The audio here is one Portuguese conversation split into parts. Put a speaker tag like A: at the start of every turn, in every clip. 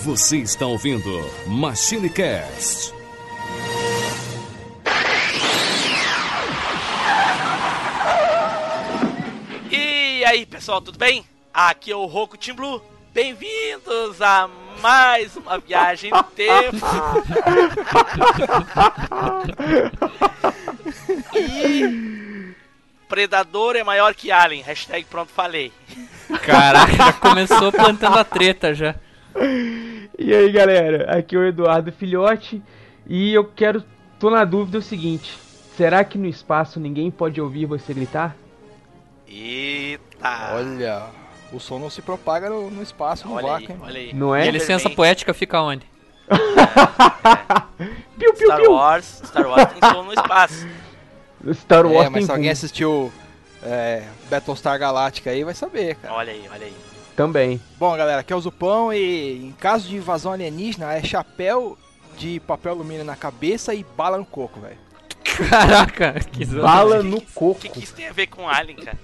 A: Você está ouvindo Machine Cast.
B: E aí, pessoal, tudo bem? Aqui é o Roku Team Blue. Bem-vindos a mais uma viagem no tempo. e Predador é maior que Alien. Hashtag pronto falei.
C: Caraca, já começou plantando a treta já.
D: E aí galera, aqui é o Eduardo Filhote e eu quero. tô na dúvida é o seguinte: será que no espaço ninguém pode ouvir você gritar?
B: Eita!
E: Olha, o som não se propaga no, no espaço, no
B: Olha aí,
E: vácuo, hein?
B: olha aí.
D: Não
C: E
D: é?
C: a licença poética fica onde?
D: Piu, piu,
B: Star
D: piu!
B: Wars, Star Wars tem som no espaço.
D: Star Wars
E: É, mas se
D: tem
E: alguém
D: boom.
E: assistiu é, Battlestar Galactica aí vai saber, cara.
B: Olha aí, olha aí.
D: também.
E: Bom, galera, aqui é o Zupão e em caso de invasão alienígena é chapéu de papel alumínio na cabeça e bala no coco, velho.
C: Caraca, que zoado.
D: Bala no
B: O
D: coco.
B: que, que isso tem a ver com Alien, cara?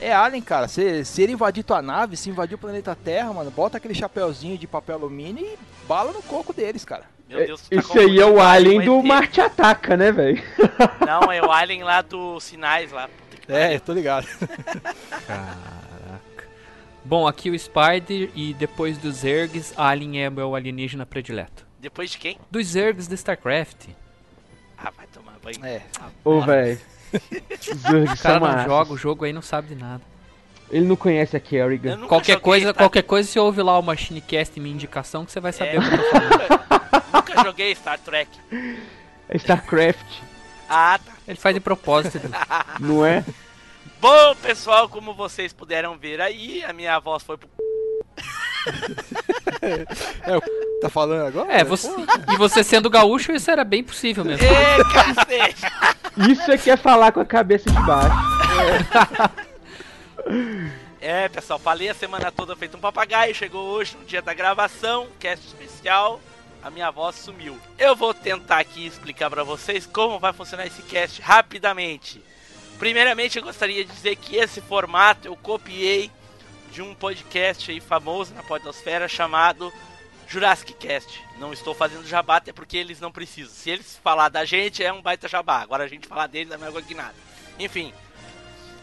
E: É Alien, cara. Se, se ele invadir tua nave, se invadir o planeta Terra, mano, bota aquele chapéuzinho de papel alumínio e bala no coco deles, cara.
B: Meu Deus, tu tá
D: Isso aí é
B: confundindo
D: o alien
B: com
D: do
B: ET.
D: Marte Ataca, né, velho?
B: Não, é o Alien lá do Sinais lá. Puta que
E: É, tô ligado.
C: Caraca. Bom, aqui o Spider e depois dos Zergs, Alien é meu alienígena predileto.
B: Depois de quem?
C: Dos Zergs de StarCraft.
B: Ah, vai tomar banho.
E: É.
D: Ô, velho. Zurg,
C: O cara
D: são
C: não
D: massas.
C: joga o jogo aí não sabe de nada.
D: Ele não conhece a
B: Eu
D: Kerrigan.
B: nunca
C: Qualquer
B: joguei,
C: coisa,
B: tá?
C: qualquer coisa você ouve lá o Machinecast minha indicação que você vai
B: É,
C: saber. o que-
B: nunca, nunca joguei Star Trek.
D: É StarCraft,
B: Ah, tá.
C: Ele faz de propósito. né? Edu.
D: não é?
B: Bom, pessoal, como vocês puderam ver aí, a minha voz foi pro...
E: É, o c... tá falando agora?
C: É, você, e você sendo gaúcho, isso era bem possível mesmo.
B: Ê, cacete!
D: Isso é que é falar com a cabeça de baixo.
B: É, pessoal, falei a semana toda feito um papagaio, chegou hoje, no dia da gravação, cast especial, a minha voz sumiu. Eu vou tentar aqui explicar pra vocês como vai funcionar esse cast rapidamente. Primeiramente, eu gostaria de dizer que esse formato eu copiei de um podcast aí famoso na podosfera chamado Jurassic Cast. Não estou fazendo jabá, até porque eles não precisam. Se eles falar da gente, é um baita jabá. Agora a gente falar deles é melhor que nada. Enfim,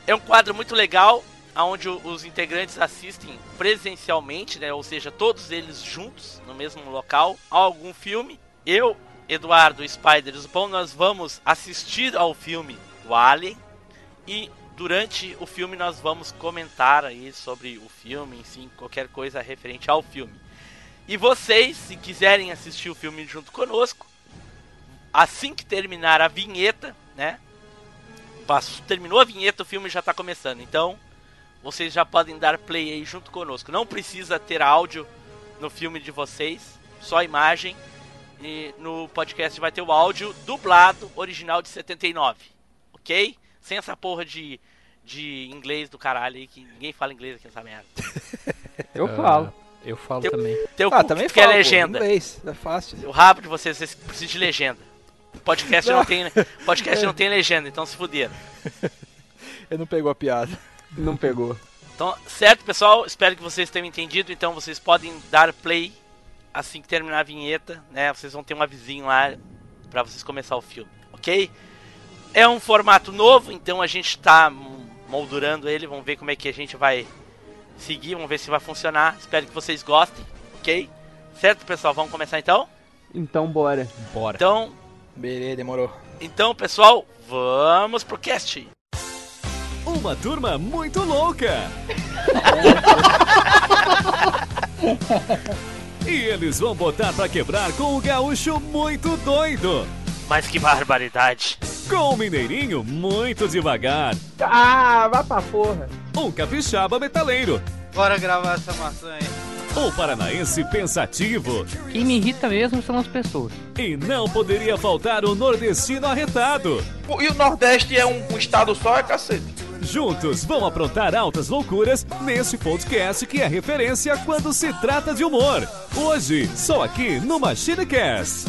B: é um quadro muito legal, onde os integrantes assistem presencialmente, né? Ou seja, todos eles juntos, no mesmo local, a algum filme. Eu, Eduardo, Spider e Zupão, nós vamos assistir ao filme do Alien e durante o filme nós vamos comentar aí sobre o filme, enfim, qualquer coisa referente ao filme. E vocês, se quiserem assistir o filme junto conosco, assim que terminar a vinheta, né? Passou, terminou a vinheta, o filme já tá começando. Então, vocês já podem dar play aí junto conosco. Não precisa ter áudio no filme de vocês, só imagem. E no podcast vai ter o áudio dublado, original de 79. Ok? Sem essa porra de, de inglês do caralho aí, que ninguém fala inglês aqui nessa merda.
D: Eu falo.
C: Ah, eu falo
B: Eu-
C: também.
B: Teu cu
E: Ah, É, também
B: que tu quer
E: fala, pô,
B: legenda.
E: inglês, é fácil.
B: O rabo de vocês, vocês precisam de legenda. Podcast não, tem, podcast não tem legenda, então se fuderam.
E: Ele não pegou a piada.
D: Não pegou.
B: Então, certo, pessoal? Espero que vocês tenham entendido. Então, vocês podem dar play assim que terminar a vinheta, né? Vocês vão ter um avisinho lá pra vocês começar o filme, ok? É um formato novo, então a gente tá hum, moldurando ele. Vamos ver como é que a gente vai seguir, vamos ver se vai funcionar. Espero que vocês gostem, ok? Certo, pessoal? Vamos começar então?
D: Então bora.
C: Bora.
B: Então,
E: Beleza, demorou.
B: Então, pessoal, vamos pro cast.
A: Uma turma muito louca. e eles vão botar pra quebrar com o gaúcho muito doido.
B: Mas que barbaridade.
A: Com o mineirinho muito devagar.
D: Ah, vá pra porra.
A: Um capixaba metaleiro.
F: Bora gravar essa maçã aí.
A: Um paranaense pensativo.
C: Quem me irrita mesmo são as pessoas.
A: E não poderia faltar o nordestino arretado.
G: E o Nordeste é um, um estado só, é cacete.
A: Juntos vão aprontar altas loucuras nesse podcast que é referência quando se trata de humor. Hoje, só aqui no MachineCast.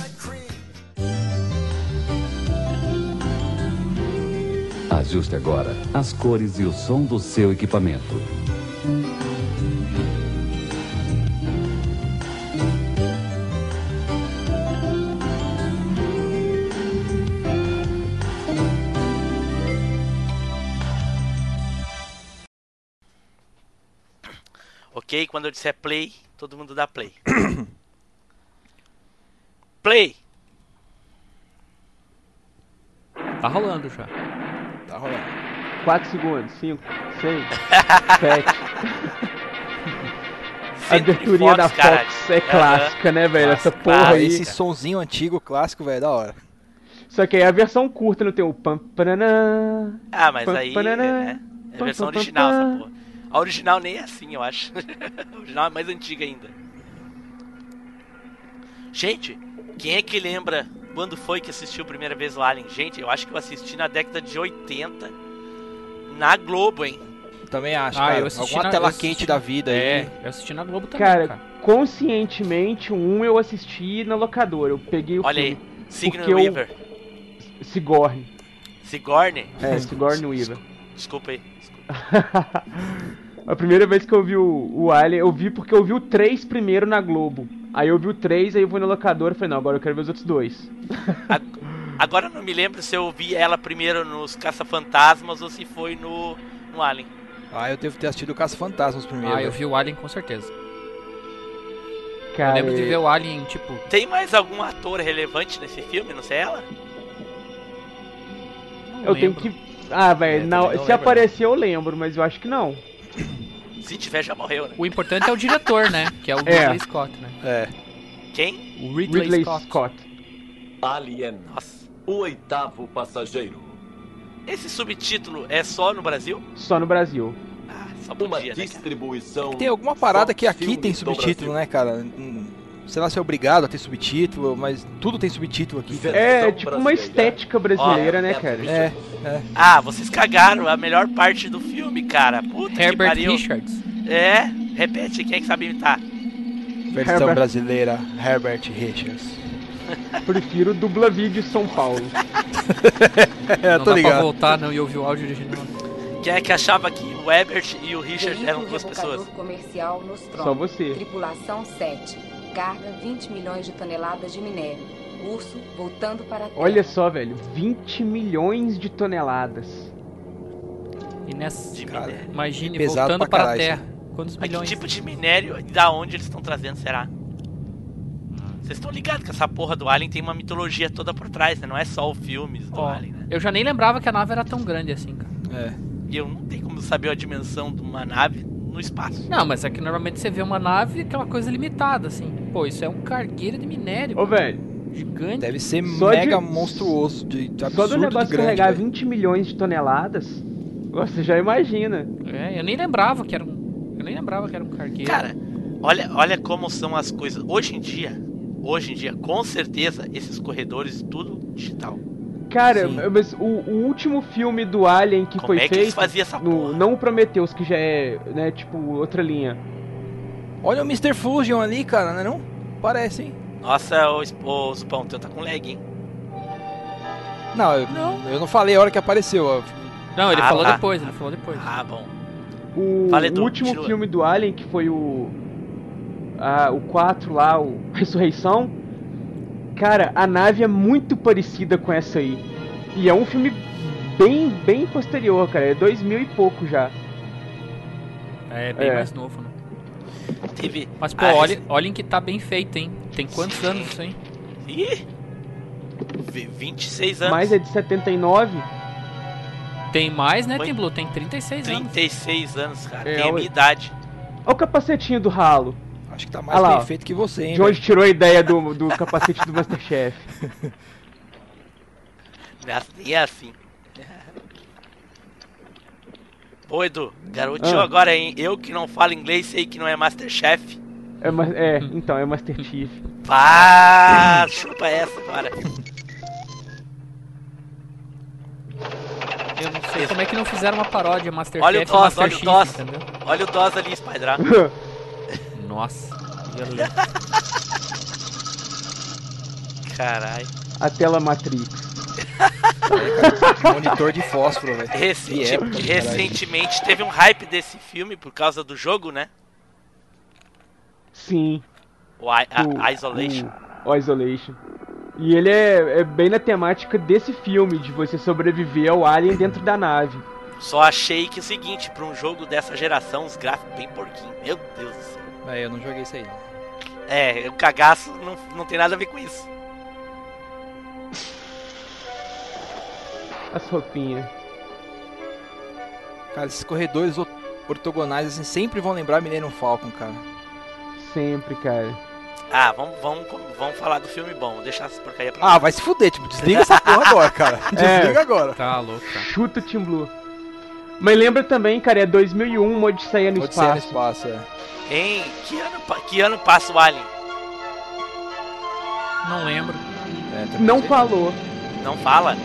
H: Ajuste agora as cores e o som do seu equipamento.
B: Ok? Quando eu disser play, todo mundo dá play. play!
C: Tá rolando já.
E: Tá rolando.
D: 4 segundos, 5, 6, 7. A
B: Centro de
D: aberturinha da
B: caralho.
D: Fox é
B: Aham.
D: clássica, né, velho? Essa
B: Clássica.
D: porra
E: Ah,
D: aí.
E: esse sonzinho antigo, clássico, velho, é da hora.
D: Só que aí a versão curta não tem o pam pananã.
B: Ah, mas
D: Pam,
B: aí,
D: pananã,
B: né? É a
D: pam,
B: versão
D: pam, pam,
B: original essa
D: pam.
B: porra. A original nem é assim, eu acho. a original é mais antiga ainda. Gente, quem é que lembra quando foi que assistiu a primeira vez o Alien? Gente, eu acho que eu assisti na década de 80 na Globo, hein?
E: Também acho,
C: Ah,
E: cara.
C: eu assisti
E: Alguma
C: na- eu
E: tela
C: assisti
E: quente
C: na-
E: da vida
C: É,
E: aí.
C: eu assisti na Globo também, cara.
D: Cara, conscientemente, um eu assisti na locadora. Eu peguei o
B: Olha aí,
D: filme.
B: Sigourney
D: Porque eu-
B: Weaver.
D: Sigourney.
B: Sigourney?
D: É, Sigourney Weaver.
B: Desculpa aí. desculpa.
D: A primeira vez que eu vi o, o Alien, eu vi porque eu vi o 3 primeiro na Globo. Aí eu vi o 3, aí eu fui na locadora e falei, não, agora eu quero ver os outros dois.
B: A- Agora eu não me lembro se eu vi ela primeiro nos Caça-Fantasmas ou se foi no, no Alien.
E: Ah, eu devo ter assistido o Caso Fantasmas primeiro.
C: Ah,
E: né?
C: eu
E: velho.
C: vi o Alien com certeza. Eu
D: Cara,
C: lembro de ver o Alien, tipo,
B: Tem mais algum ator relevante nesse filme? Não sei ela?
C: não
D: eu tenho
C: lembro.
D: que. Ah, velho,
E: É,
D: na-
E: também não
D: se
E: lembro,
D: aparecer eu lembro, mas eu acho que não.
B: Se tiver, já morreu, né?
C: O importante é o diretor, né? Que é o Ridley Scott, né?
E: É.
B: Quem?
C: O
D: Ridley, Scott.
H: Alien,
B: Nossa.
H: o oitavo passageiro.
B: Esse subtítulo é só no Brasil?
D: Só no Brasil.
B: Ah, só
H: Uma
B: podia, né, cara?
H: distribuição.
E: Tem alguma parada
H: Fox
E: que aqui
H: Filmes
E: tem
H: do Brasil.
E: subtítulo, né, cara? Hum, Sei lá se é obrigado a ter subtítulo, mas tudo tem subtítulo aqui. velho.
D: É,
H: Versão
D: tipo uma
H: brasileira.
D: estética brasileira,
H: Ó,
D: né,
H: é
D: cara?
E: É,
B: Ah, vocês cagaram a melhor parte do filme, cara. Puta que
C: Herbert
B: pariu.
C: Richards.
B: É, repete, quem é que sabe imitar?
E: versão
D: Herbert.
E: brasileira, Herbert Richards.
D: É. Prefiro dubla vídeo São Paulo.
C: não
E: É, tô
C: dá pra
E: ligado.
C: voltar não e ouvir o áudio original.
B: Quem é que achava que o Herbert e o Richard
I: Veículo
B: eram duas
I: rebocador
B: pessoas?
I: comercial Nostromo.
D: Só você.
I: Tripulação 7. Carga 20 milhões de toneladas de minério. Urso voltando para a Terra.
D: Olha só, velho, 20 milhões de toneladas.
C: E nessa,
B: De
E: Cara,
B: minério.
C: imagine
E: pesado
C: voltando
E: pra
C: para a
E: caralho
C: Terra. Quantos
B: Mas que
C: milhões?
B: tipo de minério e da onde eles estão trazendo, será? Vocês estão ligados que essa porra do Alien tem uma mitologia toda por trás, né? Não é só o filme do
C: Ó,
B: Alien, né?
C: eu já nem lembrava que a nave era tão grande assim, cara.
E: É.
B: E eu não tenho como saber a dimensão de uma nave no espaço.
C: Não, mas é que normalmente você vê uma nave aquela coisa limitada, assim. Pô, isso é um cargueiro de minério
D: Ô, velho,
C: gigante.
E: Deve ser
D: Só de-
E: mega monstruoso, de, de
D: só do
E: absurdo
D: negócio
E: de grande.
D: carregar
E: velho.
D: 20 milhões de toneladas, você já imagina.
C: É, eu nem lembrava que era um. Eu nem lembrava que era um cargueiro.
B: Cara, olha, olha como são as coisas. Hoje em dia, hoje em dia, com certeza, esses corredores tudo digital.
D: Cara,
E: Sim.
D: mas o, o último filme do Alien que
E: Ah,
B: como
D: foi
B: é que eles
D: feito.
B: faziam essa
D: No,
B: porra?
D: não o Prometheus, que já é, né, tipo, outra linha.
E: Olha o Mr. Fusion ali, cara, né não? Parece, hein?
B: Nossa, o, Sp- o Supão, teu tá com lag, hein?
E: Não, eu
C: Não.
E: não, eu não falei a hora que apareceu. ó.
C: Não, ele
B: Ah,
C: falou
B: tá.
C: depois, ele falou depois.
B: Ah, bom.
D: O,
B: Fala, Edu,
D: o último
B: continua.
D: filme do Alien, que foi o. ah, o 4 lá, o Ressurreição. Cara, a nave é muito parecida com essa aí. E é um filme bem, bem posterior, cara. É 2000 e pouco já.
C: É bem
D: É.
C: mais novo, né?
B: Teve.
C: Mas, pô,
B: Ah,
C: olha,
B: esse-
C: olhem que tá bem feito, hein? Tem quantos anos isso, hein?
B: Ih! Vi- 26 anos.
D: Mas é de 79.
C: Tem mais, né,
B: Foi-
C: Tem Blue? Tem 36 anos.
B: 36 anos, cara.
D: É,
B: Tem a
D: olha.
B: minha idade.
D: Olha o capacetinho do ralo.
E: Acho que tá mais
D: Ah lá, ó.
E: bem feito que você, hein?
D: De onde tirou a ideia do, do capacete do Masterchef.
B: E é assim. Ô, Edu, garotinho
D: Ah.
B: agora, hein? Eu que não falo inglês, sei que não é Masterchef.
D: É, ma- é, então, é Master Chief.
B: Pá, chupa essa agora.
C: Eu não sei como é que não fizeram uma paródia é Masterchef
B: Olha o
C: e
B: Toss,
C: Master
B: olha o
C: Chief,
B: Toss.
C: entendeu?
B: Olha o Dose ali, Spydra.
C: Nossa, violento.
B: Caralho.
D: a tela Matrix.
E: Monitor de fósforo, velho.
B: Recenti-
E: Que época do caralho.
B: recentemente teve um hype desse filme por causa do jogo, né?
D: Sim.
B: O I-
D: o-
B: a, a Isolation.
D: O, o Isolation. E ele é, é bem na temática desse filme, de você sobreviver ao alien dentro da nave.
B: Só achei que é o seguinte, pra um jogo dessa geração, os gráficos bem porquinho. Meu Deus do céu.
E: É, eu não joguei isso aí. não.
B: É, o cagaço não, não tem nada a ver com isso.
D: As roupinhas.
E: Cara, esses corredores or- ortogonais assim sempre vão lembrar Millennium Falcon, cara.
D: Sempre, cara.
B: Ah, vamos, vamos, vamos falar do filme bom, vamos deixar essa porcaria pra lá.
E: Ah, vai se fuder, tipo, desliga essa porra agora, cara. Desliga agora.
C: Tá louco, cara.
D: Chuta o Team Blue. Mas lembra também, cara, é 2001, uma Odisseia no
E: Pode ser no
D: espaço.
E: espaço, é.
B: Hein? Que ano, pa- que ano passa o Alien?
C: Não lembro.
E: É, também
D: Não
E: sei.
D: falou.
B: Não fala?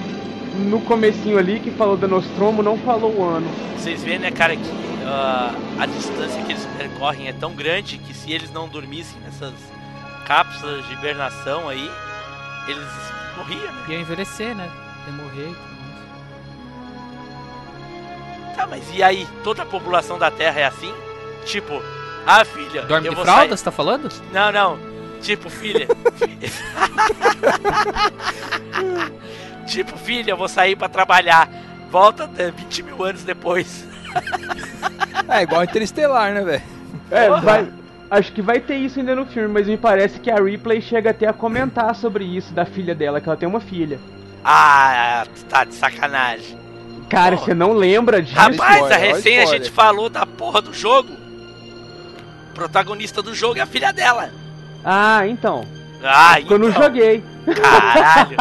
D: No comecinho ali, que falou da Nostromo, não falou o ano.
B: Vocês veem, né, cara, que ah, a distância que eles percorrem é tão grande que se eles não dormissem nessas cápsulas de hibernação aí, eles morriam, né?
C: Ia envelhecer, né? Ia morrer e tudo mais.
B: Tá, mas e aí? Toda a população da Terra é assim? Tipo, ah, filha,
C: Dorme
B: eu
C: de
B: vou
C: fralda, você tá falando?
B: sair- Não, não. Tipo, filha. tipo, filha, eu vou sair pra trabalhar. Volta eh, 20 mil anos depois.
E: É igual Interestelar, né, velho?
D: É,
B: Porra.
D: vai. Acho que vai ter isso ainda no filme, mas me parece que a Ripley chega até a comentar sobre isso da filha dela, que ela tem uma filha.
B: Ah, tu tá de sacanagem.
D: Cara,
B: Porra.
D: você não lembra disso?
B: Rapaz,
E: spoiler,
B: a
E: olha o
B: recém a
E: spoiler.
B: gente falou da porra do jogo. O protagonista do jogo é a filha dela.
D: Ah, então.
B: Ah,
D: Eu não
B: então,
D: joguei.
B: Caralho.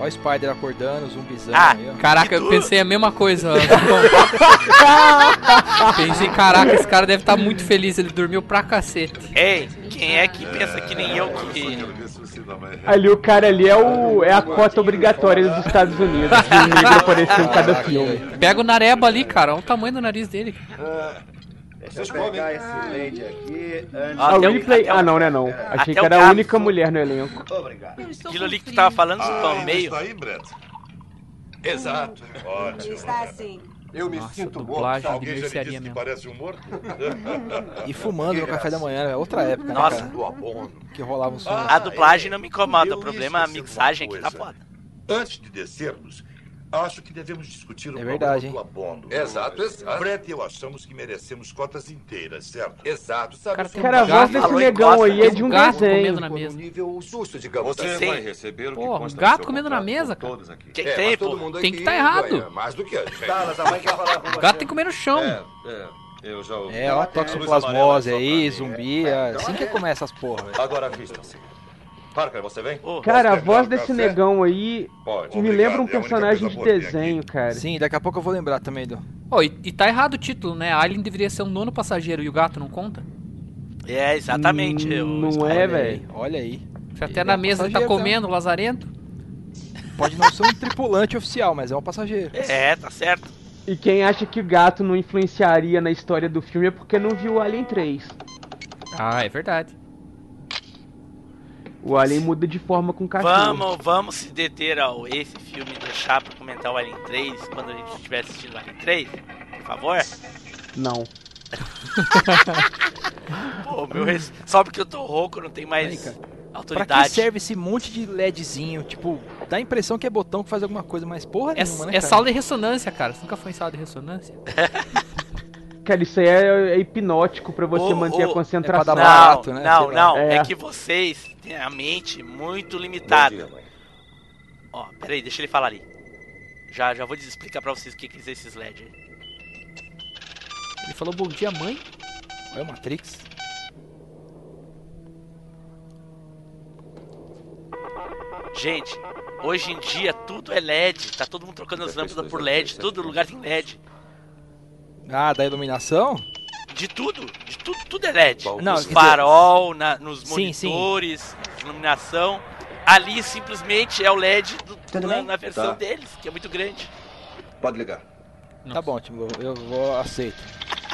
E: Ó o Spider acordando, zumbizão
B: Ah,
E: aí, ó.
C: Caraca, eu pensei a mesma coisa. pensei, caraca, esse cara deve estar muito feliz, ele dormiu pra cacete.
B: Ei, quem é que pensa que nem eu que.
D: Ali o cara ali é o. é a cota obrigatória dos Estados Unidos. que o negro apareceu em cada filme.
C: Pega o nareba ali, cara, olha o tamanho do nariz dele.
J: Deixa eu pegar esse leite aqui antes.
D: A
B: Até o-
D: Ripley.
B: um até o-
D: Ah não, né não.
B: até
D: Achei
B: um
D: que
B: o
D: era a
B: Gabs.
D: única mulher no elenco.
J: Obrigado.
B: Aquilo ali que tu tava falando,
J: Ah,
B: tu tá no meio.
J: aí, Brett? Exato. Ótimo.
I: Está assim.
J: Eu me
C: Nossa,
J: sinto
C: dublagem
J: morto.
C: de
J: Alguém já me
C: mercearia
J: disse que
C: mesmo.
J: parece um morto?
E: E fumando no
J: Que
E: café
J: graça.
E: da manhã, é outra época,
B: Nossa.
E: né,
J: Do abono.
E: cara? Que rolava um som.
J: Ah.
B: A dublagem não me incomoda,
J: Eu
B: o
J: ia
B: problema é a
J: esquecer de uma
B: mixagem que tá
J: coisa.
B: foda.
J: Antes de descermos, acho que devemos discutir o
E: É verdade,
J: problema do abono. Exato, exato. Brett e eu achamos que merecemos cotas inteiras, certo? Exato. Sabe,
C: Cara, tem um
D: Cara, a voz
C: gato,
D: desse
B: Falou em
D: negão
B: costa,
D: aí
B: tem
D: é
C: um
D: de um
C: gato
D: desenho.
C: comendo na mesa.
J: nível justo, digamos.
B: Você
J: assim.
B: vai
J: receber
C: Porra, um gato comendo na mesa, cara.
J: aqui.
K: É,
J: É,
B: Que que tem, pô?
C: Tem que tá errado.
J: mais do que antes.
C: O gato tem que comer no chão.
K: É,
J: eu já ouvi.
E: É, ó, toxoplasmose aí, zumbi,
J: né?
E: é assim que começa as porra, velho.
J: Agora vistam-se. Parker, você vem?
B: Ô,
D: Cara, a
J: Posso
D: voz
J: pegar um
D: desse
J: café?
D: negão aí
J: Pode. É
D: me lembra um personagem de desenho, cara.
E: Sim, daqui a pouco eu vou lembrar também do.
C: Ó, e, e tá errado o título, né? Alien deveria ser o nono passageiro e o gato não conta?
B: É, exatamente. eu-
D: Não é,
E: Olha
D: velho.
E: aí, Olha aí.
C: Se até
E: Ele é
C: na
E: um
C: mesa ele tá
E: passageiro,
C: comendo, lazarento.
E: Pode não ser um tripulante oficial, mas é um passageiro.
B: É, tá certo.
D: E quem acha que o gato não influenciaria na história do filme é porque não viu o Alien 3.
C: Ah, é verdade.
D: O Alien muda de forma com o cachorro.
B: Vamos, vamos se deter ao esse filme e deixar pra comentar o Alien 3 quando a gente estiver assistindo o Alien 3, por favor.
D: Não.
B: Pô, meu res... Só porque eu tô rouco, não tem mais
E: Aí, Pra que
B: autoridade.
E: serve esse monte de LEDzinho? Tipo, dá a impressão que é botão que faz alguma coisa, mas porra
C: É,
E: nenhuma, né,
C: é
E: cara?
C: sala de ressonância, cara. Você nunca foi em sala de ressonância?
D: Cara, isso aí é, é hipnótico pra você
B: Ô,
D: manter
B: ô,
D: a
E: é pra
D: concentração.
E: dar
D: Não.
B: Não,
E: barato, né?
B: não,
E: Sei lá.
B: não. É.
D: É.
B: que vocês têm a mente muito limitada. Ó, peraí, deixa ele falar ali. Já, já vou explicar pra vocês o que quiser esses LED aí.
C: Ele falou bom dia, mãe.
E: É o Matrix.
B: Gente, hoje em dia tudo é LED. Tá todo mundo trocando as lâmpadas por LED. Todo lugar tem LED.
E: Ah, da iluminação?
B: De tudo, de tudo, tudo é LED.
E: Não,
B: nos
E: quer dizer-
B: farol, na- nos
E: Sim, sim.
B: monitores, de iluminação. Ali simplesmente é o LED do- na, na versão
J: Tá.
B: deles, que é muito grande.
J: Pode ligar.
E: Tá bom, Timbu, eu vou aceito.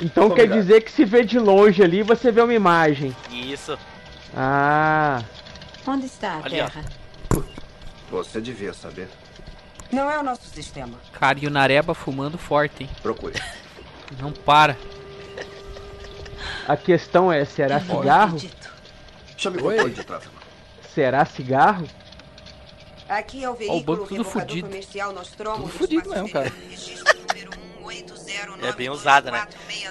D: Então quer
J: Combinado.
D: dizer que se vê de longe ali, você vê uma imagem.
B: Isso.
D: Ah.
I: Onde está a
B: Ali, ó.
I: Terra?
J: Você devia saber.
I: Não é o nosso sistema.
C: Cara, e o Nareba fumando forte, hein?
J: Procure.
C: Não para.
D: A questão é, será cigarro?
I: Acredito.
F: tá,
J: Chame o controle de tráfego.
D: Será cigarro?
L: Aqui é o
C: Ó, o banco
L: veículo
C: tudo
L: rebocador
C: fudido.
L: comercial Nostromo.
E: Tudo
L: do
E: fudido
L: Espaço
E: mesmo, cara.
L: Exterior, registro número 1809.
B: É bem usada, né?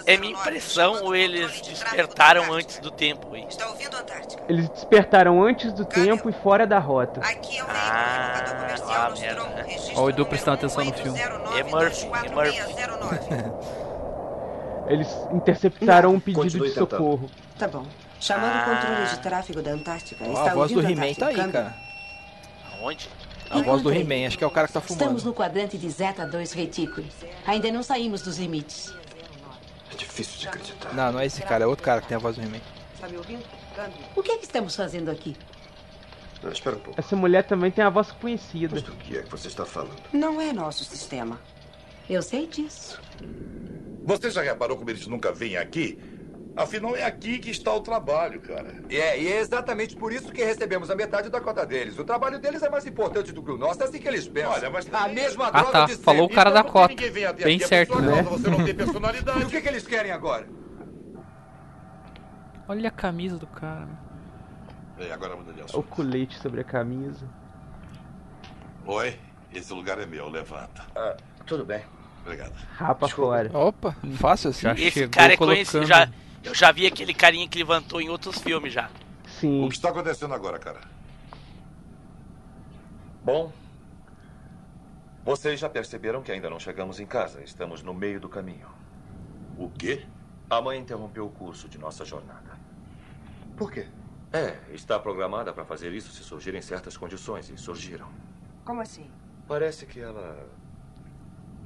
B: É minha impressão ou eles despertaram antes do tempo, hein?
L: Está ouvindo, Antártica?
D: Eles despertaram antes do tempo e fora da rota.
L: Aqui é o
B: Ah, lá, merda.
C: Ó, o Edu prestando atenção no filme.
B: É Murphy, é Murphy.
D: Eles interceptaram um pedido
L: Continue
D: de
L: tentando.
D: socorro.
L: Tá bom. Chamando
B: Ah.
L: o controle de tráfego da Antártica.
E: Ó,
L: está
E: a voz do
L: ouvindo,
E: He-Man tá aí,
L: Antártica?
E: cara.
B: Aonde?
E: A voz do He-Man, acho que é o cara que tá
M: Estamos
E: fumando.
M: no quadrante de Zeta 2 retículo. Ainda não saímos dos limites.
E: É difícil de acreditar. Não, não é esse cara, é outro cara que tem a voz do He-Man.
L: Está Tá me ouvindo? Câmbio.
M: O que é que estamos fazendo aqui?
K: Não, espera um pouco.
D: Essa mulher também tem a voz conhecida.
K: Do que é que você está falando?
L: Não é nosso sistema.
M: Eu sei disso.
J: Você já reparou como eles nunca vêm aqui? Afinal, é aqui que está o trabalho, cara.
N: É, e é exatamente por isso que recebemos a metade da cota deles. O trabalho deles é mais importante do que o nosso, é assim que eles pensam. Olha, mas a
J: é-
N: mesma
C: Ah
N: droga
C: tá,
N: de sempre.
C: falou o cara da
N: Então por que
C: cota.
N: ninguém vem até
C: Bem
N: aqui? A
C: certo,
N: pessoa
C: né?
N: causa, Você não tem personalidade. o que, que eles querem agora?
C: Olha a camisa do cara.
J: É, agora muda de assunto.
D: O colete sobre a camisa.
N: Oh.
J: Oi, esse lugar é meu, levanta.
N: Ah,
K: tudo bem.
J: Obrigado.
D: Rapa fora.
E: Opa, fácil assim.
B: Esse cara é conhecido. Já, eu já vi aquele carinha que levantou em outros filmes já.
D: Sim.
J: O que está acontecendo agora, cara?
K: Bom, vocês já perceberam que ainda não chegamos em casa. Estamos no meio do caminho.
J: O quê?
K: A mãe interrompeu o curso de nossa jornada.
N: Por quê?
K: É, está programada para fazer isso se surgirem certas condições, e surgiram.
L: Como assim?
K: Parece que ela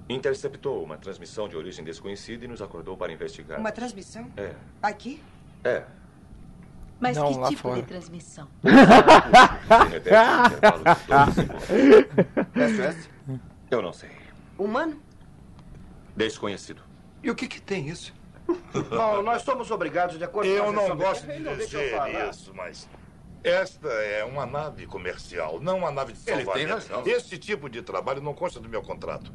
K: interceptou uma transmissão de origem desconhecida e nos acordou para investigar.
L: Uma transmissão?
K: É,
L: Aqui?
K: é.
M: Mas
K: Não,
M: que
K: lá
M: tipo
K: fora.
M: de transmissão?
K: SOS? Eu não sei.
L: Humano?
K: Desconhecido.
N: E o que, que tem isso? Bom, nós somos obrigados de acordo
J: Eu
N: com a
J: não
N: versão
J: gosto
N: dele.
J: de
N: Ele não deixa eu
J: dizer
N: falar.
J: isso, mas. Esta é uma nave comercial, não uma nave de
N: Ele tem
J: salvamento.
N: razão.
J: Esse tipo de trabalho não consta do meu contrato.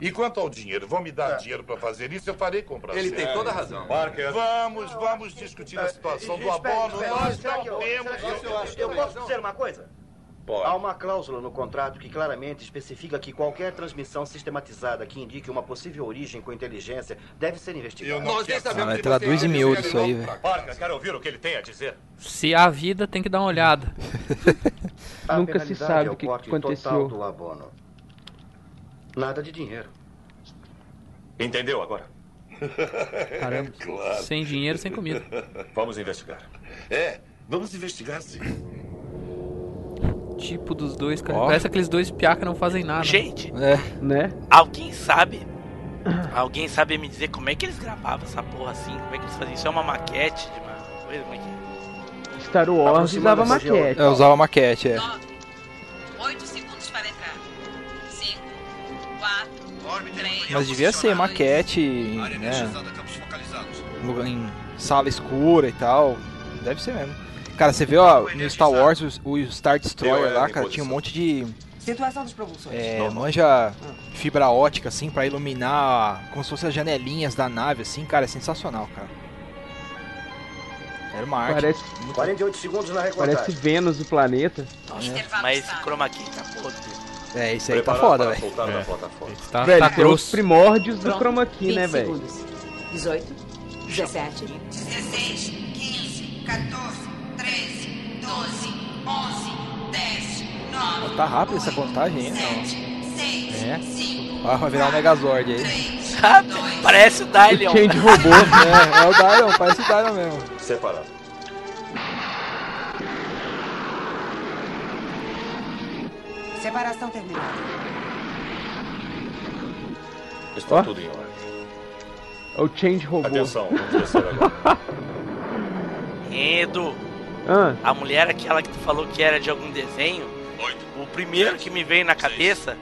J: E quanto ao dinheiro, vão me dar dinheiro para fazer isso, eu farei com prazer.
N: É. Ele tem toda a razão. É,
J: Parker. Vamos, vamos discutir a situação do abono. Nós não temos. tipo
N: Eu posso dizer uma coisa?
K: Pode.
O: Há uma cláusula no contrato que claramente especifica que qualquer transmissão sistematizada que indique uma possível origem com inteligência deve ser investigada.
K: Nós nem sabemos
E: Ah,
K: que
E: traduz
K: você- é um
E: em
F: é
E: miúdo isso aí, velho.
K: Parker, quero ouvir o que ele tem a dizer.
C: Se há vida, tem que dar uma olhada.
O: A
D: Nunca se
O: penalidade
D: sabe
O: é
D: o que
O: corte
D: aconteceu.
O: Total do abono. Nada de dinheiro.
K: Entendeu agora?
C: Caramba.
J: É Claro.
C: Sem dinheiro, sem comida.
K: Vamos investigar.
J: É, vamos investigar sim.
C: Tipo dos dois, cara.
J: Ó.
C: Parece aqueles dois piá que não fazem nada.
B: Gente.
D: É. Né?
B: Alguém sabe? Alguém sabe me dizer como é que eles gravavam essa porra assim? Como é que eles faziam? Isso é uma maquete de uma coisa? Como é que é?
D: Star Wars usava maquete.
E: É, usava maquete, é.
M: 8 segundos para entrar. um. 5, 4, 3.
E: Mas devia ser maquete, né? lugar- Em sala escura e tal. Deve ser mesmo. Cara, você vê, ó, no Star Wars, o- o Star
B: é,
E: Destroyer lá, cara, tinha um monte de
L: Situação dos propulsores.
E: é, manja fibra ótica, assim, pra iluminar como se fossem as janelinhas da nave, assim, cara, é sensacional, cara. Era uma arte.
D: Parece-
O: 48 segundos na recontagem.
D: Parece Vênus, o planeta.
B: É. Mas esse chroma key tá podre.
E: É, isso aí tá
K: Preparado
E: foda,
K: para
E: velho.
K: soltar na plataforma.
C: Tá,
D: velho,
C: tá
D: tem os
C: grosso.
D: primórdios do
M: Pronto,
D: chroma key, né,
M: 20
D: velho?
M: segundos. 18, 17,
L: 16, 15, 14, 13, 12, 11, 10, 9,
E: Ó, Tá rápido essa contagem, hein?
L: É.
E: Ó, vai virar um Megazord aí.
B: Parece o Dylion.
E: Change robô. é, é o Dylion, parece o Dylion mesmo.
K: Separado.
L: Separação terminada.
K: Está
D: Ó.
K: tudo em ordem.
D: É o Change Robô.
K: Atenção, vamos descer agora.
B: Edu,
D: Ah,
B: a mulher aquela que tu falou que era de algum desenho, o primeiro que me veio na cabeça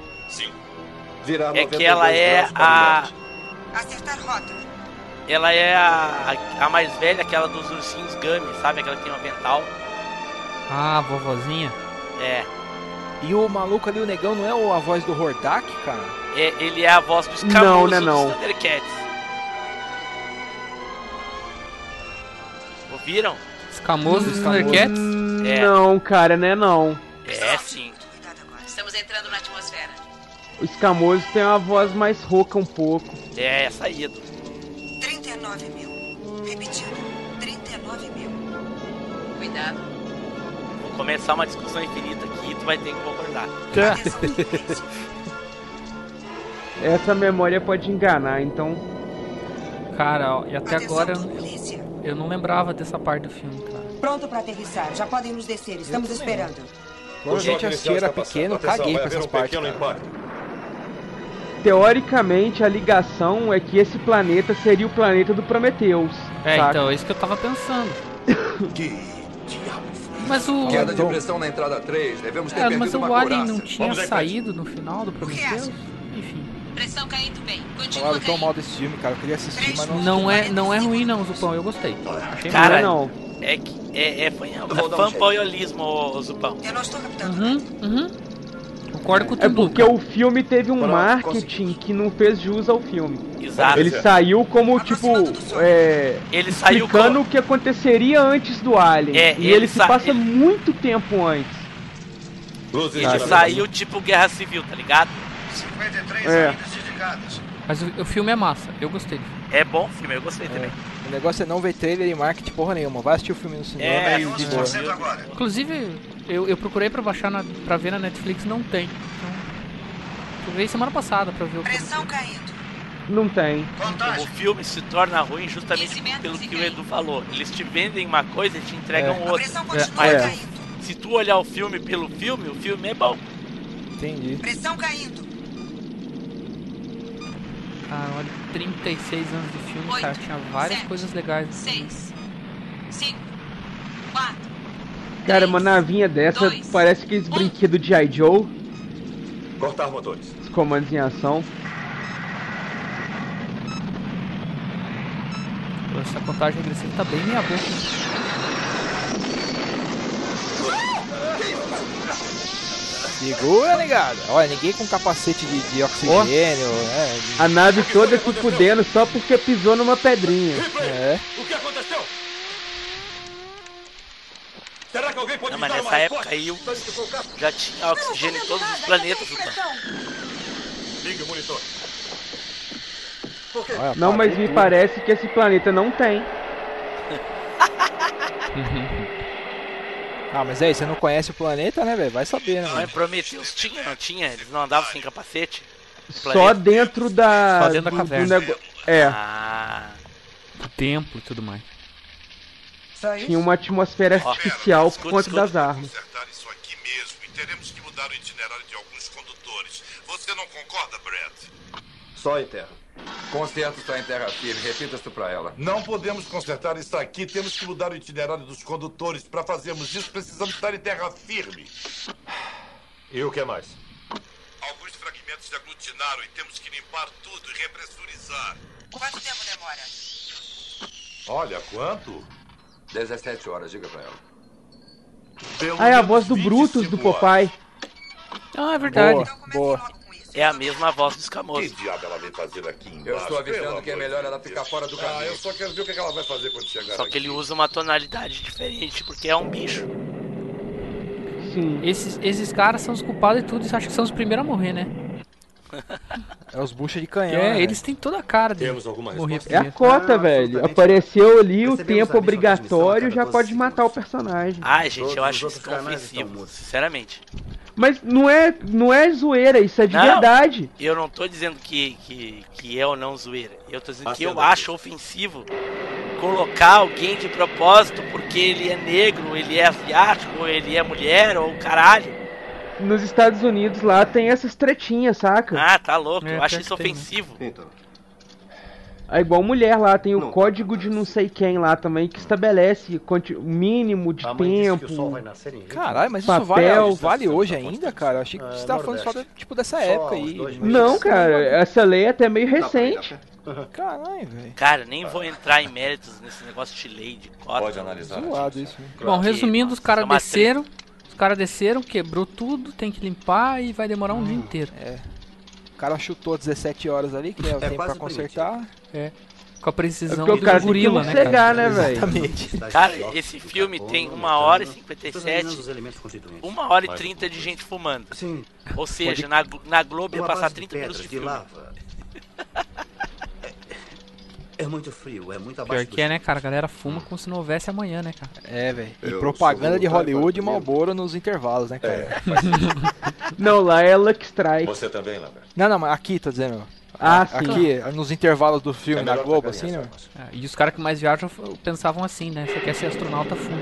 N: Virar
B: é que ela
N: 92
B: é
N: graus para
B: a.
N: norte.
L: Acertar rota.
B: Ela é a, a- a mais velha, aquela dos ursinhos Gummy, sabe? Aquela que tem um avental.
C: Ah, vovozinha.
B: É.
E: E o maluco ali, o negão, não é o- a voz do Hordak, cara?
B: É, ele é a voz do
E: Não,
B: Escamoso
E: né, não.
B: dos Thundercats. Ouviram?
D: Hum,
C: Escamoso dos Thundercats?
B: É.
D: Não, cara, né não.
B: É sim.
L: entrando na atmosfera.
D: O Escamoso tem uma voz mais rouca um pouco.
B: É, essa aí, Edu.
L: 39 mil. Repetindo, 39 mil. Cuidado.
B: Vou começar uma discussão infinita aqui e tu vai ter que concordar.
D: Essa memória pode enganar, então.
C: Cara, ó, e até agora eu não- eu não lembrava dessa parte do filme, cara.
L: Pronto para aterrissar. Já podem nos descer. Estamos
E: também.
L: esperando.
E: Quando gente, eu achei era pequeno, eu caguei com essas partes. cara.
D: Teoricamente, a ligação é que esse planeta seria o planeta do Prometheus.
C: É,
D: saca?
C: então, é isso que eu tava pensando.
N: Que diabo foi
C: Mas o-
N: Queda de pressão na entrada 3, devemos ter
C: É,
N: perdido
C: mas o
N: uma
C: Alien
N: couraça.
C: não tinha
N: Vamos aí,
C: saído no final do Prometheus?
L: Pressão caindo bem.
E: Falaram tão mal desse filme, cara. Eu queria assistir, mas não.
C: Não é, não é ruim não, Zupão, eu gostei. Achei
B: Cara,
C: bom.
B: é que é, é, fan-
C: vou dar um
B: é fanboyolismo, ô, Zupão.
L: Eu não estou captando.
C: Uhum, Concordo com
D: É porque o filme teve um
B: Pronto,
D: marketing que não fez jus ao filme.
B: Exato.
D: Ele saiu como, tipo, é,
B: Ele saiu
D: explicando o que aconteceria antes do Alien.
B: É,
D: e
B: ele
D: ele, se
B: sa-
D: passa
B: ele-
D: muito tempo antes.
B: Ele
D: Cara,
B: saiu tipo guerra civil, tá ligado?
L: 53
D: É.
C: Mas o, o filme é massa, eu gostei.
B: É bom filme, eu gostei também.
E: O negócio é não ver trailer e marketing porra nenhuma. Vai assistir o filme no cinema
B: É,
E: e de boa.
C: tá
B: 11% agora.
C: Inclusive, eu, eu procurei pra baixar na, pra ver na Netflix, não tem. Então, procurei semana passada pra ver o
L: Pressão caindo.
D: Não tem.
B: O filme se torna ruim justamente pelo que o Edu falou. Eles te vendem uma coisa e te entregam
E: É.
B: outra.
L: Pressão
E: continua É.
B: Se tu olhar o filme pelo filme, o filme é bom.
E: Entendi.
L: Pressão caindo.
C: Cara, Ah, olha, 36 anos de filme, cara, tinha várias coisas legais.
L: 6, 5, 4.
D: Cara, uma navinha dessa parece
C: Um.
D: aqueles brinquedos de I. Joe,
K: Cortar motores.
D: os comandos em ação.
C: Essa contagem regressiva tá bem minha boca. né?
E: Segura, negada. Olha, ninguém com capacete de, de oxigênio. né?
D: A nave toda se fudendo só porque pisou numa pedrinha.
E: É.
K: O que aconteceu? Será que alguém pode
B: Não,
K: me
B: mas
K: dar
B: nessa
K: uma Tá
B: época aí eu já tinha oxigênio em todos os planetas, Zupão.
K: Ligue o monitor.
D: É. Não, mas me parece que esse planeta não tem.
E: Ah, mas é isso, você não conhece o planeta, né, velho? Vai saber, né,
B: Não é
E: mano?
B: Prometheus? Tinha, não tinha? Eles não andavam sem capacete?
D: Só dentro da.
C: Só dentro da caverna.
D: nego- É.
B: Ah.
C: O templo e tudo mais.
D: Tinha uma atmosfera
C: Ó,
D: artificial por
C: escuta,
D: conta
C: escuta.
D: das armas.
J: consertar isso aqui mesmo e teremos que mudar o itinerário de alguns condutores. Você não concorda, Brett?
N: Só em terra. Concerto só em terra firme. Repita isso pra ela.
J: Não podemos consertar isso aqui. Temos que mudar o itinerário dos condutores. Para fazermos isso, precisamos estar em terra firme.
K: E o que mais?
J: Alguns fragmentos se aglutinaram e temos que limpar tudo e repressurizar.
L: Quanto tempo demora?
J: Olha, quanto?
N: 17 horas, diga pra ela.
D: Ah, é a voz do Brutus
C: tipo,
D: do Popeye.
C: Ah, é
D: verdade.
E: Boa.
B: É a mesma voz dos Camosos.
J: Que diabo ela vem fazer aqui embaixo?
N: Eu estou avisando
J: Pelo
N: que é
J: amor
N: melhor
J: de
N: ela ficar fora do
J: Ah,
N: caminho.
J: eu só quero ver o que ela vai fazer quando chegar
B: Só que ele usa uma tonalidade diferente, porque é um bicho.
D: Sim.
C: Esses, esses caras são os culpados de tudo, isso acho que são os primeiros a morrer, né?
E: É os buchas de canhão.
C: é,
E: né,
C: eles têm toda a cara de
E: Temos alguma
C: morrer
D: É a
C: primeiro.
D: cota,
E: Ah,
D: velho. Apareceu ali o tempo obrigatório, já pode matar o personagem.
B: Ai, Ah, gente, eu acho isso ofensivo, sinceramente.
D: Mas não é, não é zoeira, isso é de
B: Não.
D: verdade.
B: Eu não tô dizendo que, que, que é ou não zoeira. Eu tô dizendo que eu
D: Acenda
B: acho ofensivo colocar alguém de propósito porque ele é negro, ele é asiático, ou ele é mulher, ou caralho.
D: Nos Estados Unidos lá tem essas tretinhas, saca?
B: Ah, tá louco.
D: É,
B: eu acho
D: pior
B: isso
D: que tem, né?
B: ofensivo.
D: É igual mulher lá, tem o código de não sei quem lá também que estabelece quanti- o mínimo de tempo.
E: Caralho, mas isso vale,
D: papel. tá
E: vale hoje ainda, cara? Eu achei que você tava falando só da- tipo, dessa época aí.
D: Não, cara, essa lei é até meio recente.
E: Caralho, velho.
B: Cara, nem vou entrar em méritos nesse negócio de lei, de cota. Pode analisar.
E: Zoado
D: né?
E: isso.
C: Bom, resumindo, os caras
B: Isso é uma
C: desceram, os caras desceram, quebrou tudo, tem que limpar e vai demorar um dia inteiro.
E: É. O cara chutou 17 horas ali, que é o tempo pra
C: quase
E: consertar.
C: É. Com a precisão
D: É porque o
C: do
D: cara tem que
C: gorila, né, cara?
D: morcegar, né, velho? Tá
C: Exatamente.
O: Tá
B: Cara, esse filme
O: né,
B: tem 1 hora e 57, 1 hora e 30 de gente fumando.
O: Sim.
B: Ou seja,
O: Pode-
B: na, Glo- na Globo ia
O: Uma
B: passar
O: base de
B: 30 minutos
O: pedras,
B: de
O: de
B: filme.
O: lava. É muito frio, é muito
C: Pior
O: abaixo
C: que é, né, cara? A galera fuma como se não houvesse amanhã, né, cara?
E: É, velho. E
C: Eu
E: propaganda
C: sou
E: de
C: voluntário
E: Hollywood e Malboro nos intervalos, né, cara?
D: Não, lá é Lucky Strike.
K: Você também, Lambert.
E: não, não, mas aqui, tô dizendo.
D: Ah,
E: aqui,
D: sim.
E: nos intervalos do filme
C: É
E: da
C: melhor
E: Globo,
C: pra
E: assim, né?
C: É, E os caras que mais viajam f- pensavam assim, né? Você quer ser astronauta, fuma.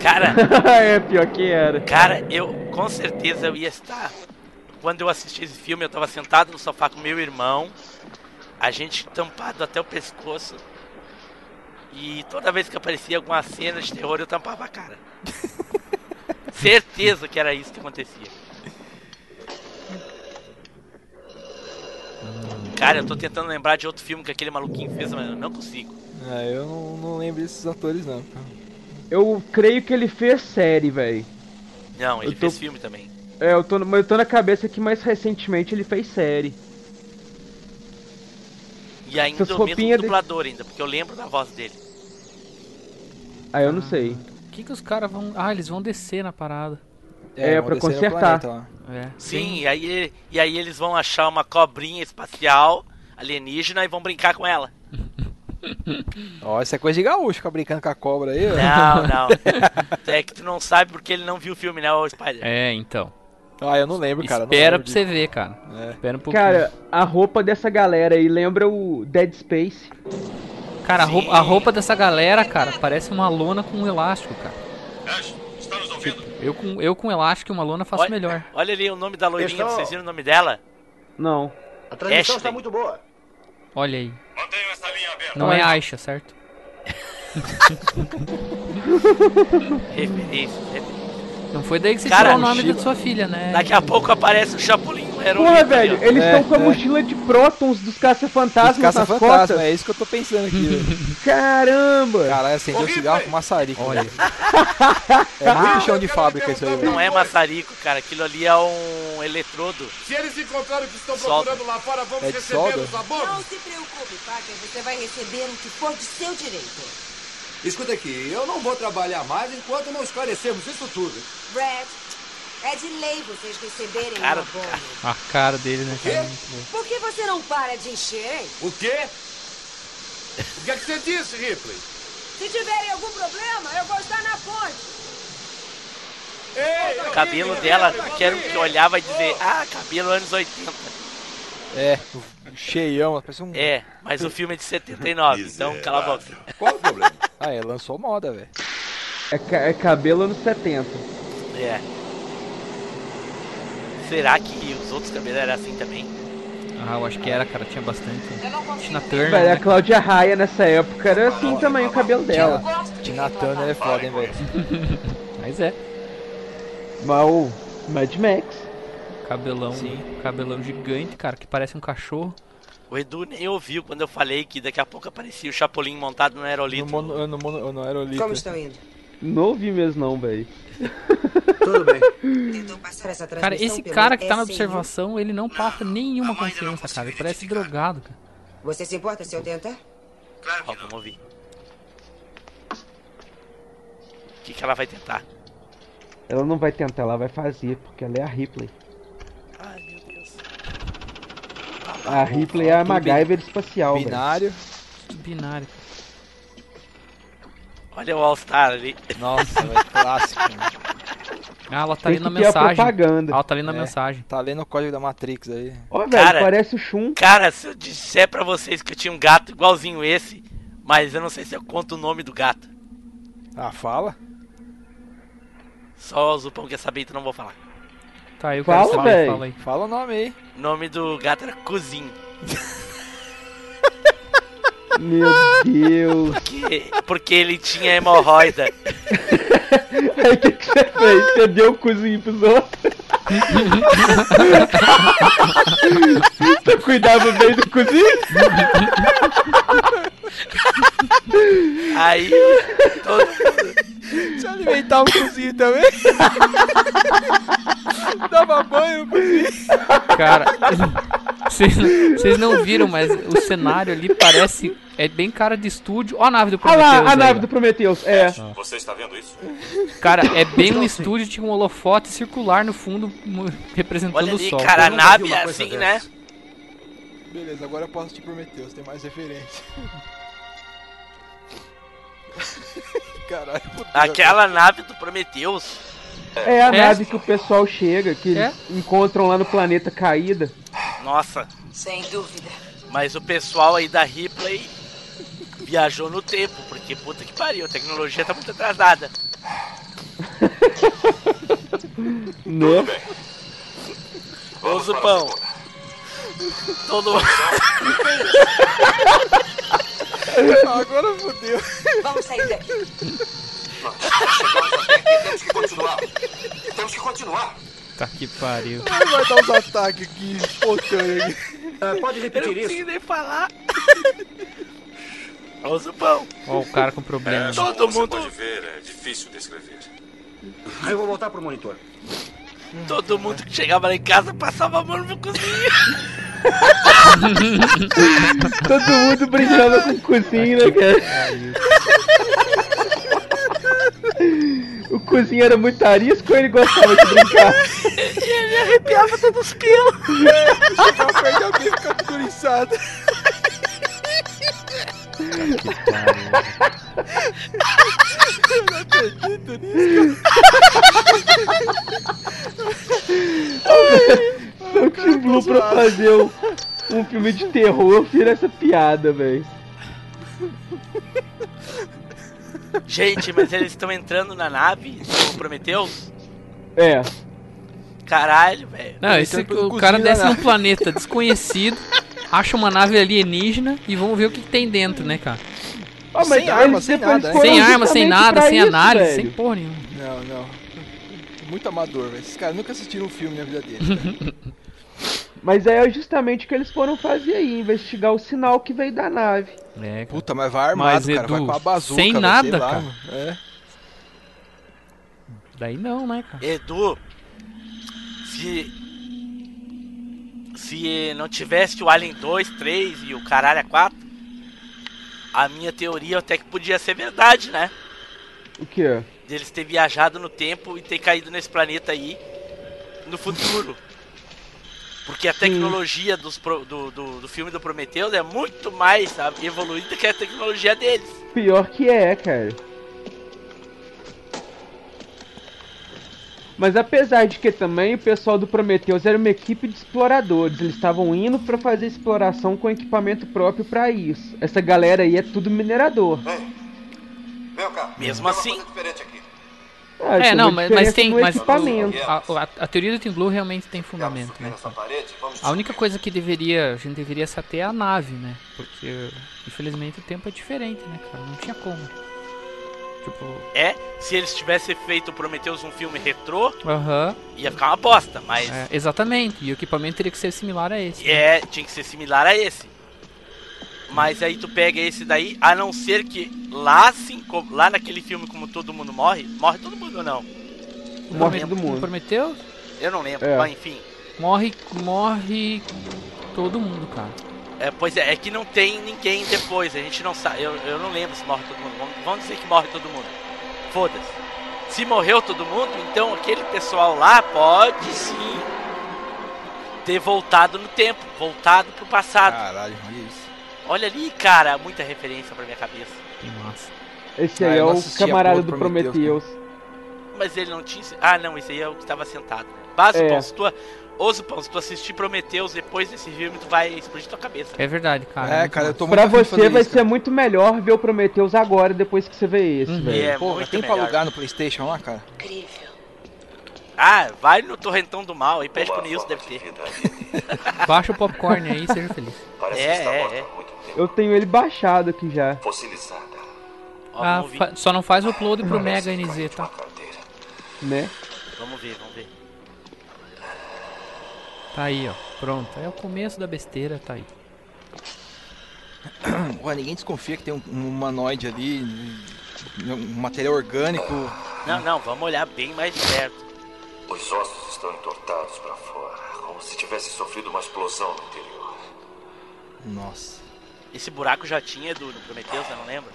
B: Cara,
D: é, pior que era.
B: Cara, eu com certeza eu ia estar. Quando eu assisti esse filme, eu tava sentado no sofá com meu irmão, a gente tampado até o pescoço. E toda vez que aparecia alguma cena de terror, eu tampava a cara. certeza que era isso que acontecia. Cara, eu tô tentando lembrar de outro filme que aquele maluquinho fez, mas eu não consigo.
E: É, eu não, não lembro desses atores, não.
D: Eu creio que ele fez série, velho.
B: Não, ele
D: Eu tô-
B: fez filme também.
D: É, eu tô, mas eu tô na cabeça que mais recentemente ele fez série.
B: E ainda
D: Essas
B: o mesmo
D: roupinhas de-
B: dublador ainda, porque eu lembro da voz dele.
D: Ah, eu não sei.
E: um
C: O que que os caras vão... Ah, eles vão descer na parada.
D: É, É, vão pra descer no consertar.
E: planeta,
C: é.
B: Sim, e aí, e aí eles vão achar uma cobrinha espacial alienígena e vão brincar com ela.
E: Ó, isso é coisa de gaúcho, ficar brincando com a cobra aí. ó.
B: Não, não. é que tu não sabe porque ele não viu o filme, né, ô Spider?
C: É, então.
E: Ah, eu não lembro,
C: cara.
E: não
C: Espera
E: lembro É.
C: pra você ver, cara. Espera um pouquinho.
D: Cara, a roupa dessa galera aí lembra o Dead Space.
C: Cara, a roupa, a roupa dessa galera, cara, parece uma lona com um elástico, cara. Tipo, Eu com, eu com elástico e uma lona faço melhor.
B: Olha ali o nome da loirinha,
C: Pessoal.
B: vocês viram o nome dela?
D: Não.
O: A transmissão
B: Ashley.
E: tá
O: está muito boa.
C: Olha aí. Não é
O: Olha.
C: Aisha, certo?
B: Referência, referência.
C: Não foi daí que você tirou o nome da sua filha, né?
B: Daqui a pouco aparece o Chapolin, o herói.
D: Porra, velho, eles
C: É,
D: estão com a
C: é.
D: mochila de prótons dos caça-fantasmas nas costas.
E: é isso que eu tô pensando aqui. velho.
D: Caramba!
E: Caralho, acendeu o um cigarro com maçarico. Olha. É muito chão de fábrica isso aí, velho.
B: Não é maçarico, cara. Aquilo ali é um eletrodo.
J: Se eles encontrarem o que estão
B: Solda.
J: procurando lá fora, vamos
B: É de solda?
J: recebê-los a bordo.
M: Não se preocupe, Parker. Você vai receber o que for de seu direito.
N: Escuta aqui, eu não vou trabalhar mais enquanto não esclarecermos isso tudo.
M: Brad, é de lei vocês receberem
C: Cara
M: um
C: do
M: abono.
C: A cara dele, né? Cara?
M: Por que você não para de encher, hein?
J: O quê? O que é que você disse, Ripley?
M: Se tiverem algum problema, eu vou estar na ponte.
J: Ei,
B: O cabelo dela, quero que olhava e dizer, ah, cabelo anos 80.
E: É, cheião, parece um.
B: É, mas o filme é de 79, então cala a boca.
E: Qual o problema? Ah, é, lançou moda, velho.
D: É, ca- é cabelo anos 70.
B: É. Será que os outros cabelos eram assim também?
C: Ah, eu acho que era, cara. Tinha bastante. Tina Turner,
E: é
D: Velho, a
C: né?
D: Cláudia Raia nessa época era assim também o cabelo dela.
E: Tina Turner é foda, hein, velho.
C: Mas é.
D: Mas o Mad Max.
C: Cabelão, cabelão gigante, cara, que parece um cachorro.
B: O Edu nem ouviu quando eu falei que daqui a pouco aparecia o Chapolin montado no aerolito.
E: No, mono, no, mono, no aerolito.
M: Como estão indo?
D: Não ouvi mesmo não, velho.
M: Tudo bem. Tentou passar essa transmissão
C: Cara, esse
M: pelo
C: cara que tá na
M: SIU.
C: observação, ele não passa nenhuma consciência, cara. Ele parece drogado, cara.
M: Você se importa se eu tentar?
B: Ó, vamos ouvir. O que, que ela vai tentar?
D: Ela não vai tentar, ela vai fazer, porque ela é a Ripley.
B: Ai, meu Deus.
D: A Ripley é a
C: tudo
D: MacGyver espacial, velho.
E: Binário.
C: Tudo binário.
B: Olha o All-Star ali.
E: Nossa, velho, clássico. né?
C: Ah, ela tá
E: Tem
C: lendo a
E: que ter a
C: mensagem.
E: propaganda.
C: Ah, ela tá lendo a
E: É.
C: mensagem.
E: Tá lendo o código da Matrix aí.
D: Ó, velho,
B: Cara,
D: parece o Shun.
B: Cara, se eu disser pra vocês que eu tinha um gato igualzinho esse, mas eu não sei se eu conto o nome do gato.
E: Ah, fala.
B: Só o Zupão quer saber, então não vou falar.
C: Tá, eu
D: Fala,
C: quero saber,
D: véi.
C: fala aí.
E: Fala o nome aí.
B: O nome do gato era Cozinho.
D: Meu Deus.
B: Porque, porque ele tinha hemorroida.
D: Aí o que, que você fez? Você deu o cozinho pros outros? você cuidava bem do cozinho?
B: Aí, todo
E: mundo. Se alimentava o cozinho também. Dava banho o cozinho.
C: Cara, Vocês não- Vocês não viram, mas o cenário ali parece. É bem cara de estúdio. Ó a nave do
D: Olha
C: Prometheus.
D: Ah lá, a
C: aí,
D: nave
C: ó.
D: do Prometheus. É.
K: Você está vendo isso?
C: Cara, é bem um estúdio, tinha um holofote circular no fundo mu- representando
B: Olha
C: o
B: ali,
C: sol.
B: cara, a
C: Eu nunca vi
B: nave
C: uma
B: é
C: coisa
B: assim,
C: dessa.
B: né?
E: Beleza, agora eu posso te prometer, você tem mais referência. Caralho, puta.
B: Aquela nave do Prometheus.
D: É a nave que o pessoal chega, que eles encontram lá no planeta caída.
B: Nossa.
L: Sem dúvida.
B: Mas o pessoal aí da Ripley viajou no tempo, porque puta que pariu, a tecnologia tá muito atrasada.
D: Né?
B: Ô Zupão. Todo
E: Agora fodeu.
L: Vamos sair daqui.
N: Temos que continuar. Temos que continuar.
C: Tá que pariu.
E: Ah, Vai dar uns ataques aqui, espontâneos. aqui.
O: pode
B: Eu não consegui nem falar. Ô Zupão.
C: Ó, o cara com problema.
B: É. Todo mundo-
K: Pode ver, é difícil descrever.
O: Eu vou voltar pro monitor.
B: Todo mundo que chegava lá em casa passava a mão no cozinha.
D: Todo mundo brincando com cozinha, né, cara? O cozinha era muito arisco ele gostava de brincar.
B: E ele arrepiava todos os pelos.
E: Chegava perto da minha ficar tudo inchado. Eu não acredito nisso.
D: Se eu te Blue pra fazer um, um filme de terror, eu fiz essa piada, velho.
B: Gente, mas eles estão entrando na nave do Prometheus?
D: É.
B: Caralho, velho.
C: Não, esse, o cara desce num planeta desconhecido, acha uma nave alienígena e vamos ver o que, que tem dentro, né, cara?
D: Ah, mas
E: Sem arma,
D: eles
E: sem
D: depois
B: é.
E: nada, né?
D: foram
C: Sem arma, sem
D: justamente
C: nada,
D: pra
C: sem
D: isso,
C: análise,
D: velho.
C: sem porra nenhuma.
E: Não, não. Muito amador, velho. Esses caras nunca assistiram um filme na vida deles. cara.
D: Mas é justamente o que eles foram fazer aí, investigar o sinal que veio da nave.
C: É,
E: Puta, mas vai
C: Mas,
E: armado, cara. vai
C: Edu,
E: com a bazuca,
C: sem
E: velho,
C: nada,
E: sei lá,
C: cara.
E: mano. É.
C: Daí não, né, cara?
B: Edu, se. Se não tivesse o Alien 2, 3 e o caralho a 4, a minha teoria até que podia ser verdade, né?
D: O que é?
B: Deles ter viajado no tempo e ter caído nesse planeta aí no futuro. Porque a tecnologia dos pro- do, do, do filme do Prometheus é muito mais sabe, evoluída que a tecnologia deles.
D: Pior que é, cara. Mas apesar de que também o pessoal do Prometheus era uma equipe de exploradores, eles estavam indo pra fazer exploração com equipamento próprio pra isso. Essa galera aí é tudo minerador.
N: Vem cá.
B: Mesmo
N: Tem
B: assim.
N: Uma coisa diferente aqui.
D: Ah,
C: é,
D: tem
C: não,
D: uma
C: mas, mas
D: diferença
C: tem.
D: no
C: Mas
D: equipamento.
C: a, a- a teoria do Team Blue realmente tem fundamento, né? cara? A única coisa que deveria, a gente deveria se ater é a nave, né? Porque, infelizmente, o tempo é diferente, né, cara? Não tinha como. Tipo,
B: É, se eles tivessem feito o Prometheus um filme retrô,
C: aham.
B: ia ficar uma bosta, mas
C: é, exatamente. E o equipamento teria que ser similar a esse.
B: É, tinha que ser similar a esse. Mas aí tu pega esse daí, a não ser que lá sim, co- lá naquele filme como todo mundo morre, morre todo mundo ou não?
D: Morre
B: Eu
D: todo
B: não
D: mundo.
C: Prometeu?
B: Eu não lembro,
D: É.
B: mas enfim.
C: Morre. Morre. Todo mundo, cara.
B: É, pois é, é que não tem ninguém depois, a gente não sabe, eu, eu não lembro se morre todo mundo. Vamos, vamos dizer que morre todo mundo. Foda-se. Se morreu todo mundo, então aquele pessoal lá pode sim ter voltado no tempo, voltado pro passado.
E: Caralho, olha isso.
B: Olha ali, cara, muita referência pra minha cabeça.
C: Que massa.
D: Esse
E: Ah,
D: aí
E: eu
D: é
E: não
D: o
E: assistia
D: camarada
E: porra
D: do
E: do
D: Prometheus.
E: Prometheus,
B: Mas ele não tinha. Ah, não, esse aí é o que tava sentado. Basta,
D: É.
B: Pão, se tu. Ô, Zupão, se tu assistir Prometheus depois desse filme, tu vai explodir tua cabeça.
C: É verdade, cara.
E: É,
C: muito
E: cara, eu
C: massa.
E: tô muito
D: Pra
E: afim de
D: você
E: fazer
D: vai
E: isso,
D: ser muito melhor ver o Prometheus agora, depois que você vê esse,
C: Uhum.
D: velho.
B: É,
E: Pô,
B: muito
E: tem pra
B: melhor.
E: alugar no Playstation lá, cara?
L: Incrível.
B: Ah, vai no torrentão do mal e pede pro Nilson, deve ter.
C: Baixa o popcorn aí e seja feliz.
B: É, é, é.
D: Eu tenho ele baixado aqui já.
K: Fossilizada.
B: Ó,
C: Ah,
B: vamos, ver,
C: fa- só não faz o upload pro Mega NZ, tá?
D: Né?
B: vamos ver, vamos ver.
C: Tá aí, ó. Pronto. É o começo da besteira, tá aí.
E: Ué, ninguém desconfia que tem um, um humanoide ali, um um material orgânico.
B: Não, não, vamos olhar bem mais de perto.
K: Os ossos estão entortados para fora, como se tivesse sofrido uma explosão no interior.
E: Nossa.
B: Esse buraco já tinha, Edu, no Prometheus, né? Não lembra?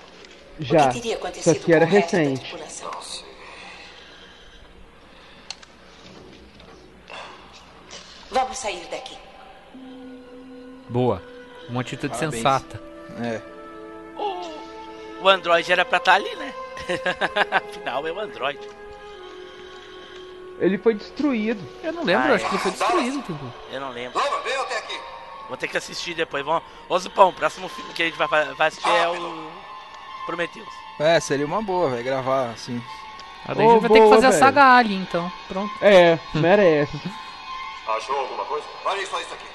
D: Já.
L: que teria
D: Tá. Isso
L: acontecido
D: aqui era
L: com o resto da
D: recente.
L: Vamos sair daqui.
C: Boa. Uma atitude
B: Parabéns.
C: sensata.
E: É.
B: O Android era pra estar ali, né? Afinal, é o Android.
D: Ele foi destruído.
C: Eu não lembro,
B: Ah,
C: acho
B: é.
C: que ele foi destruído, Timbu.
B: Eu não lembro. Vou ter que assistir depois. Vamos... Ô, Zupão, o próximo filme que a gente vai, fa- vai assistir é o Prometheus.
E: É, seria uma boa, velho, gravar assim.
C: A gente vai ter que fazer a saga Alien, então. Pronto.
D: É, merece.
N: Achou alguma coisa? Olha só isso aqui.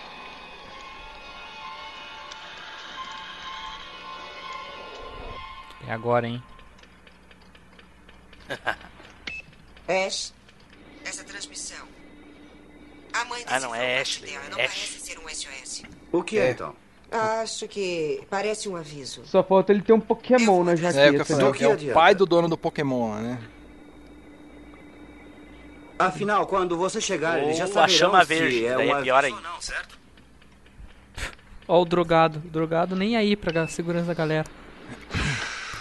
C: É agora, hein?
L: Ash. Essa transmissão. A mãe
B: Ah, não, é Ashley. É Ashley.
L: deve ser um SOS.
D: O que é, então?
L: Acho que parece um aviso.
D: Só falta ele ter um Pokémon na jaqueta.
E: É, porque eu falei,
D: né?
E: é o pai do dono do Pokémon lá, né?
F: Afinal, quando você chegar, ele já
B: Ou a
F: saberão
B: chama
F: se
B: verde,
F: é
B: daí
F: um
B: é pior
F: aviso ou
B: ainda.
F: não, certo?
C: Ó o drogado. O drogado nem aí pra ga- segurança da galera.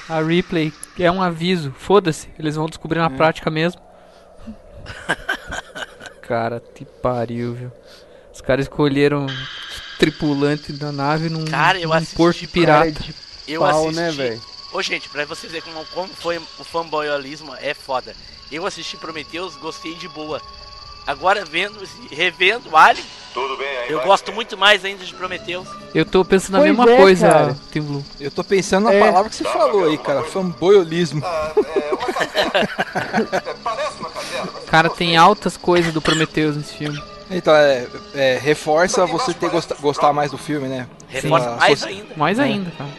C: A replay é um aviso. Foda-se. Eles vão descobrir na
E: É.
C: prática mesmo. Cara, que pariu, viu? Os caras escolheram tripulante da nave num,
B: Cara, eu
C: num
B: assisti
C: porto
B: cara, é
C: pirata.
B: de né, Eu assisti. Ô, gente, pra vocês verem como, como foi o fanboyolismo, é foda. Eu assisti Prometheus, gostei de boa. Agora vendo, esse- revendo Alien,
K: Tudo bem aí,
B: eu
K: vai.
B: gosto muito mais ainda de Prometheus.
C: Eu tô pensando na
B: Pois
C: mesma
B: é,
C: coisa,
B: cara.
C: Tim Blue.
E: Eu tô pensando na
C: É.
E: palavra que você falou aí, cara. Fanboyolismo.
C: Cara, tem altas coisas do Prometheus nesse filme.
E: Então, é, é, reforça você ter gosta- gostar mais do filme, né?
C: Reforça
E: Pra-
C: mais
E: soci-
C: ainda. Mais
E: É.
C: ainda, cara.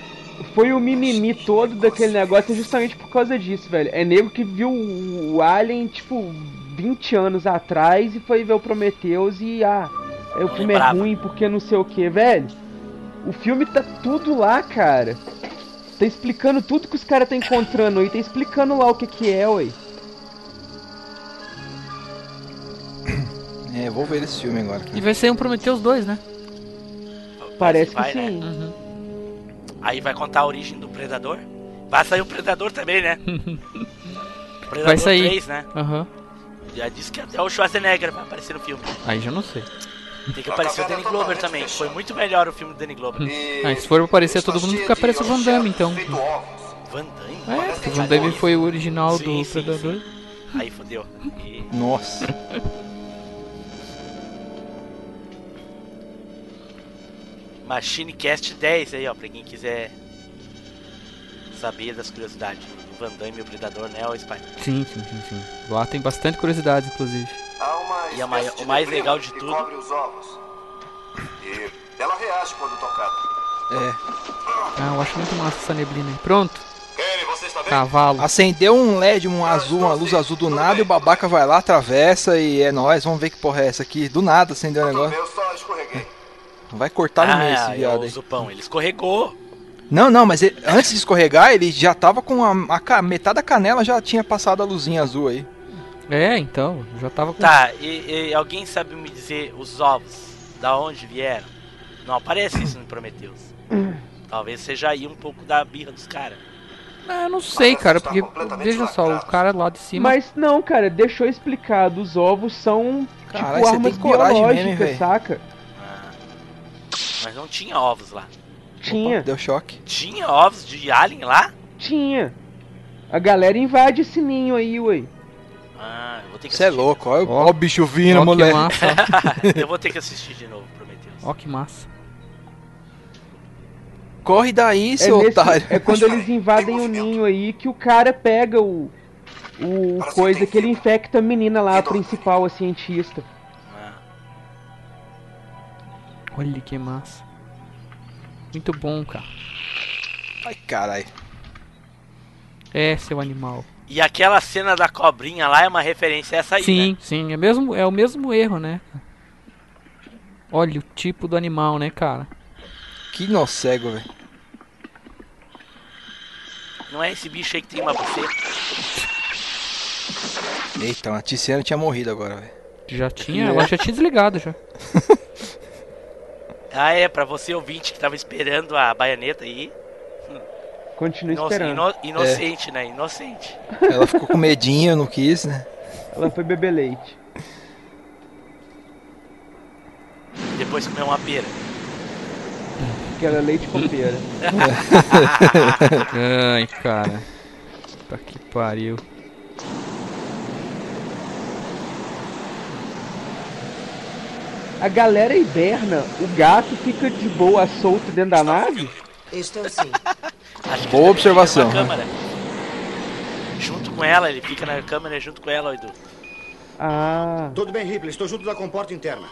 D: Foi o mimimi todo daquele negócio justamente por causa disso, velho. É nego que viu o o Alien, tipo, 20 anos atrás e foi ver o Prometheus e, ah, é, o filme é
B: lembrava.
D: ruim porque não sei o que, velho. O filme tá tudo lá, cara. Tá explicando tudo que os caras tá encontrando aí, tá explicando lá o que que é, ué.
E: É, vou ver esse filme agora.
C: E vai ser um Prometheus 2, né? Uhum.
D: Parece
B: vai,
D: que
B: né?
D: sim.
B: Aí vai contar a origem do Predador. Vai sair o Predador também, né? Predador
C: Vai sair.
B: 3, né?
C: Aham.
B: Já disse que até o Schwarzenegger vai aparecer no filme.
C: Aí já não sei.
B: Tem que aparecer o Danny Glover também. Foi muito melhor o filme do Danny Glover.
C: Ah, se for aparecer todo mundo, fica aparece o Van Damme, então.
B: Van Damme?
C: É, porque o Van Damme foi o original do Predador.
B: Aí fodeu. E-
E: Nossa.
B: Machine Cast 10 aí, ó, pra quem quiser saber das curiosidades. O Van Damme e o Predador, né, o Spy?
C: Sim, sim, sim, sim. Lá tem bastante curiosidade, inclusive.
B: E a mai- o mais legal de tudo.
N: Abre os ovos. E ela reage quando tocada.
E: É.
C: Ah, eu acho muito massa essa neblina aí. Pronto.
E: Cavalo. Acendeu um LED, um azul, uma luz azul do nada e o babaca vai lá, atravessa e é nóis. Vamos ver que porra é essa aqui. Do nada acendeu o
B: Tá
E: negócio. Vai cortar Tá no meio esse
B: é
E: viado
B: o
E: aí.
B: Zupão, ele escorregou.
E: Não, não, mas ele- antes de escorregar, ele já tava com a, a ca- metade da canela já tinha passado a luzinha azul aí.
C: É, então. Já tava com.
B: Tá, e, e alguém sabe me dizer os ovos, da onde vieram? Não aparece isso no Prometheus. Talvez seja aí um pouco da birra dos caras.
C: Ah, eu não sei, cara, porque. Veja só, o cara lá de cima.
D: Mas não, cara, deixou explicado. Os ovos são,
C: Caralho,
D: tipo,
C: você
D: armas
C: tem coragem mesmo, hein,
D: biológicas,
C: velho?
D: saca?
B: Mas não tinha ovos lá.
D: Tinha.
E: deu choque.
B: Tinha ovos de alien lá?
D: Tinha. A galera invade esse ninho aí, ué.
B: Ah, eu vou ter que
E: Você é louco, ó, ó, o bicho
C: ó
E: vindo,
C: que
E: moleque.
C: massa.
B: eu vou ter que assistir de novo, Prometheus.
C: Ó, que massa.
E: Corre daí,
D: é,
E: seu
D: nesse-
E: otário.
D: é quando eles invadem o ninho aí que o cara pega o. O coisa que ele infecta a menina lá, a principal, a cientista.
B: Ah.
C: Olha que massa. Muito bom, cara.
E: Ai, carai.
C: É, seu animal.
B: E aquela cena da cobrinha lá é uma referência a essa aí,
C: Sim,
B: né?
C: sim. É, mesmo, é o mesmo erro, né? Olha o tipo do animal, né, cara?
E: Que nó cego, velho.
B: Não é esse bicho aí que tem uma buceta.
E: Eita, a Tiziana tinha morrido agora, velho.
C: Já tinha? Ela já tinha desligado já.
B: Ah, é, pra você ouvinte que tava esperando a baianeta aí.
D: Continua
B: Ino-
D: esperando.
B: ino- inocente, né? Inocente.
E: Ela ficou com medinho, não quis, né?
D: Ela foi beber leite.
B: Depois comer uma pera.
D: Que era leite com pera.
C: Ai, cara. Tá que pariu.
D: A galera hiberna, o gato fica de boa solto dentro da nave?
F: é
L: Estou sim.
E: Boa observação.
B: Na câmara. Junto com ela, ele fica na câmera junto com ela, Edu.
D: Ah.
F: Tudo bem, Ripley, estou junto da comporta interna.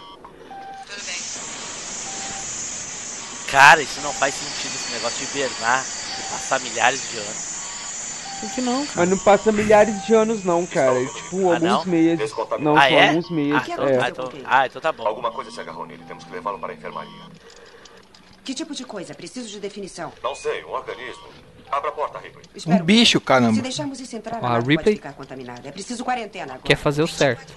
B: Cara, isso não faz sentido esse negócio de hibernar e passar milhares de anos.
C: Por que não?
D: Mas não passa milhares de anos não, cara. É Tipo,
B: Ah,
D: alguns
B: não?
D: meses. Não,
B: ah,
D: são
B: é?
D: alguns meses.
B: Ah, então,
D: é.
B: ah, então, ah, então tá bom.
K: Alguma coisa se agarrou nele. Temos que levá-lo para a enfermaria.
L: Que tipo de coisa? Preciso de definição.
K: Não sei, um organismo. Abra a porta, Ripley.
E: Um bicho,
L: Se
E: caramba.
L: deixarmos isso entrar,
E: Ah,
L: a nave
E: Ripley-
L: pode ficar contaminada. É preciso quarentena agora.
C: Quer fazer o certo.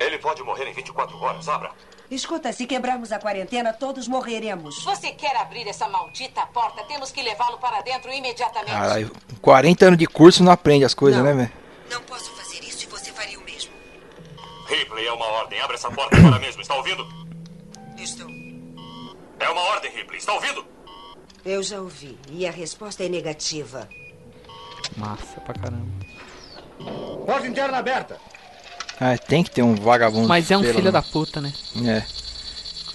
K: Ele pode morrer em 24 horas. Abra.
L: Escuta, se quebrarmos a quarentena, todos morreremos.
M: Você quer abrir essa maldita porta? Temos que levá-lo para dentro imediatamente.
E: Caralho, 40 anos de curso não aprende as coisas, né, velho?
L: Não posso fazer isso e você faria o mesmo.
K: Ripley, é uma ordem. Abra essa porta agora mesmo. Está ouvindo?
L: Estou.
K: É uma ordem, Ripley. Está ouvindo?
L: Eu já ouvi. E a resposta é negativa.
C: Massa pra caramba.
F: Porta interna aberta.
E: Ah, tem que ter um vagabundo.
C: Mas é um
E: pelo
C: filho da
E: menos.
C: puta, né?
E: É.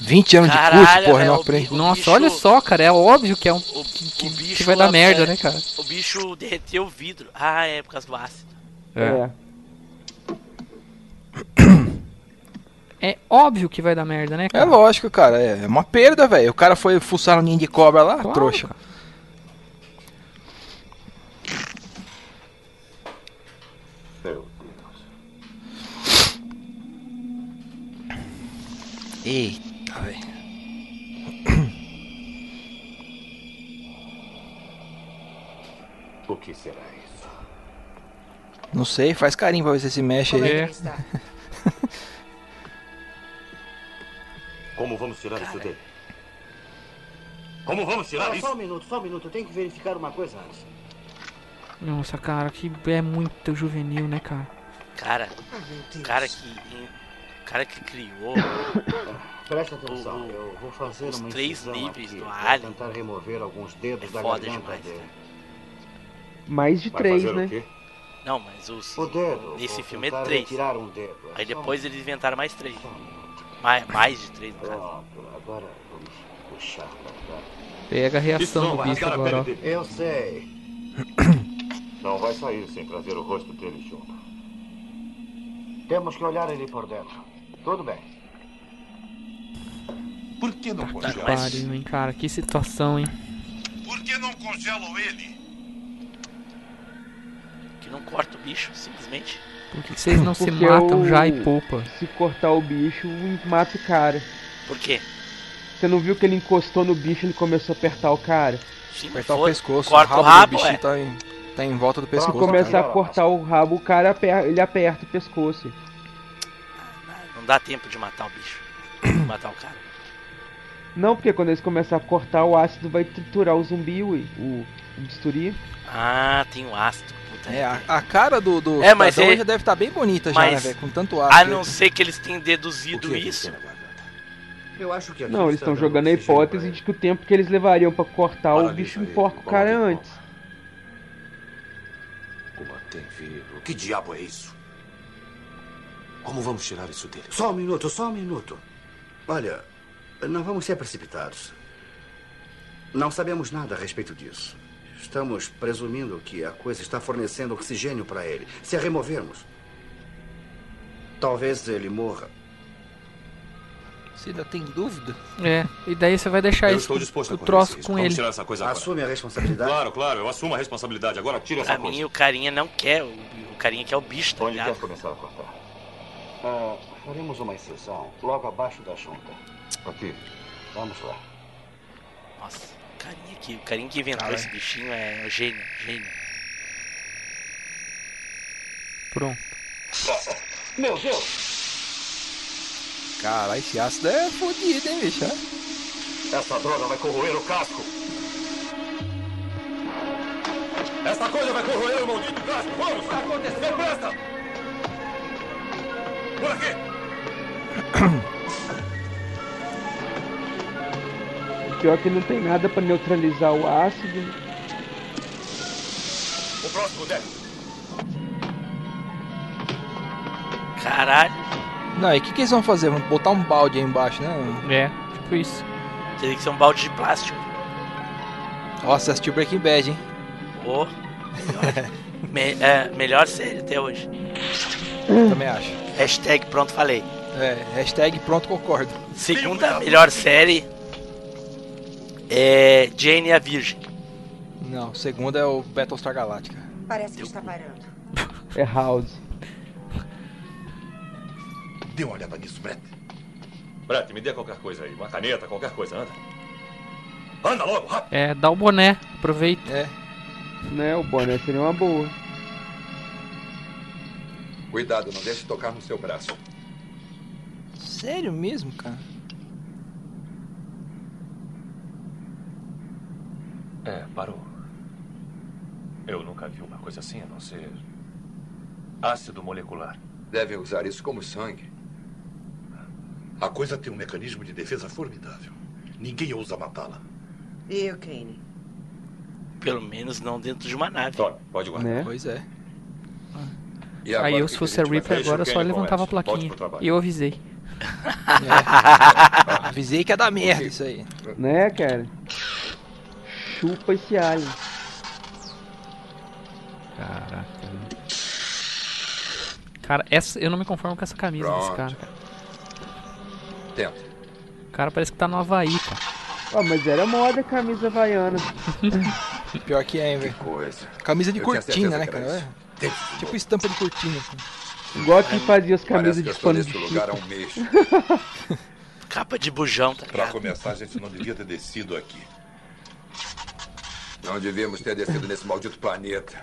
E: 20 anos de curso,
B: é
E: porra, né,
C: é um
E: não aprende.
C: Nossa, olha só, cara, é óbvio que é um. que, que- que
B: bicho
C: vai dar
B: lá,
C: merda,
B: é,
C: né, cara?
B: O bicho derreteu o vidro. Ah, é por causa do ácido.
C: É. É óbvio que vai dar merda, né,
E: É
C: cara?
E: lógico, cara. É uma perda, velho. O cara foi fuçar no ninho de cobra lá,
C: Claro,
E: trouxa.
K: Meu
E: Eita, velho.
K: O que será isso?
E: Não sei, faz carinho pra ver se se mexe
K: Como é
E: aí.
K: que ele está? Como vamos tirar isso dele? Como vamos tirar
F: Não,
K: isso?
F: só um minuto, só um minuto. Eu tenho que verificar uma coisa antes.
C: Nossa, cara, que é muito juvenil, né, cara?
B: Cara, o cara que. O cara que criou.
F: Presta atenção, eu vou fazer
B: os
F: uma
B: três
F: incisão
B: níveis
F: aqui
B: do
F: pra
B: alien.
F: tentar remover alguns dedos da
B: É foda
F: garganta
B: demais,
F: dele.
D: Mais de
F: Vai
D: três,
F: fazer o
D: né?
F: quê?
B: Não, mas os.
F: O dedo,
B: Nesse
F: vou
B: filme é
F: tentar
B: três.
F: retirar um dedo, é
B: Aí
F: só
B: depois eles inventaram mais três. Mais, mais de três, no caso.
F: Pronto, agora vamos puxar pra cá.
C: Pega a reação do bicho agora, ó.
F: Eu sei.
K: Não vai sair sem trazer o rosto dele junto.
F: Temos que olhar ele por dentro. Tudo bem.
J: Por que não
C: Que
J: congela?
C: pariu, hein, cara? Que situação, hein?
J: Por que não congelam ele?
B: Que não corta o bicho, simplesmente.
C: Por que que vocês não se
F: é
D: Porque
C: matam
D: o-
C: já e poupa?
D: Se cortar o bicho, um mata o cara.
B: Por quê?
D: Você não viu que ele encostou no bicho e ele começou a apertar o cara?
E: Apertar o pescoço,
B: corta o
E: o
B: rabo,
E: rabo, do
B: é.
E: bichinho tá em, tá em volta do
D: Se
E: pescoço.
D: começar
E: cara.
D: a cortar o rabo, o cara aper- ele aperta o pescoço.
B: Não dá tempo de matar o bicho. De matar o cara.
D: Não, porque quando eles começarem a cortar, o ácido vai triturar o zumbi, ui, o, o bisturi.
B: Ah, tem o ácido. Puta
E: É, a, a cara do, do
B: É, mas
E: cidadão
B: é-
E: já deve estar bem bonita já, né,
B: Mas,
E: velho? Com tanto ar.
B: a não ser que eles tenham deduzido isso.
F: Eu acho que tá
D: Não, eles estão jogando a hipótese de que o tempo que eles levariam pra cortar, o bicho enforca o cara antes.
K: Uma tem vivo. Que diabo é isso? Como vamos tirar isso dele?
F: Só um minuto, só um minuto. Olha, não vamos ser precipitados. Não sabemos nada a respeito disso. Estamos presumindo que a coisa está fornecendo oxigênio para ele. Se a removermos, talvez ele morra.
E: Você ainda tem dúvida?
C: É, e daí você vai deixar
K: Eu
C: isso,
K: estou disposto
C: o
K: a
C: troço
K: conhecer isso.
C: com
K: Vamos
C: ele.
K: tirar essa coisa agora.
F: Assume a responsabilidade.
K: Claro, claro, eu assumo a responsabilidade. Agora tira essa
B: Pra
K: coisa.
B: mim, o carinha não quer. O, o carinha quer o bicho, tá ligado?
K: começar a cortar?
F: Ah, faremos uma incisão logo abaixo da junta.
K: Aqui.
F: Vamos lá.
B: Nossa, o carinha que, o carinha que inventou
C: Caralho.
B: esse bichinho é um gênio, gênio.
E: um.
C: Pronto.
F: Meu Deus!
E: Cara, esse ácido é fodido, hein, bicho?
J: Essa droga vai corroer o casco. Essa coisa vai corroer o maldito casco. Vamos! O que está acontecendo? Depressa! Por aqui!
D: Pior é que não tem nada pra neutralizar o ácido.
J: O próximo desce.
B: Caralho.
E: Não, e o que, que eles vão fazer? Vão botar um balde aí embaixo, né?
C: É, tipo isso.
B: Teria que ser um balde de plástico.
E: Nossa, você assistiu Breaking Bad, hein?
B: Pô, me- é, melhor série até hoje.
C: Hum.
E: Também acho.
B: Hashtag pronto, falei.
E: É, hashtag pronto concordo.
B: Segunda melhor série é Jane e a Virgem.
E: Não, segunda é o Battlestar Galactica.
L: Parece que está parando.
D: É House.
J: Dê uma olhada nisso, Brett.
K: Brett, me dê qualquer coisa aí. Uma caneta, qualquer coisa, anda. Anda logo, rápido.
C: É, dá o boné, aproveita.
E: É.
D: Né, o boné seria uma boa.
N: Cuidado, não deixe tocar no seu braço.
E: Sério mesmo, cara?
K: É, parou. Eu nunca vi uma coisa assim, a não ser. ácido molecular.
N: Deve usar isso como sangue.
J: A coisa tem um mecanismo de defesa formidável. Ninguém ousa matá-la.
L: E o Kane?
B: Pelo menos não dentro de uma nave.
K: pode
D: guardar. Né?
E: Pois é.
N: E
C: Aí eu, se fosse a Reaper, agora eu só levantava a plaquinha. E eu avisei.
E: É. Avisei que ia dar merda isso aí.
D: Né, cara? Chupa esse alien.
C: Caraca. Cara, essa, eu não me conformo com essa camisa desse
N: Pronto.
C: cara, cara.
N: Tenta.
C: O cara parece que tá no Havaí, cara.
D: Ó, mas era moda a camisa vaiana.
E: Pior que é, hein, velho.
N: Coisa.
E: Camisa de
D: Eu tinha certeza
E: cortina, né,
D: que era
E: cara? É. Tipo estampa de cortina. assim.
D: Igual que fazia as camisas
N: que eu
D: de
N: tô
D: pano
N: nesse
D: de
N: lugar há
D: chita.
N: um mês.
B: Capa de bujão, tá
J: Pra começar, a gente não devia ter descido aqui.
N: Não devíamos ter descido nesse maldito planeta.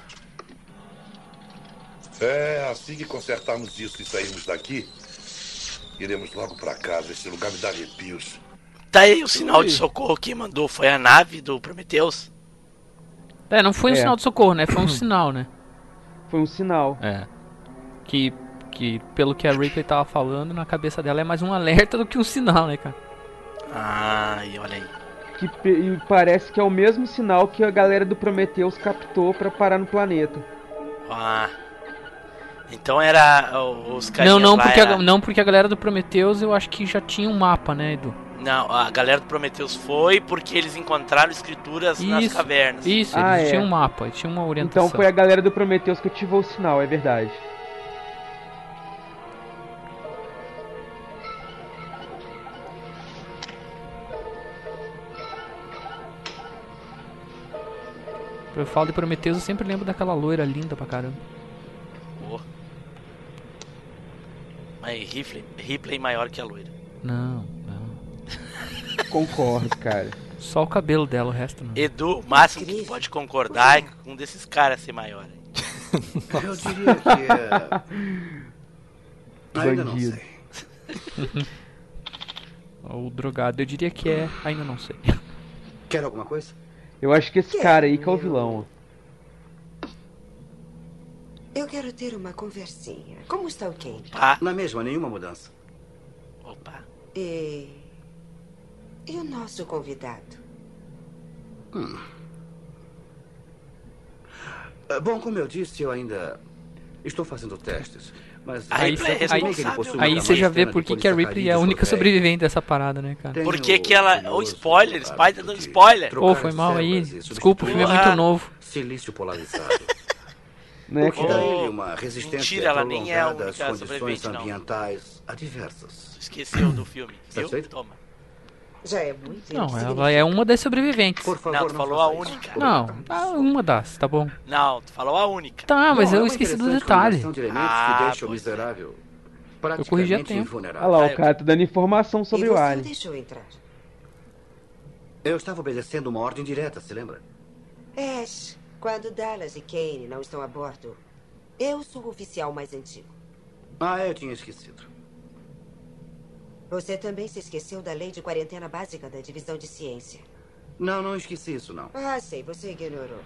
J: É, assim que consertarmos isso e sairmos daqui, iremos logo pra casa. Esse lugar me dá arrepios.
B: Tá aí o sinal de socorro que mandou. Foi a nave do Prometheus.
C: É, não foi um
B: É.
C: sinal de socorro, né? Foi um sinal, né?
D: Foi um sinal.
C: É. Que, que, pelo que a Ripley tava falando, na cabeça dela é mais um alerta do que um sinal, né, cara?
B: Ai, olha aí.
D: Que pe- e parece que é o mesmo sinal que a galera do Prometheus captou pra parar no planeta.
B: Ah. Então era o- os carinhas
C: não, não
B: lá
C: porque,
B: era-
C: a, não porque a galera do Prometheus eu acho que já tinha um mapa, né, Edu?
B: Não, a galera do Prometheus foi porque eles encontraram escrituras nas
C: Isso,
B: cavernas.
C: Isso,
D: Ah,
C: eles
D: é.
C: tinham um mapa, eles tinham uma orientação.
D: Então foi a galera do Prometheus que ativou o sinal, é verdade.
C: Eu falo de Prometheus, eu sempre lembro daquela loira linda pra caramba.
B: Pô. Mas Ripley, Ripley maior que a loira.
C: Não, não.
D: Concordo, cara.
C: Só o cabelo dela, o resto não.
B: Edu, o máximo que tu pode concordar é com um desses caras ser maior.
F: Eu diria que é. Ainda não
C: Bandido.
F: sei.
C: o drogado, eu diria que é, ainda não sei.
F: Quer alguma coisa?
D: Eu acho que esse cara aí que é o vilão.
L: Eu quero ter uma conversinha. Como está o Kane?
F: Na mesma, é nenhuma mudança.
B: Opa.
L: E. E o nosso convidado?
F: Hum. Ah, Bom, como eu disse, eu ainda estou fazendo testes. Mas
C: Aí,
F: Isso é
C: aí,
F: possível que ele possua uma
C: aí você já vê
F: camada
C: por que,
F: de
C: que a Ripley é a única
F: polissacarídeos
C: sobrevivente dessa parada, né,
F: é.
C: cara?
B: Por que que ela... Ô, spoiler, Spider dando spoiler.
C: Ô, foi mal aí. Desculpa, o filme é muito
B: Ah.
C: novo.
F: Silício polarizado.
D: Né,
F: o que dá
D: cara?
F: ele uma resistência
B: Mentira, ela nem é a
F: prolongada às
B: única
F: condições
B: sobrevivente, não.
F: ambientais adversas. Tá
B: Esqueceu do filme. Viu?
F: Satisfeito?
B: Toma.
L: Já é muito.
C: Não, ela é uma das sobreviventes.
B: não, tu falou a única.
C: Não, ah, uma das, tá bom.
B: Não, tu falou a única.
C: Tá, mas
F: é
C: eu esqueci do detalhe.
F: De elementos que
B: Ah,
F: deixa o miserável
C: Eu corrigi a
F: praticamente
C: tempo.
D: Olha
F: invulnerável.
D: lá,
B: É.
D: o cara tá dando informação sobre
F: E
D: o
F: você
D: alien.
L: Deixa eu entrar.
F: Eu estava obedecendo uma ordem direta, se lembra?
L: Ash, quando Dallas e Kane não estão a bordo, eu sou o oficial mais antigo.
F: Ah, eu tinha esquecido.
L: Você também se esqueceu da lei de quarentena básica da divisão de ciência.
F: Não, não esqueci isso, não.
L: Ah, sei, você ignorou.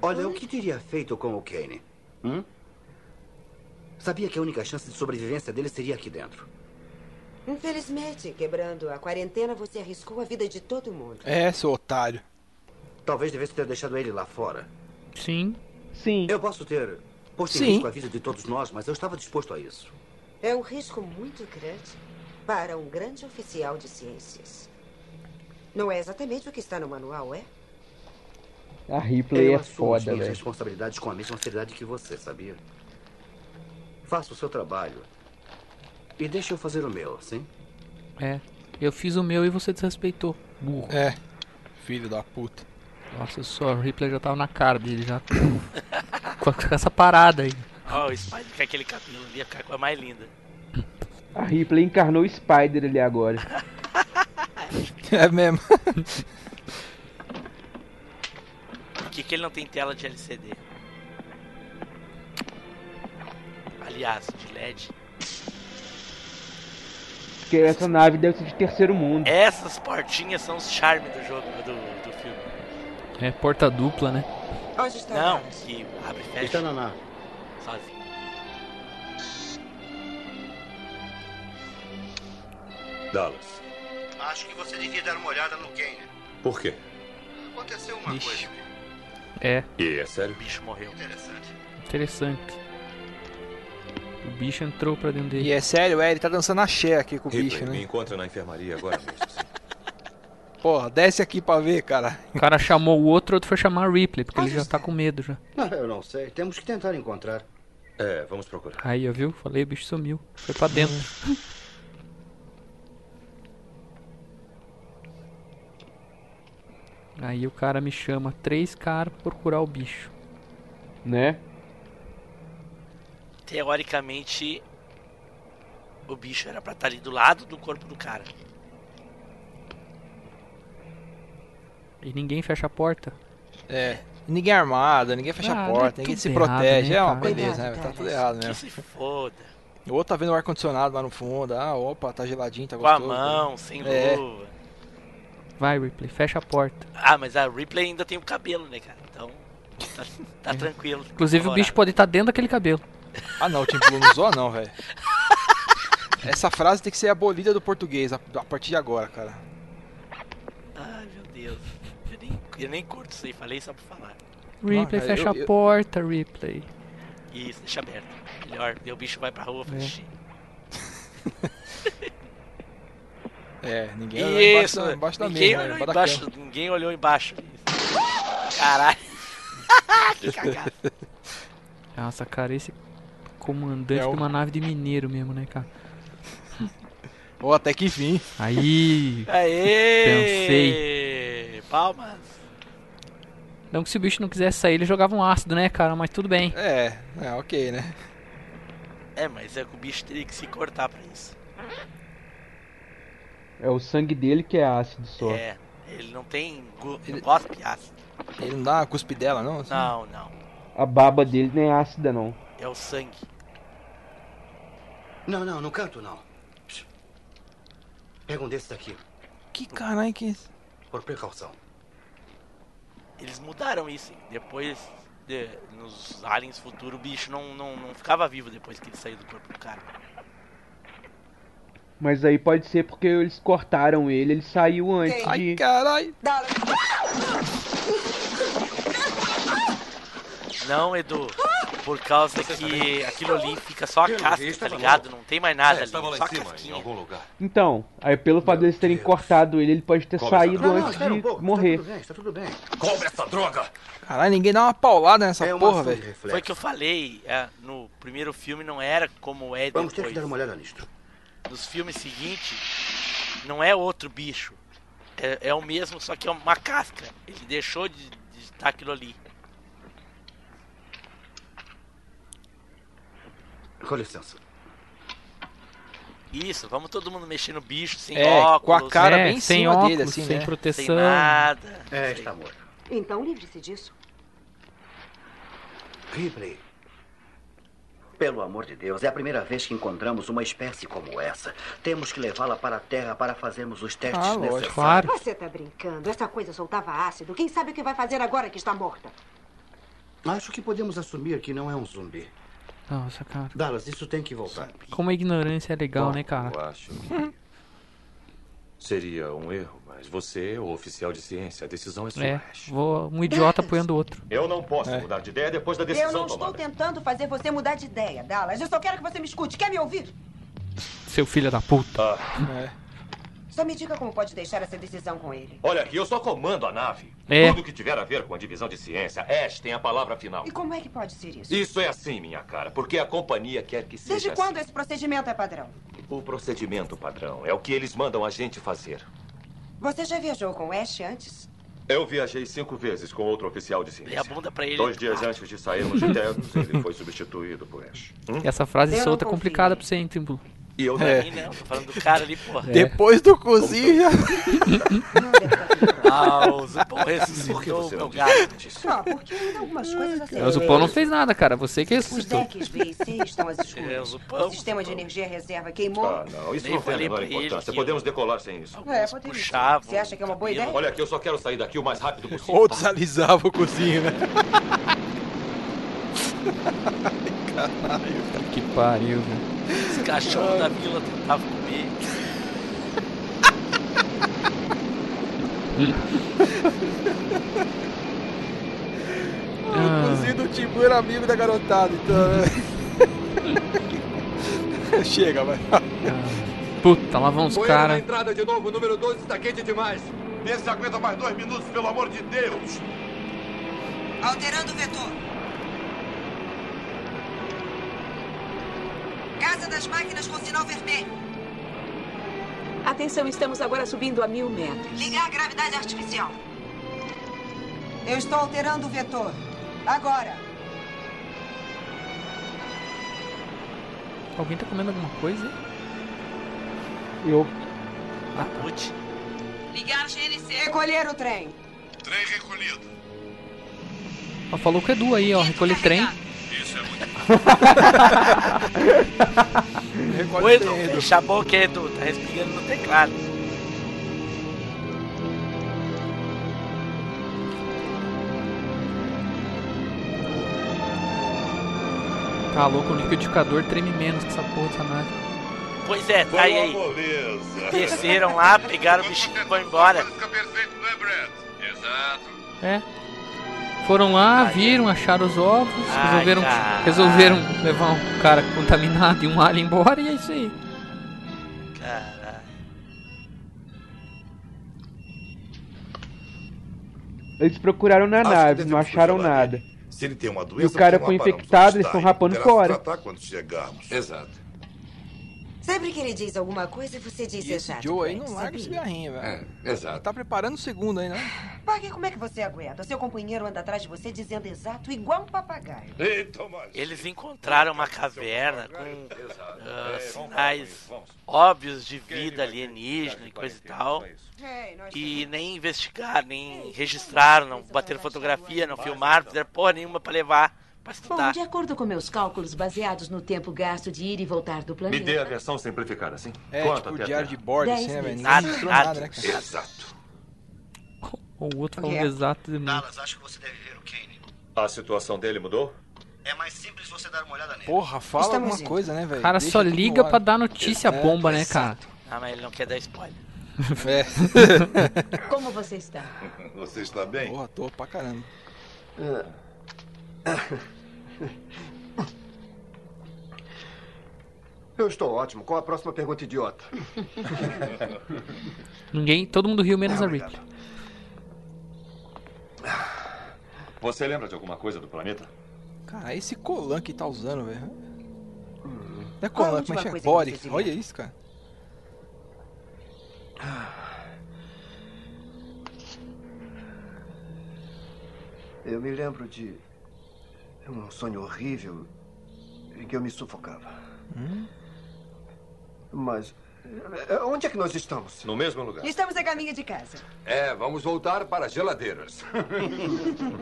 F: Olha, o que teria feito com o Kane? Hum? Sabia que a única chance de sobrevivência dele seria aqui dentro.
L: Infelizmente, quebrando a quarentena, você arriscou a vida de todo mundo.
E: É, seu otário.
F: Talvez devesse ter deixado ele lá fora.
C: Sim.
D: Sim.
F: Eu posso ter posto em
C: Sim.
F: risco a vida de todos nós, mas eu estava disposto a isso.
L: É um risco muito grande para um grande oficial de ciências. Não é exatamente o que está no manual, é?
D: A Ripley
F: eu
D: é
F: assumo as
D: foda,
F: minhas
D: velho.
F: responsabilidades com a mesma seriedade que você, sabia? Faça o seu trabalho. E deixa eu fazer o meu, sim?
C: É. Eu fiz o meu e você desrespeitou. Burro.
E: É. Filho da puta.
C: Nossa, só o replay já tava na cara dele já. com, com essa parada aí.
B: Ó, o Spike com aquele cabelo ali, é a coisa mais linda.
D: A Ripley encarnou o Spider ali agora.
E: É mesmo.
B: Por que, que ele não tem tela de LCD? Aliás, de LED.
D: Porque essa nave deve ser de terceiro mundo.
B: Essas portinhas são os charmes do jogo, do, do filme.
C: É porta dupla, né?
L: Onde está
B: Não, que abre e fecha.
F: Está tá na nave.
B: Sozinho.
J: Dallas.
F: Acho que você devia dar uma olhada no Kane.
J: Por quê?
F: Aconteceu uma coisa
C: É,
J: E é sério? O
B: bicho morreu.
F: interessante.
C: interessante. O bicho entrou pra dentro dele.
E: E é sério, é, ele tá dançando axé aqui com o
K: Ripley,
E: bicho,
K: me
E: né?
K: encontra na enfermaria agora mesmo. sim.
E: Porra, desce aqui pra ver, cara.
C: O cara chamou o outro, o outro foi chamar a Ripley, porque ele já tá com medo já.
F: Ah, eu não sei. Temos que tentar encontrar.
K: É, vamos procurar.
C: Aí, ó, viu? Falei, o bicho sumiu. Foi pra dentro. Aí o cara me chama, três caras pra procurar o bicho.
D: Né?
B: Teoricamente, o bicho era pra estar ali do lado do corpo do cara.
C: E ninguém fecha a porta.
E: É. Ninguém é armado, ninguém fecha
C: Ah,
E: a
C: é
E: porta, ninguém
C: tudo
E: se
C: errado,
E: protege.
C: né,
E: é uma
C: cara?
E: beleza, né? Tá tudo errado
B: Que
E: mesmo.
B: se foda.
E: O outro tá vendo o ar-condicionado lá no fundo. Ah, opa, tá geladinho, tá
B: Com a
E: gostoso.
B: mão, sem
E: É.
B: luva.
C: Vai, Ripley, fecha a porta.
B: Ah, mas a Ripley ainda tem o cabelo, né, cara? Então, tá, tá tranquilo.
C: Inclusive, o bicho pode estar dentro daquele cabelo.
E: Ah não, o Tim Blue não zoa não, velho. Essa frase tem que ser abolida do português a, a partir de agora, cara.
B: Ai, meu Deus. Eu nem, eu nem curto isso aí, falei só pra falar.
C: Ripley,
E: cara,
C: fecha
E: eu-
C: a
E: eu-
C: porta, Ripley.
B: Isso, deixa aberto. Melhor, daí o bicho vai pra rua fazer
C: É.
B: xixi.
E: É, ninguém olha embaixo,
B: Isso,
E: da- embaixo da
B: ninguém
E: mesa, né?
B: olhou
E: embaixo da
B: embaixo,
E: cama.
B: ninguém olhou embaixo. Caralho. que cagada.
C: Nossa, cara, esse comandante
E: É o-
C: de uma nave de mineiro mesmo, né, cara?
E: Ô, até que fim.
C: Aí.
B: Aê!
C: Pensei.
B: Palmas.
C: Não que se o bicho não quisesse sair, ele jogava um ácido, né, cara? Mas tudo bem.
E: É, é, ok, né?
B: É, mas é que o bicho teria que se cortar pra isso.
D: É o sangue dele que é ácido só.
B: É, ele não tem. gu- Não gosta de ácido.
E: Ele não dá uma cuspidela, não? assim?
B: Não, não.
D: A baba dele nem é ácida, não.
B: É o sangue.
F: Não, não, não canto, não. Psh. Pega um desses daqui,
E: Que caralho que...
F: por precaução.
B: Eles mudaram isso, hein? Depois. de- nos aliens futuro, o bicho não, não, não ficava vivo depois que ele saiu do corpo do cara.
D: Mas aí pode ser porque eles cortaram ele, ele saiu antes
E: Ai,
D: de.
E: caralho.
B: Não, Edu, por causa que aquilo ali fica só a
K: Pelo
B: casca,
K: visto,
B: tá
K: tava
B: ligado? Não tem mais nada
K: É,
B: ali,
K: estava lá
B: só a
K: em cima, em
B: casquinha.
K: algum lugar.
D: Então, aí pelo fato deles terem cortado ele, ele pode ter
J: é
K: Como
D: saído
K: essa-
D: antes
F: espera
D: de
F: um pouco.
D: morrer.
F: Tá tudo bem, tá tudo bem.
K: Compre essa droga!
E: Caralho, ninguém dá uma paulada nessa
F: É uma
E: porra,
F: ação de
E: velho.
F: reflexo.
B: Foi o que eu falei é, no primeiro filme, não era como é
F: Vamos
B: depois.
F: ter que dar uma olhada nisto.
B: Nos filmes seguintes, não é outro bicho. É, é o mesmo, só que é uma casca. Ele deixou de de estar aquilo ali.
F: Com licença.
B: Isso, vamos todo mundo mexer no bicho, sem
E: É,
B: óculos. né?
E: com a cara
C: É,
E: bem em
C: sem
E: cima dele,
C: óculos,
E: assim,
C: sem
E: né?
C: proteção.
B: Sem nada.
F: É, está morto.
I: Então livre-se disso.
F: Ripley, Pelo amor de Deus, é a primeira vez que encontramos uma espécie como essa. Temos que levá-la para a Terra para fazermos os testes
C: Ah, lógico,
F: necessários.
C: claro.
L: Você tá brincando? Essa coisa soltava ácido. Quem sabe o que vai fazer agora que está morta?
F: Acho que podemos assumir que não é um zumbi.
C: Nossa, cara.
F: Dallas, isso tem que voltar.
C: Como a ignorância é legal, né, cara?
K: Eu acho que seria um erro, mas você é o oficial de ciência. A decisão é sua.
C: É, vou, um idiota apoiando o outro.
K: Eu não posso mudar de ideia depois da decisão
L: É. eu não estou
K: tomada.
L: tentando fazer você mudar de ideia, Dallas. Eu só quero que você me escute. Quer me ouvir?
C: Seu filho da puta.
B: Ah.
C: É.
L: Só me diga como pode deixar essa decisão com ele.
K: Olha aqui, eu só comando a nave.
C: É.
K: Tudo que tiver a ver com a divisão de ciência, Ash tem a palavra final.
L: E como é que pode ser isso?
K: Isso é assim, minha cara, porque a companhia quer que seja
L: Desde
K: assim.
L: quando esse procedimento é padrão?
K: O procedimento padrão é o que eles mandam a gente fazer.
L: Você já viajou com o Ash antes?
K: Eu viajei cinco vezes com outro oficial de ciência.
B: a bunda pra ele.
K: Dois dias antes de sairmos de Ternos, ele foi substituído por Ash. Hum?
C: Essa frase
K: Eu não
C: solta é
K: confio.
C: complicada pra você, hein, Timbu?
K: E eu
C: É.
B: Mim, não, né? tô falando do cara ali, porra.
C: Depois
E: do cozinho já-
B: Ah, o Zupão ressuscitou o meu gato.
L: Só Ah, porque ainda algumas coisas assim.
C: Mas É, o Paul não fez nada, cara. Você que
L: Os
C: ressuscitou.
L: decks B e C estão às
K: É, o
L: escuras.
K: Zupão.
L: o sistema de energia reserva queimou.
K: Ah, não, isso não tem a menor importância. Podemos decolar sem isso.
L: É, poderia. Você acha que é uma boa ideia?
K: Olha aqui, eu só quero sair daqui o mais rápido possível.
E: Outros alisavam o cozinho, né?
C: Puta Que pariu, velho.
B: Os cachorros da vila tentavam comer.
C: Ah.
E: O cozinho do Timbu era amigo da garotada, então. Chega, vai.
C: Puta, tá lá vão os
J: Poeira na
C: caras.
J: entrada de novo, o número 12 está quente demais. Esse aguenta mais dois minutos, pelo amor de Deus.
L: Alterando o vetor. Casa das máquinas com sinal vermelho.
P: Atenção, estamos agora subindo a mil metros.
L: Ligar a gravidade artificial. Eu estou alterando o vetor. Agora.
C: Alguém tá comendo alguma coisa?
D: Eu.
C: Ah,
B: putz.
L: Ligar GNC. Recolher o trem.
J: Trem recolhido.
C: Ó, Falou com o Edu aí, ó. Recolhe trem.
J: Isso é muito
B: Ô, Edu, fecha a boca, Edu. Tá respirando no teclado.
C: Tá louco, o liquidificador treme menos que essa porra dessa nave.
B: Pois é, tá aí.
J: moleza.
B: Desceram lá, pegaram o bichinho e foram embora.
C: É. Foram lá, viram, acharam os ovos,
B: Ai,
C: resolveram,
B: cara.
C: resolveram levar um cara contaminado e um alien embora e é isso aí.
B: Caralho.
D: Eles procuraram na
J: Acho que
D: nave, não
J: devemos
D: acharam
J: funcionar
D: nada.
J: Se ele tem uma doença,
D: E o cara
J: por um que não
D: foi
J: aparamos
D: infectado,
J: onde
D: eles
J: está?
D: estão rapando
J: Terá que
D: fora.
J: tratar quando chegarmos. Exato.
L: Sempre que ele diz alguma coisa, você diz
E: E esse
L: exato.
E: Joe aí
L: Brent,
E: não larga esse
L: sabia?
E: bigarrinho, velho.
J: É, exato.
E: Tá preparando o segundo aí, né?
L: Parker, como é que você aguenta? Seu companheiro anda atrás de você dizendo exato igual um papagaio.
B: Eles encontraram uma caverna com ah, sinais óbvios de vida alienígena e coisa e tal. E nem investigaram, nem registraram, não bateram fotografia, não filmaram, não fizeram porra nenhuma pra levar pra
M: Bom,
K: Tá.
B: estudar.
M: de acordo com meus cálculos baseados no tempo gasto de ir e voltar do
K: Me dê
M: planeta,
K: a versão simplificada, assim.
E: É,
K: Quanto
E: tipo
K: até a
E: diário de
K: Terra?
E: bordo,
M: Dez
E: assim, né,
K: É
E: velho?
M: meses.
E: Ninguém
M: Nada,
E: mostrou
M: nada.
E: nada, né, cara?
K: Exato.
C: O outro falou
M: É.
C: exato demais.
F: Acho que você deve ver o Kane.
K: A situação dele mudou?
F: É mais simples você dar uma olhada nele.
E: Porra, Ah, fala
F: Estamos
E: alguma
F: indo.
E: coisa, né, velho?
C: O cara
E: Deixa
C: só
E: tudo no
C: liga
E: ar.
C: pra dar notícia bomba, né, cara?
B: Ah, mas ele não quer dar spoiler.
E: É.
M: como você está?
J: Você está bem?
E: Porra, tô pra caramba.
Q: Eu estou ótimo. Qual a próxima pergunta idiota?
C: Ninguém, todo mundo riu menos a Ripley.
K: Você lembra de alguma coisa do planeta?
E: Cara, esse colan que tá usando, velho. Não é
K: Qual a
E: colan,
K: última
E: mas é
K: coisa que
E: body.
K: você se
E: Olha
K: lembra?
E: isso, cara.
Q: Eu me lembro de um sonho horrível em que eu me sufocava. Mas eh, eh, onde é que nós estamos?
K: No mesmo lugar.
L: Estamos a caminho de casa.
N: É, vamos voltar para as geladeiras.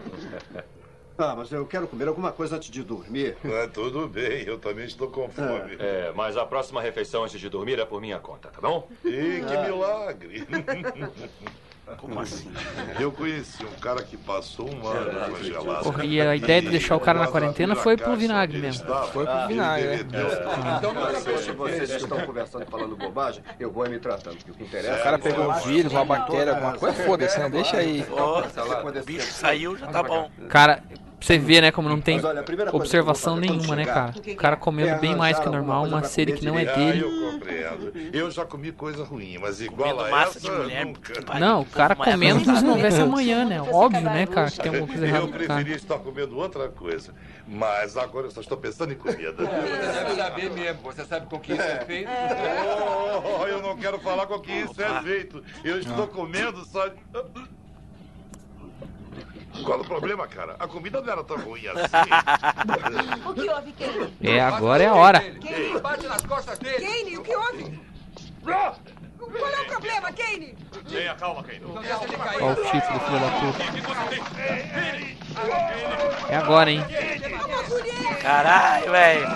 Q: Ah, mas eu quero comer alguma coisa antes de dormir.
J: Ah, tudo bem, eu também estou com fome.
K: É, mas a próxima refeição antes de dormir é por minha conta, tá bom?
J: Ih, que
K: Ah.
J: milagre!
B: Como assim?
J: Eu conheci um cara que passou um ano congelado.
C: Porra, e a ideia de deixar o cara na quarentena foi pro vinagre mesmo.
Q: Foi pro
C: Ah,
Q: vinagre,
C: ele
Q: né?
C: derreteu.
Q: É. Então, não sei se vocês estão conversando e falando bobagem, eu vou é me tratando, que o que interessa...
F: é
E: O cara pegou um vírus, uma bactéria, alguma coisa, foda-se, né? Deixa aí.
B: O bicho saiu, já tá bom.
C: Cara, pra você ver, né, como não tem
E: Mas olha, a primeira coisa
C: observação
E: que eu vou
C: nenhuma, né,
E: fazer quando
C: cara?
E: chegar
C: O cara
J: É,
C: comendo bem mais que normal, uma série que não é
J: Ah,
C: dele.
J: eu compreendo. Eu já comi coisa ruim, mas igual a
B: massa de
J: essa,
B: mulher,
J: nunca.
C: Não, o cara comendo como se não houvesse amanhã, né? Óbvio, né, cara, que tem alguma coisa errada com
J: Eu
C: o cara.
J: preferia estar comendo outra coisa, mas agora eu só estou pensando em comida.
R: Você deve saber mesmo, você sabe com que isso é feito.
J: Oh, eu não quero falar com quem isso
B: Ah.
J: é feito. Eu
R: Ah.
J: estou comendo só. Qual o problema, cara? A comida não era tão ruim assim.
P: O que houve, Kane?
C: É, agora é a hora.
P: Kane?
R: Bate nas costas dele.
P: Kane, o que houve? Qual é o problema, Kane?
J: Tenha calma, Kane.
C: Olha o chifre do filho da puta. É agora, hein?
B: Caralho, velho.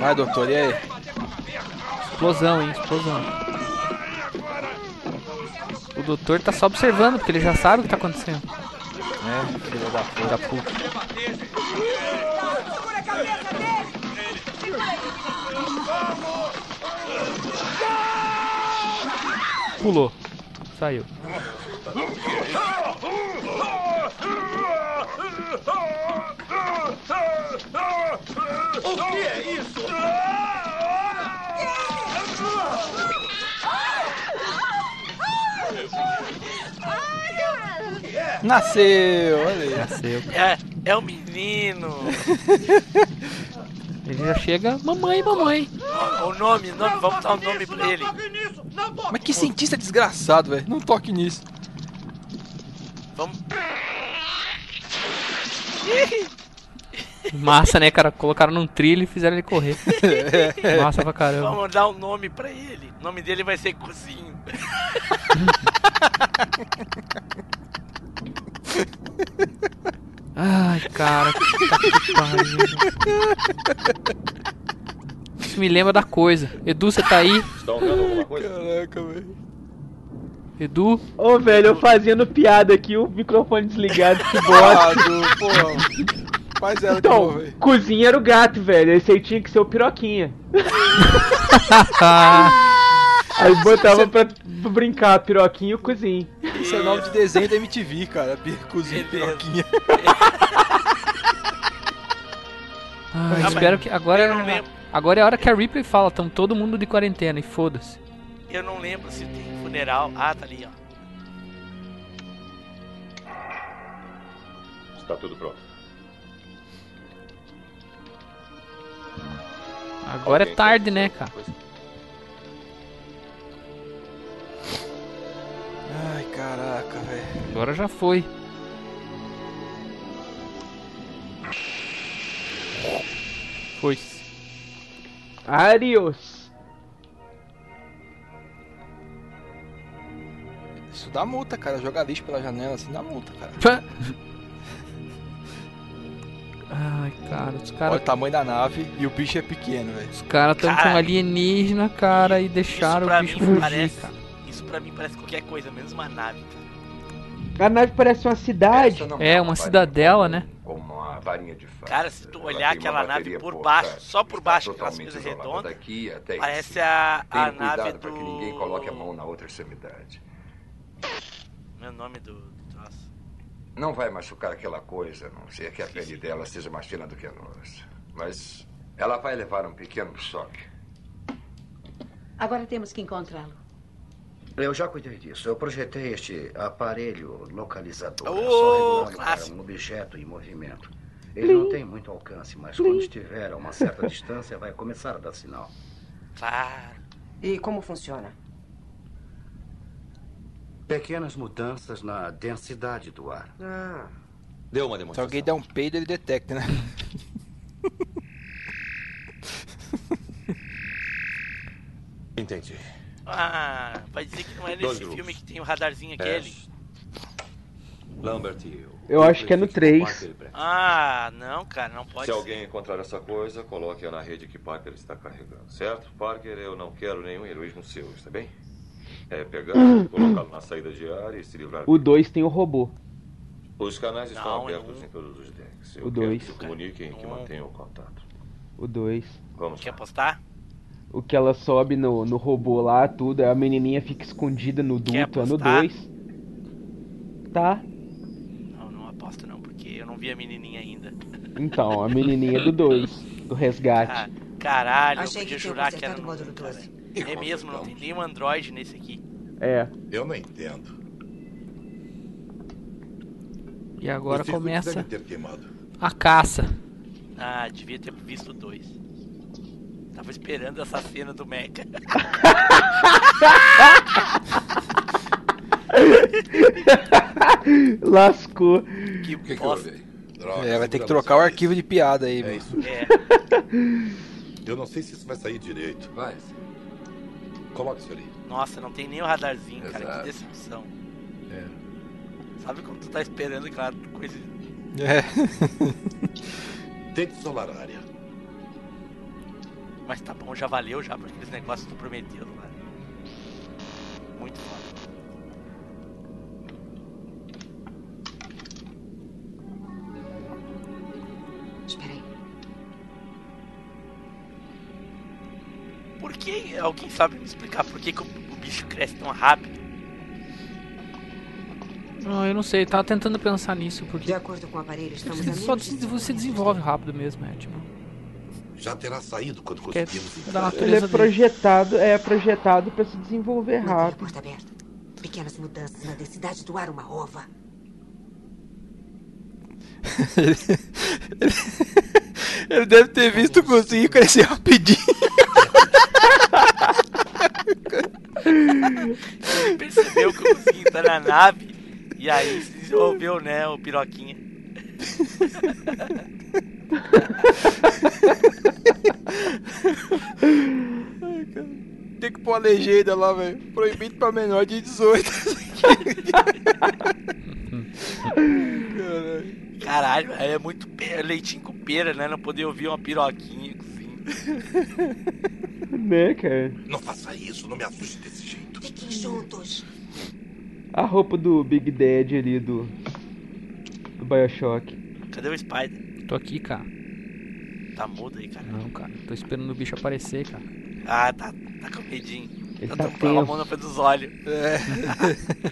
E: Vai, doutor, e aí?
C: Explosão, hein? Explosão. O doutor tá só observando, porque ele já sabe o que tá acontecendo.
E: É, filho da puta.
C: Da puta. Pulou. Saiu.
J: O que é isso?
E: Nasceu, olha aí.
C: Nasceu.
B: É, é um menino.
C: Ele já chega, mamãe, mamãe.
B: o nome, o nome, vamos dar um nome pra ele.
E: Mas que cientista desgraçado, velho. Não toque nisso.
B: Vamos.
C: Massa, né, cara? Colocaram num trilho e fizeram ele correr. Massa pra caramba.
B: Vamos dar um nome pra ele. O nome dele vai ser Cozinho.
C: Ai, cara, puta que pariu. Isso me lembra da coisa. Edu, você tá aí?
K: Estão dando alguma coisa?
E: Caraca, velho.
C: Edu?
D: Ô, velho, eu fazendo piada aqui, o microfone desligado, que bosta.
E: Faz ela de
D: Então,
E: novo, velho.
D: cozinha era o gato, velho. Esse aí tinha que ser o piroquinha. aí botava pra pra brincar, piroquinha e o cozinho.
E: Isso é nome de desenho da MTV, cara. Pi- Cozinha, piroquinha.
C: Ah, espero que. Agora,
B: Eu não
C: é,
B: lembro.
C: agora é a hora que a Ripley fala: tão todo mundo de quarentena e foda-se.
B: Eu não lembro se tem funeral. Ah, tá ali, ó.
K: Está tudo pronto.
C: Agora é tarde, né, cara?
E: Ai, caraca, velho.
C: Agora já foi. Foi.
D: Adios.
E: Isso dá multa, cara. Jogar lixo pela janela assim dá multa, cara.
C: Ai, cara, os
E: Olha o
C: caras
E: tamanho da nave e o bicho é pequeno, velho.
C: os cara tão com
B: Cara,
C: alienígena, cara, e deixaram
B: pra
C: o bicho
B: mim
C: fugir,
B: parece-
K: Tá.
C: cara.
B: Isso pra mim parece qualquer coisa, menos uma nave. cara.
D: A nave parece uma cidade.
C: É, uma cidadela, né?
R: Como uma varinha de faca.
B: Cara, se tu
R: tem
B: olhar
R: uma
B: aquela nave
R: bateria
B: por
R: portátil,
B: baixo, só por baixo, aquelas
R: totalmente
B: coisas
R: isolada
B: redondas,
R: daqui até
B: parece a, a
R: Tenha
B: nave
R: cuidado para que
B: do...
R: ninguém coloque a mão na outra extremidade.
B: Meu nome do... do troço.
R: Não vai machucar aquela coisa, a não ser que a pele dela seja mais fina do que a nossa. Mas ela vai levar um pequeno choque.
M: Agora temos que encontrá-lo.
F: Eu já cuidei disso. Eu projetei este aparelho localizador.
B: Oh,
F: É só regular para
B: clássico.
F: um objeto em movimento. Ele não tem muito alcance, mas quando estiver a uma certa distância, vai começar a dar sinal.
B: Claro.
I: E como funciona?
F: Pequenas mudanças na densidade do ar.
I: Ah.
K: Deu uma
E: Se alguém der um peido, ele detecta, né?
K: Entendi.
B: Ah, vai dizer que não é
K: Dois
B: nesse
K: grupos.
B: filme que tem o radarzinho aquele?
K: Lambert e eu.
D: Eu acho que é no 3.
B: Ah, não, cara, não pode
K: Se
B: ser.
K: alguém encontrar essa coisa, coloque-a na rede que Parker está carregando, certo? Parker, eu não quero nenhum heroísmo seu, está bem? É pegar, colocá-lo na saída de ar e se livrar.
D: O 2 tem o robô.
K: Os canais estão
B: é
K: abertos
B: um-
K: em todos os decks. Eu
D: O
K: quero
D: dois.
K: que comuniquem que mantenham o contato.
D: O 2.
K: Vamos
B: Quer apostar?
D: O que ela sobe no, no robô lá, tudo. A menininha fica escondida no duto, é no
B: apostar?
D: 2. Tá.
B: Não, não aposto não, porque eu não vi a menininha ainda.
D: Então, a menininha do 2. Do resgate.
B: Ah, caralho,
L: Achei
B: eu podia
L: que tinha
B: jurar que era
L: consertado o
B: no
L: módulo
B: cara.
L: 12.
B: É mesmo, não tem nenhum Android nesse aqui.
D: É.
J: Eu não entendo.
C: E agora
J: Vocês não
C: começa
J: devem ter queimado.
C: a caça.
B: Ah, devia ter visto dois. Tava esperando essa cena do Mecha.
D: Lascou.
B: Que
K: que que
B: bosta.
E: É, vai ter que trocar o arquivo de piada aí,
J: É
E: mano.
J: isso.
E: É.
J: Eu não sei se isso vai sair direito. Vai. Coloque isso ali.
B: Nossa, não tem nem o radarzinho, cara.
J: Exato.
B: Que decepção.
J: É.
B: Sabe quando tu tá esperando aquela coisa.
S: É.
J: Tente isolar a área.
B: Mas tá bom, já valeu já por aqueles negócios que tu prometeu, lá. Muito foda.
I: Espera aí.
B: Por que. Alguém sabe me explicar por que, que o, o bicho cresce tão rápido?
C: Não, Ah, eu não sei, tava tentando pensar nisso, porque.
L: De acordo com o aparelho, estamos a
C: Só
L: menos de
C: des- você desenvolve rápido mesmo, é tipo.
J: Já terá saído quando
C: Quer
J: conseguirmos.
C: da
J: entrar.
D: Ele é
C: natureza dele.
D: projetado, é projetado para se desenvolver
L: Mantenha a
D: rápido.
L: porta aberta. Pequenas mudanças na densidade do ar, uma ova.
E: Ele deve ter visto o cozinho crescer rapidinho.
B: Ele percebeu que o cozinho tá na nave e aí se desenvolveu, né, o piroquinha.
E: Ai, cara. Tem que pôr a legenda lá, velho. Proibido pra menor de 18. Caralho.
B: Caralho, é muito pe- leitinho com pera, né? Não poder ouvir uma piroquinha.
D: Né, cara?
J: Não faça isso, não me assuste desse jeito.
L: Fiquem juntos.
D: A roupa do Big Dad ali do. Do Bioshock.
B: Cadê o Spider?
C: Tô aqui, cara.
B: Tá mudo aí, cara.
C: Não, cara. Tô esperando o bicho aparecer, cara.
B: Ah, tá, tá com medinho.
C: Ele
B: tá
C: tá
B: tampando a
C: tenso.
B: mão na frente dos olhos.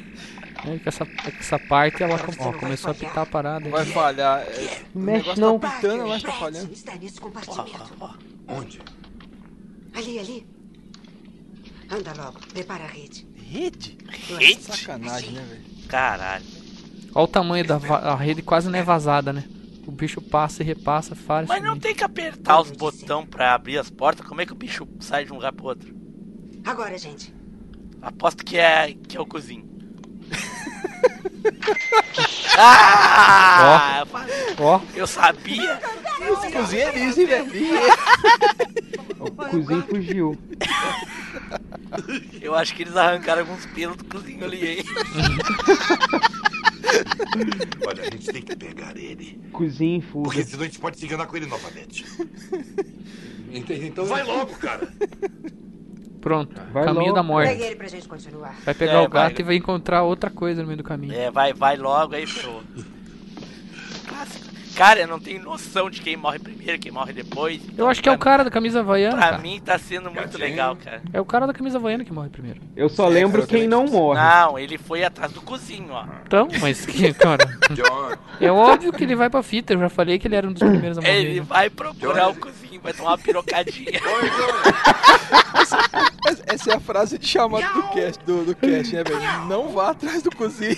C: É que essa, é que essa parte ela ó, começou a pitar a parada. hein?
E: Vai falhar. é, O
D: Mexe
E: negócio
D: não.
E: tá pitando, eu acho que tá
L: Fred
E: falhando.
L: está nesse compartimento.
J: Onde?
L: Ali, ali. Anda logo, prepara a rede.
B: Rede?
L: Rede?
E: Sacanagem, né, velho?
B: Caralho.
C: Olha o tamanho da va- a rede, quase não é vazada, né? O bicho passa e repassa, faz.
B: Mas não tem que apertar os botão pra abrir as portas. Como é que o bicho sai de um lugar pro outro?
L: Agora, gente.
B: Aposto que é, que é o cozinho. ah! Eu, falei.
C: Ó.
B: eu sabia!
E: Esse cozinho é liso, hein, velho?
D: O cozinho fugiu.
B: Eu acho que eles arrancaram alguns pelos do cozinho ali, hein?
J: Olha, a gente tem que pegar ele.
D: Cozinho em
J: Porque
D: fuga.
J: senão a gente pode se enganar com ele novamente.
E: Entendi,
J: Então
R: é-
J: vai logo, cara.
C: Pronto,
D: Vai
C: caminho
D: logo.
C: da morte.
L: Pegue ele pra gente continuar.
C: Vai pegar
B: É,
C: o gato
B: vai.
C: e vai encontrar outra coisa no meio do caminho.
B: É, vai, vai logo aí, pro. Clássico. Cara, eu não tenho noção de quem morre primeiro, quem morre depois.
C: Eu acho que é o cara da camisa havaiana.
B: Pra
C: cara.
B: mim tá sendo muito legal, cara.
C: É o cara da camisa havaiana que morre primeiro.
D: Eu só lembro quem não morre.
B: É, Não, ele foi atrás do cozinho, ó.
C: Então, mas que, cara. É óbvio que ele vai pra fita, eu já falei que ele era um dos primeiros a morrer.
B: Ele
C: né?
B: vai procurar o cozinho, vai tomar uma pirocadinha.
E: Essa- Essa é a frase de chamada do cast, do, do cast, né, velho? Não vá atrás do cozinho.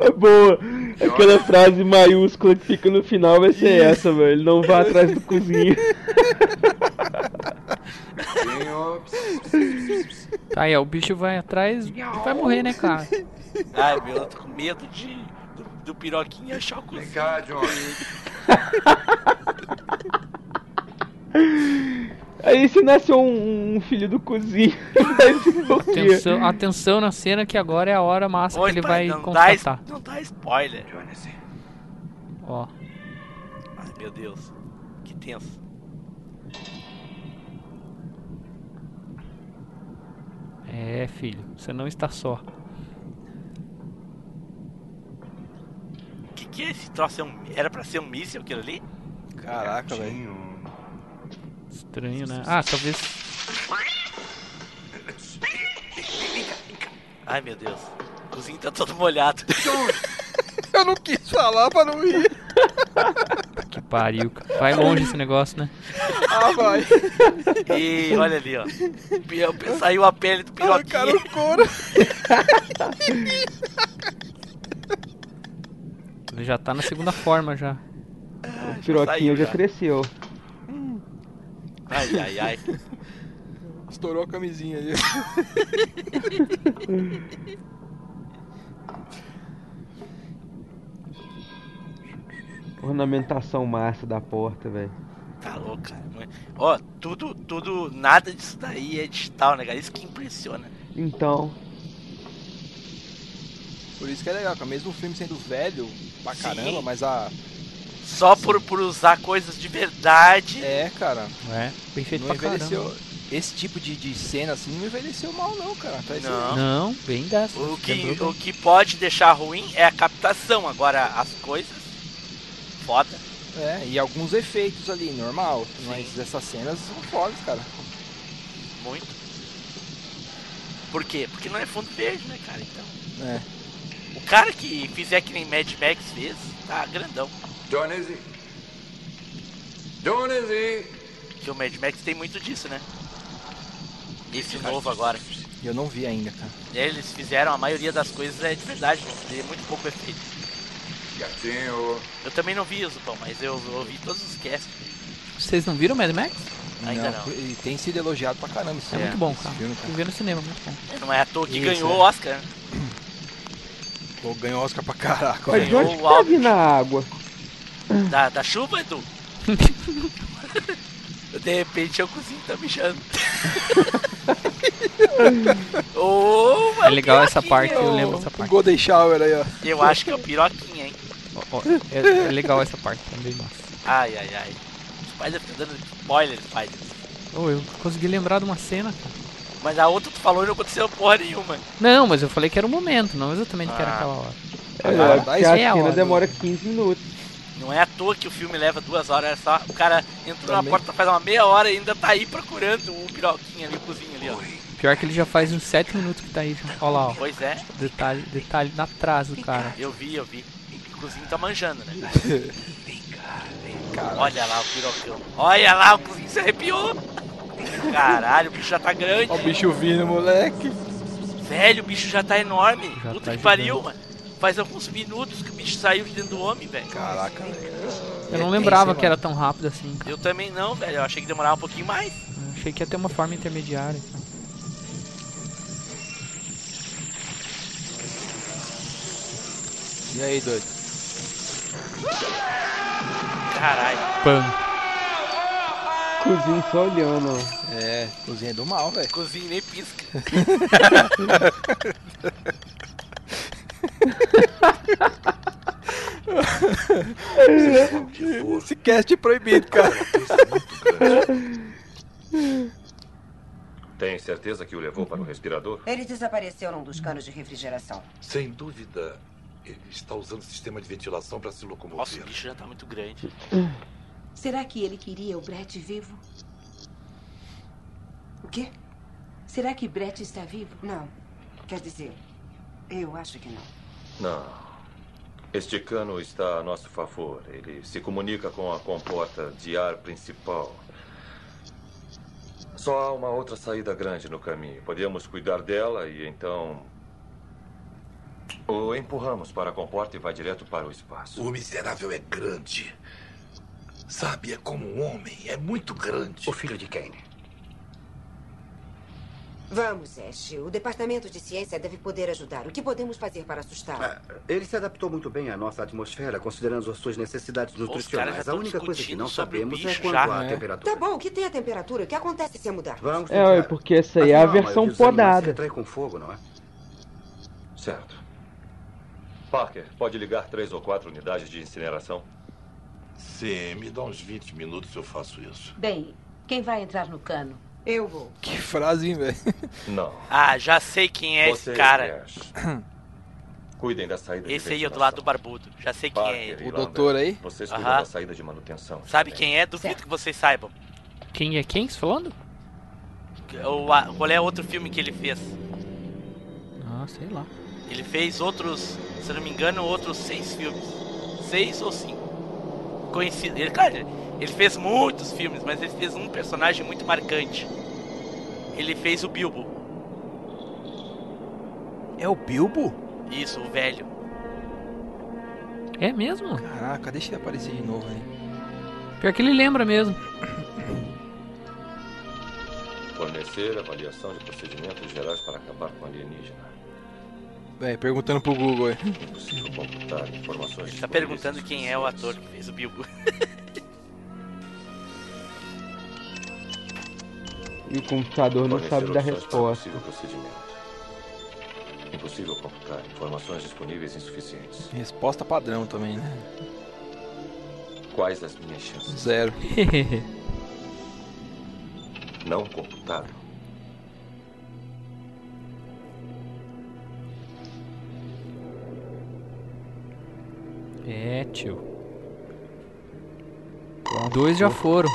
D: É Boa. Aquela frase maiúscula que fica no final vai ser essa, velho. Ele não vai atrás do cozinho.
C: Tá aí, ó, o bicho vai atrás e vai morrer, né, cara?
B: Ai, meu, eu tô com medo de do, do piroquinha achar o cozinho.
R: Vem cá, John.
D: Aí se nasceu um, um filho do cozinho.
C: Atenção, atenção na cena que agora é a hora massa
B: Oi,
C: que ele
B: pai,
C: vai
B: não dá es-
C: constatar.
B: não dá spoiler.
C: Ó.
B: Ai, meu Deus. Que tenso.
C: É, filho, você não está só.
B: O que, que é esse troço? É um- Era pra ser um míssil aquilo ali?
E: Caraca, velho.
D: um-
C: Estranho, né? Ah, talvez.
B: Ai, meu Deus. O cozinho tá todo molhado.
E: Eu não quis falar pra não ir.
C: Que pariu, cara. Vai longe esse negócio, né?
E: Ah, vai.
B: E olha ali, ó. Pi- pi- Saiu a pele do piroquinho.
E: Cara, o couro.
C: Ele já tá na segunda forma já.
D: O piroquinho já cresceu.
B: Ai, ai, ai.
E: Estourou a camisinha ali.
D: Ornamentação massa da porta, velho.
B: Tá louco, cara. Mas- Ó, tudo, tudo, nada disso daí é digital, né, cara? Isso que impressiona.
D: Então,
E: Por isso que é legal, cara. Mesmo o filme sendo velho pra caramba, mas a.
B: Só por, por usar coisas de verdade.
E: É, cara.
C: É, bem feito
E: não
C: pra caramba.
E: envelheceu. Esse tipo de, de cena assim não envelheceu mal, não, cara. Tá isso
B: Não.
C: Não, bem gasto.
B: O que,
C: Lembrou
B: o que pode deixar ruim é a captação. Agora, as coisas. Foda.
E: É, e alguns efeitos ali, normal. Mas essas cenas são fodas, cara.
B: Muito. Por quê? Porque não é fundo verde, né, cara? Então.
E: É.
B: O cara que fizer que nem Mad Max fez, tá grandão.
J: Johnny Z. Johnny Z.
B: Porque o Mad Max tem muito disso, né? Esse novo agora.
E: Eu não vi ainda, cara.
B: Eles fizeram a maioria das coisas é de verdade, né? tem muito pouco efeito.
J: Gatinho.
B: Eu também não vi Zupão, mas eu eu ouvi todos os casts.
C: que- Vocês não viram Mad Max?
B: Ainda não.
E: E tem sido elogiado pra caramba esse
C: É,
E: filme.
C: muito bom,
E: Esse
C: cara.
D: né,
E: filme,
C: Eu vi no cinema, muito bom.
B: Não é à toa que
E: Isso,
B: ganhou
E: é.
B: o Oscar, né?
E: Pô, ganhou Oscar pra caraca,
F: é?
D: mas de onde que
E: velho.
D: tá vindo a água?
B: Da, da chuva, Edu? De repente eu cozinho tá mijando. Ô,
C: É legal essa parte, eu lembro
E: O
C: essa parte.
E: Golden Shower aí, ó.
B: Eu acho que é o piroquinha, hein?
C: Ó, ó, é, é legal essa parte, também massa.
B: Ai, ai, ai. O Spider tá dando spoiler, Spider.
C: Oh, eu consegui lembrar de uma cena, cara.
B: Mas a outra tu falou e não aconteceu porra nenhuma.
C: Não, mas eu falei que era o momento, não exatamente que era
B: Ah.
C: aquela hora.
D: É,
C: Agora,
D: porque a
C: é a
D: cena
C: hora.
D: demora 15 minutos.
B: Não é à toa que o filme leva duas horas, é só o cara entrou na
D: Também.
B: porta faz uma meia hora e ainda tá aí procurando o piroquinha ali, o cozinho ali, ó.
C: Pior que ele já faz uns 7 minutos que tá aí, já. Olha lá, ó.
B: Pois é.
C: Detalhe, detalhe na trás do cara.
B: Eu vi, eu vi. O cozinho tá manjando, né?
E: Cara.
B: Olha lá o pirocão. Olha lá, o cozinho se arrepiou. Caralho, o bicho já tá grande.
E: Ó o bicho vindo, moleque.
B: Velho, o bicho já tá enorme.
E: Já
B: Puta
E: tá
B: que pariu, mano. Faz alguns minutos que o bicho saiu de dentro do homem, velho. É
E: Caraca,
C: Eu não lembrava que era tão rápido assim, cara.
B: Eu também não, velho. Eu achei que demorava um pouquinho mais.
C: Achei que ia ter uma forma intermediária.
E: E aí, doido?
B: Caralho.
C: Pam.
D: Cozinho só olhando, ó.
E: É, cozinha é do mal, velho.
B: Cozinha nem pisca.
E: Esse cast é proibido, cara.
K: Tem certeza que o levou para o respirador?
S: Ele desapareceu num dos canos de refrigeração.
J: Sem dúvida, ele está usando o sistema de ventilação para se locomover. Nossa, o
B: bicho já tá muito grande.
M: Será que ele queria o Brett vivo? O quê? Será que Brett está vivo?
S: Não. Quer dizer, eu acho que não.
K: Não. Este cano está a nosso favor. Ele se comunica com a comporta de ar principal. Só há uma outra saída grande no caminho. Podemos cuidar dela e então. O empurramos para a comporta e vai direto para o espaço.
J: O miserável é grande. Sabe, é como um homem, é muito grande. O filho de quem?
L: Vamos, Ash. O departamento de ciência deve poder ajudar. O que podemos fazer para assustá-lo?
J: É.
F: Ah, Ele se adaptou muito bem à nossa atmosfera, considerando as suas necessidades
L: caras já
F: nutricionais. A
L: estão
F: única coisa que não
L: discutindo sobre o
F: sabemos é
L: bicho
F: quanto
L: já.
F: à
D: É.
F: temperatura.
L: Tá bom, que tem a temperatura. O que acontece se eu mudar?
F: Vamos
D: É, ué, porque essa aí é a versão podada.
F: Atrai com fogo, não é?
K: Certo. Parker, pode ligar três ou quatro unidades de incineração?
J: Sim, me dá uns 20 minutos eu faço isso.
M: Bem, quem vai entrar no cano?
L: Eu vou.
E: Que frase, hein, velho?
K: Não.
B: Ah, já sei quem é
K: Você
B: esse cara.
K: Cuidem da saída de
B: Esse aí é do
K: ventilação.
B: lado do barbudo. Já sei quem é ele.
K: e Lambert, Vocês cuidam
B: Aham.
K: da saída de manutenção.
B: Sabe quem é? Duvido que vocês saibam.
C: Quem é quem? Você falando?
B: O, a- qual é outro filme que ele fez?
C: Ah, sei lá.
B: Ele fez outros, se eu não me engano, outros seis filmes. Seis ou cinco. Conhecido. Ele, cara, ele fez muitos filmes, mas ele fez um personagem muito marcante. Ele fez o Bilbo.
E: É o Bilbo?
B: Isso, o velho.
C: É
E: Hum.
C: mesmo?
E: Caraca, deixa ele aparecer de novo aí.
C: Pior que ele lembra mesmo.
K: Fornecer avaliação de procedimentos gerais para acabar com alienígena.
E: Véi, perguntando pro Google aí.
K: Impossível computar informações.
B: Tá perguntando quem é o ator que fez o Bilbo.
D: E o computador não sabe
K: Fornecer
D: dar
K: opções para um
D: resposta.
K: possível procedimento. Impossível computar informações disponíveis insuficientes.
E: Resposta padrão também, né?
K: Quais as minhas chances?
E: Zero.
K: Não computado.
C: É, tio. Dois já foram.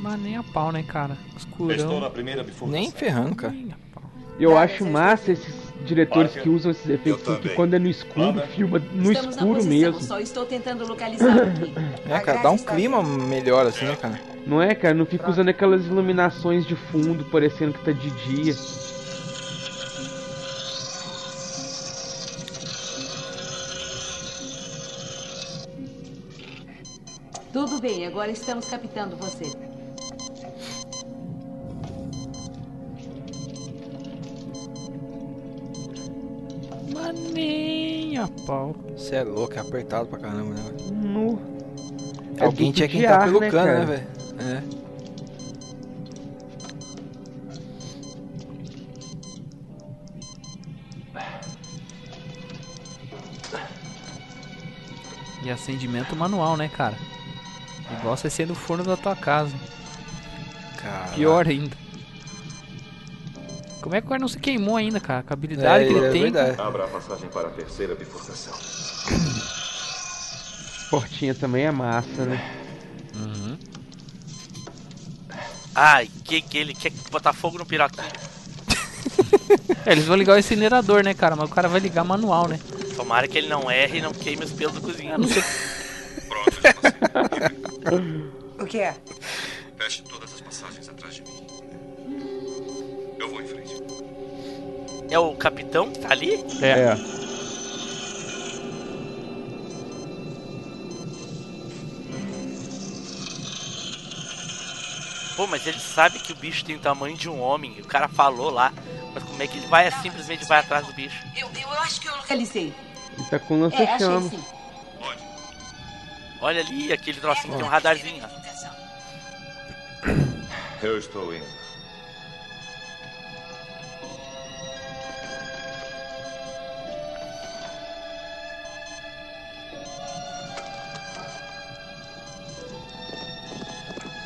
C: Mas nem a pau, né, cara? Escurão.
E: Nem ferrando, cara.
D: Eu acho massa esses diretores
E: Olha,
D: que usam esses efeitos,
E: eu
D: porque
E: também.
D: quando é no escuro,
E: Lambert.
D: filma
M: Estamos
D: no
M: na
D: escuro
M: posição,
D: mesmo.
M: só estou tentando localizá-lo aqui.
E: É, cara, dá um clima melhor assim, né, cara?
D: Não é, cara? Não fica usando aquelas iluminações de fundo, parecendo que tá de dia.
M: Tudo bem, agora estamos captando você.
C: Mas nem a pau.
E: Você é louco, é apertado pra caramba, né? velho?
D: No... É
E: Alguém
D: duplo
E: tinha que
D: de
E: entrar
D: ar,
E: pelo
D: né,
E: cano,
D: cara?
E: né, velho? É.
C: E acendimento manual, né, cara? O negócio é ser no forno da tua casa.
E: Cara.
C: Pior ainda. Como é que o cara não se queimou ainda, cara? Com a
D: É,
K: É,
C: habilidade que ele tem.
K: Abra a passagem para a terceira bifurcação.
D: Portinha também é massa, né?
B: Ai, que que ele quer botar fogo no piraquinho.
C: É, eles vão ligar o incinerador, né, cara? Mas o cara vai ligar manual, né?
B: Tomara que ele não erre e não queime os pelos do cozinho.
C: Ah, não sei.
S: O que é?
K: Feche todas as passagens atrás de mim. Eu vou em frente.
B: É o capitão que tá ali?
D: É.
B: Pô, mas ele sabe que o bicho tem o tamanho de um homem. O cara falou lá. Mas como é que ele vai? Simplesmente vai atrás do bicho.
M: Eu, eu acho que eu localizei.
D: Ele tá com
M: É, achei
D: lança-chama.
M: sim.
B: Olha ali, aquele trocinho que tem um radarzinho. ó.
K: Eu estou indo.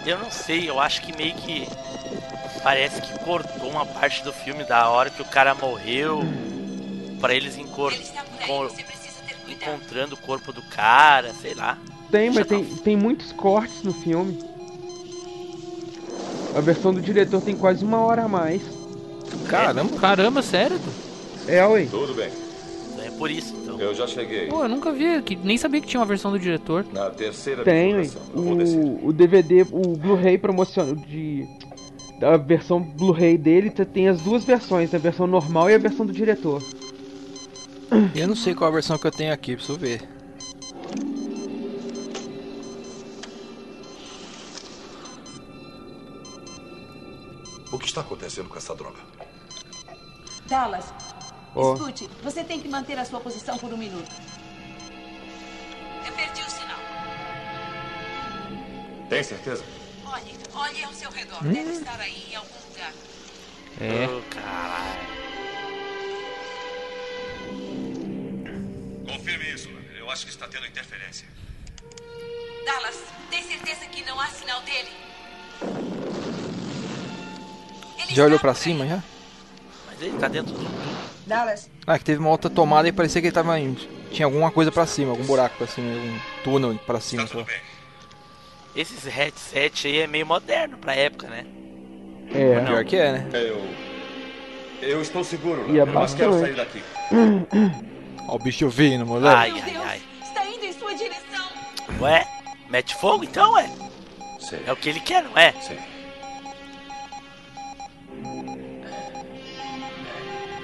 B: Eu não sei, eu acho que meio que. Parece que cortou uma parte do filme da hora que o cara morreu. Pra eles encor... encor- encontrando o corpo do cara, sei lá.
D: Tem, mas tem, tem muitos cortes no filme. A versão do diretor tem quase uma hora a mais.
C: Caramba, caramba, sério?
D: É, ué.
K: Tudo bem.
B: Não é por isso, então.
K: Eu já cheguei.
C: Pô, eu nunca vi, que, nem sabia que tinha uma versão do diretor.
K: Na terceira
D: Tem,
K: bifurcação. Eu vou descer.
D: o, o DVD, o Blu-ray promocional de da versão Blu-ray dele tá- tem as duas versões, a versão normal e a versão do diretor.
E: É. Eu não sei qual a versão que eu tenho aqui, preciso ver.
J: O que está acontecendo com essa droga?
L: Dallas,
J: Ó.
L: escute, você tem que manter a sua posição por um minuto. Eu perdi o sinal.
K: Tem certeza?
L: Olhe, olhe ao seu redor.
K: Hum.
L: Deve estar aí em algum lugar.
C: É.
K: Confirme isso. Eu acho que está tendo interferência.
L: Dallas, tem certeza que não há sinal dele?
E: Já olhou pra cima já?
B: Mas ele tá dentro do.
L: Dallas,
E: Ah, que teve uma outra tomada e parecia que ele tava indo. Tinha alguma coisa pra cima, algum buraco pra cima, algum túnel pra cima.
J: Tá
E: sei lá.
B: Esses headset aí é meio moderno pra época, né?
E: É. Pior que é, né?
K: Eu. Eu estou seguro,
E: E é
K: Lambert, mas quero
E: bastante.
K: sair daqui.
E: Ó o bicho vindo, moleque.
B: Ai, ai, ai.
L: está indo em sua direção.
B: Ué? Mete fogo então, ué? É o que ele quer, não é?
K: Sim.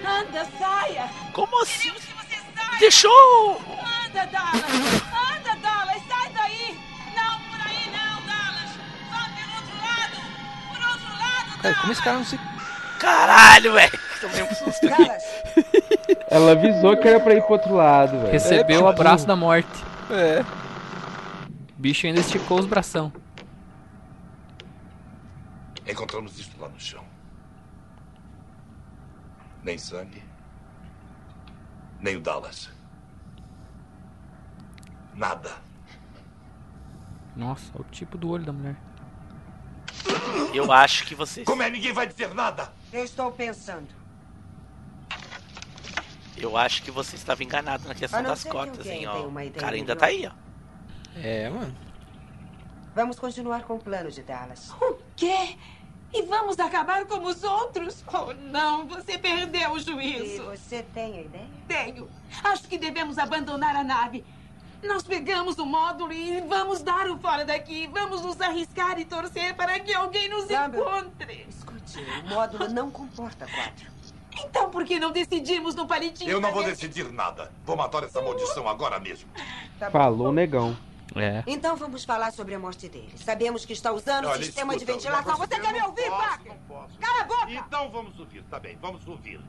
L: Anda, saia.
B: Como assim?
L: Queremos que você saia.
B: Deixou!
L: Anda, Dallas. Anda, Dallas. Sai daí. Não, por aí não, Dallas. Vá pelo outro lado. Por outro lado.
E: Cara, como esse cara não se.
B: Caralho, velho! Tomei um susto aqui.
D: Ela avisou que era pra ir pro outro lado, velho. É,
K: É,
C: Recebeu
K: tipo,
C: o abraço da morte.
E: É.
C: O bicho ainda esticou os bração.
J: Encontramos isso lá no chão. Nem sangue, nem o Dallas. Nada.
C: Nossa, olha o tipo do olho da mulher.
B: Eu acho que vocês.
J: Como é? Ninguém vai dizer nada.
L: Eu estou pensando.
B: Eu acho que você estava enganado na questão
L: A não
B: É das
L: ser que
B: cotas,
L: alguém
B: hein,
L: tenha
B: ó.
L: uma
B: O
L: ideia um
B: cara ainda
L: melhor.
B: tá aí, ó.
E: É, mano.
L: Vamos continuar com o plano de Dallas.
B: Uh.
M: O quê? E vamos acabar como os outros? Oh, não, você perdeu o
L: E
M: juízo.
L: você tem a ideia?
M: Tenho. Acho que devemos abandonar a nave. Nós pegamos o módulo e vamos dar o fora daqui. Vamos nos arriscar e torcer para que alguém nos
L: Sabe-
M: encontre.
L: Escute, o módulo não comporta quatro.
M: Então por que não decidimos no palitinho?
J: Eu não vou
M: cabeça?
J: decidir nada. Vou matar essa maldição agora mesmo.
L: Tá bom.
D: tipo, Falou negão.
C: É.
L: Então vamos falar sobre a morte dele. Sabemos que está usando o
J: Olha,
L: sistema
J: escuta,
L: de ventilação. Você quer me ouvir, Paco? Cala a boca!
J: Então vamos ouvir, tá bem, vamos ouvir.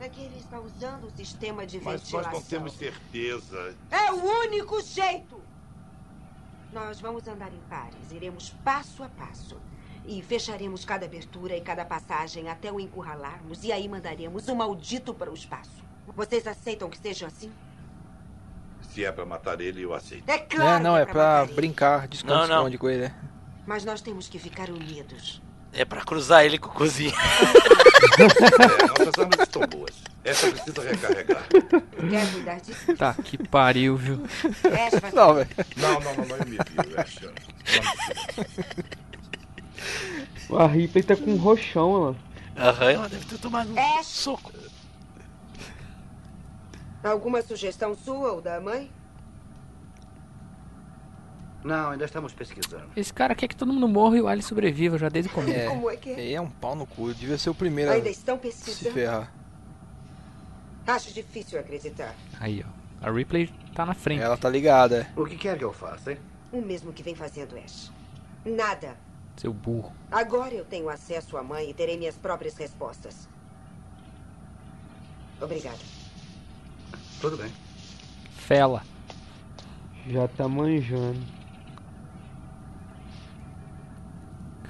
L: É que ele está usando o sistema de
J: Mas nós
L: ventilação.
J: não temos certeza.
L: É o único jeito! Nós vamos andar em pares, iremos passo a passo. E fecharemos cada abertura e cada passagem até o encurralarmos, e aí mandaremos o maldito para o espaço. Vocês aceitam que seja assim?
J: Se é pra matar ele, eu aceito.
L: É
E: é,
L: claro!
E: não,
L: que
E: é pra
L: acabarei.
E: brincar, descanso
B: Não, não.
E: esconde com ele, né?
L: Mas nós temos que ficar unidos.
B: É pra cruzar ele com o cozinha.
J: É, nossas armas estão boas. Essa precisa recarregar.
L: Quer cuidar disso?
C: Tá, que pariu, viu?
L: Ash vai-
E: Não, velho.
J: Não, não, não, é não, eu me vi, eu achando.
D: A Ripley tá com um roxão, ela.
B: Aham, ela deve ter tomado um
L: Ash!
B: soco.
L: Alguma sugestão sua ou da mãe?
F: Não, ainda estamos pesquisando.
C: Esse cara quer que todo mundo morra e o Ali sobreviva já desde o começo.
E: É.
L: Como é que é?
E: Ele é um pau no cu, devia ser o primeiro
L: Ainda
E: a
L: estão
E: se
L: pesquisando?
E: ferrar.
L: Acho difícil acreditar.
C: Aí, ó. A Ripley tá na frente.
E: Ela tá ligada, é.
F: O que quer que eu faça, hein?
L: O mesmo que vem fazendo Ash. Nada.
C: Seu burro.
L: Agora eu tenho acesso à mãe e terei minhas próprias respostas. Obrigada.
F: Tudo bem.
C: Fela.
D: Já tá manjando.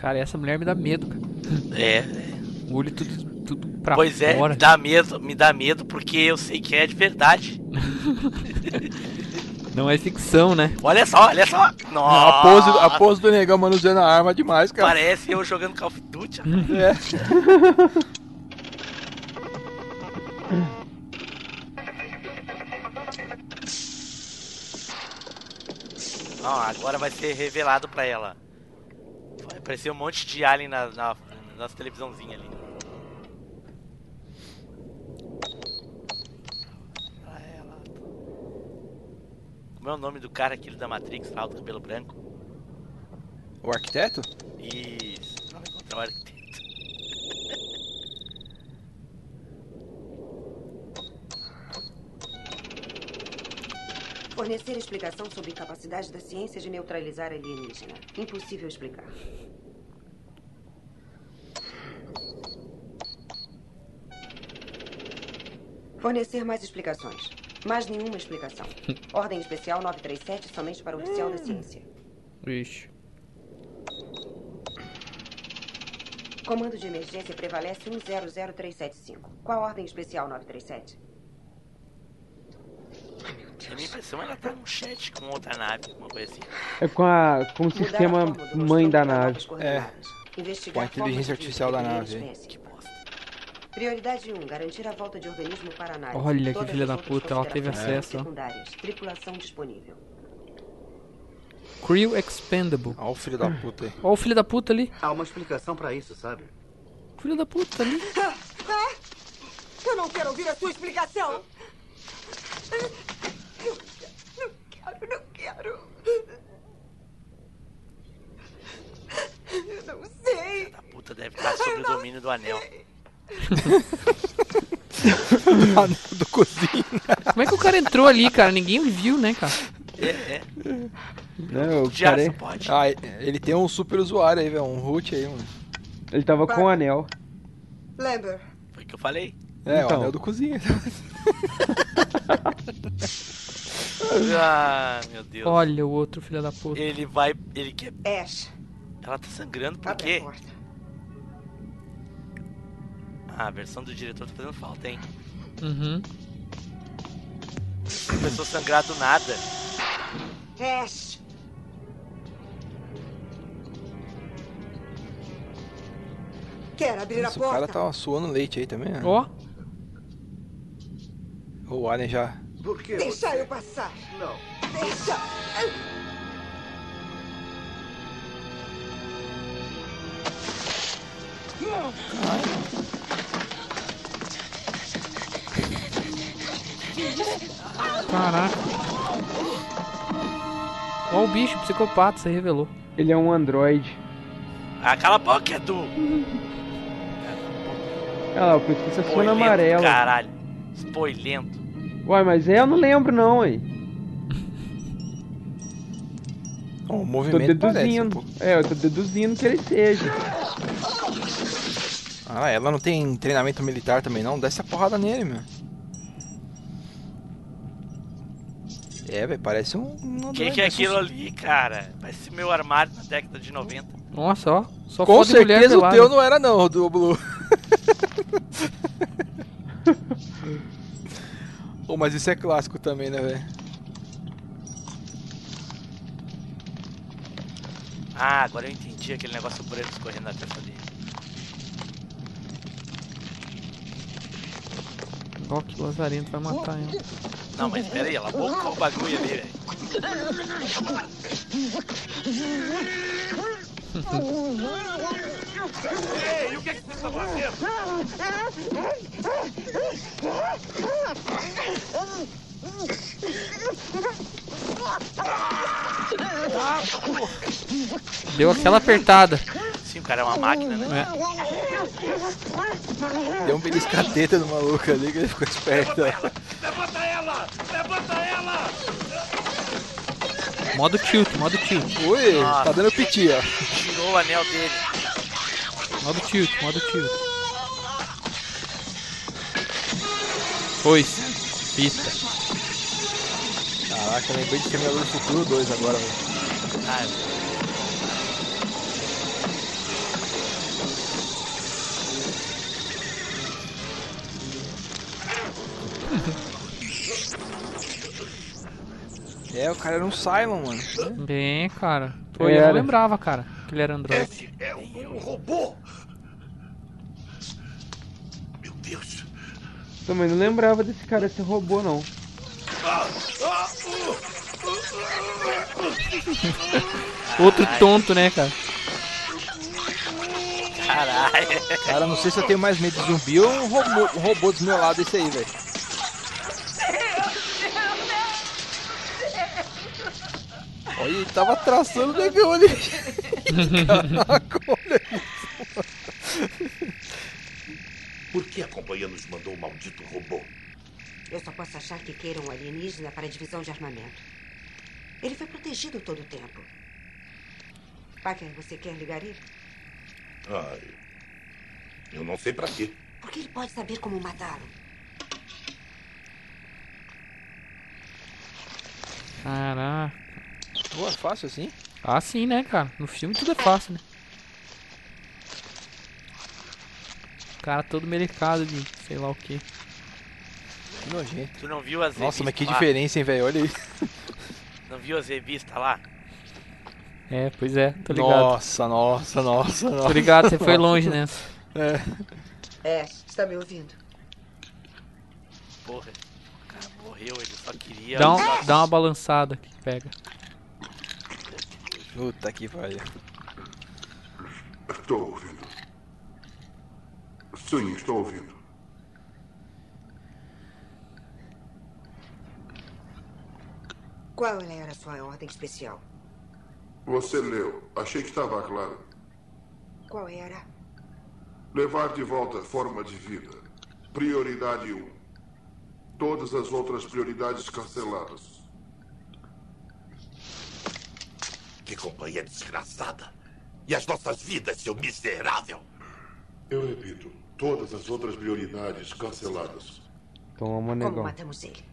C: Cara, essa mulher me dá medo, cara.
B: É.
C: O olho tudo, tudo pra
B: pois é,
C: fora.
B: me dá medo, me dá medo porque eu sei que é de verdade.
C: Não é ficção, né?
B: Olha só, olha só. Nossa.
E: A pose, a pose do negão manuseando a arma é demais, cara.
B: Parece eu jogando Call of Duty.
E: É.
B: Não, agora vai ser revelado pra ela. Vai aparecer um monte de alien na, na, nas televisãozinhas ali. Como é o nome do cara aquele da Matrix lá, do cabelo branco?
E: O arquiteto?
B: Isso. Não vai encontrar o arquiteto.
L: Fornecer explicação sobre capacidade da ciência de neutralizar alienígena. Impossível explicar. Fornecer mais explicações. Mais nenhuma explicação. Ordem especial 937 somente para o oficial da ciência.
C: Ixi.
L: Comando de emergência prevalece 100375. Qual a ordem especial 937?
B: A minha impressão era estar num chat com outra nave, uma coisa assim.
D: É com, a, com o
L: Mudar a
D: sistema
L: forma do é
D: mãe da
L: novas
D: nave.
C: É.
L: coordenadas. Investigar
E: Com a inteligência
L: formas de
E: artificial
M: é
E: da
M: um
L: vida e
E: nave, hein?
L: espécie. Prioridade 1, garantir a volta de organismo para análise.
C: Olha, que
L: Todas
C: filha
L: as
C: da
L: outras
C: puta, ela teve
L: considerações
C: acesso, ó.
L: secundárias. Tripulação disponível.
C: Crew Expendable.
E: Ó o filho da puta aí.
C: Ó o filho da puta ali.
F: Há uma explicação pra isso, sabe?
C: Filho da puta ali.
T: É? Eu não quero ouvir a sua explicação. Não quero, não quero. Eu não sei.
B: A puta deve estar sob o domínio do anel.
E: Anel do cozinho.
C: Como é que o cara entrou ali, cara? Ninguém viu, né, cara?
B: É, é.
D: Não, É, o
B: Já
D: cara,
B: se pode.
E: Ah, ele tem um super usuário aí, velho. Um root aí, mano.
D: ele tava com o anel.
T: Lembra?
B: Foi o que eu falei?
E: É, o
D: Então.
E: anel do cozinho.
B: Ah, meu Deus.
C: Olha o outro filho da puta.
B: Ele vai. Ele quer.
L: Ash,
B: Ela tá sangrando por
L: abre a
B: quê?
L: porta.
B: Ah, a versão do diretor tá fazendo falta, hein?
C: Uhum.
B: Começou a sangrar do nada.
L: Ash,
T: Quer abrir a
E: Nossa, o
T: porta?
E: cara tá suando leite aí também, né?
C: Ó.
E: O Alien já.
F: Por quê?
T: Deixa eu passar.
F: Não.
T: Deixa.
C: Caraca. Ó o bicho, psicopata, se revelou.
D: Ele é um androide.
B: Ah, cala a boca, Edu!
D: Olha lá, é por isso que você
B: Spoilento,
D: sona amarela.
B: Caralho. Spoilento.
D: Uai, mas é, eu não lembro não, aí.
E: Ó, o
D: Tô
E: movimento parece um
D: deduzindo.
E: pouco.
D: é, eu tô deduzindo que ele seja.
E: Ah, ela não tem treinamento militar também, não? Desce a porrada nele, meu. É, velho, parece um. um
B: O que, que
E: androide,
B: é
E: parece um-
B: aquilo ali, cara? Parece meu armário na década de 90.
C: Nossa, ó. Só
E: Com
C: foda mulher
E: certeza o
C: pelada.
E: teu não era, não, do Blue. Ô, mas isso é clássico também, né, velho?
B: Ah, agora eu entendi aquele negócio branco escorrendo na testa dele.
C: Ó, que lazarento vai matar, hein?
B: Não, mas pera aí, ela bocou o bagulho ali, velho.
S: Ei, o que é que você está fazendo?
C: Deu aquela apertada.
B: Sim, o cara é uma máquina, né?
E: Deu um beliscateta no maluco ali que ele ficou esperto.
S: Levanta ela! Levanta Tá ela!
C: Modo tilt, modo tilt.
E: Ui,
B: Nossa.
E: tá dando piti, ó.
B: Tirou o anel dele.
C: Modo tilt, modo tilt. Pois. Pista.
E: Caraca, eu lembrei de Terminador do Futuro 2 agora, velho.
B: Ah,
E: É, o cara era um Simon, mano.
C: Bem, cara. Pô,
E: É,
C: eu
D: Era.
C: não lembrava, cara, que ele era androide.
S: É um, um robô! Meu Deus!
D: Também não lembrava desse cara ser robô, não.
S: Ah, ah, uh, uh, uh, uh, uh.
C: Outro tonto,
E: É,
C: né, cara?
B: Caralho.
E: Cara, não sei se eu tenho mais medo de zumbi ou um robô, um robô desmiolado esse aí, velho.
S: Deus, Deus, Deus.
E: Olha, ele tava traçando o negão ali. Caraca, olha
J: isso. Por que a companhia nos mandou o maldito robô?
S: Eu só posso achar que queiram um alienígena para a divisão de armamento. Ele foi protegido todo o tempo. Packer, você quer ligar ele?
J: Ah, eu não sei para quê.
S: Porque ele pode saber como matá-lo.
C: Caraca.
E: Boa, fácil assim?
C: Ah, sim, né, cara? No filme tudo é fácil, né? O cara todo melecado de sei lá o que.
E: Que nojento.
B: Tu não viu as
E: Nossa,
C: Ah.
E: mas que
B: lá?
E: diferença, hein, velho? Olha aí.
B: Não viu as revistas lá?
C: É, pois é, tô ligado.
E: Nossa, nossa, nossa, nossa.
C: Tô ligado, você foi longe nessa.
S: É. É, está me ouvindo?
B: Porra. O cara morreu, ele só queria.
C: Dá, um-
B: usar-
C: dá uma balançada que pega.
E: Puta que pariu.
J: Estou ouvindo. Sim, estou ouvindo.
S: Qual era a sua ordem especial?
J: Você leu. Achei que estava claro.
S: Qual era?
J: Levar de volta a forma de vida. Prioridade 1. Todas as outras prioridades canceladas. Que companhia desgraçada. E as nossas vidas, seu miserável. Eu repito, todas as outras prioridades canceladas.
D: Toma,
S: Como
D: negão.
S: matamos ele?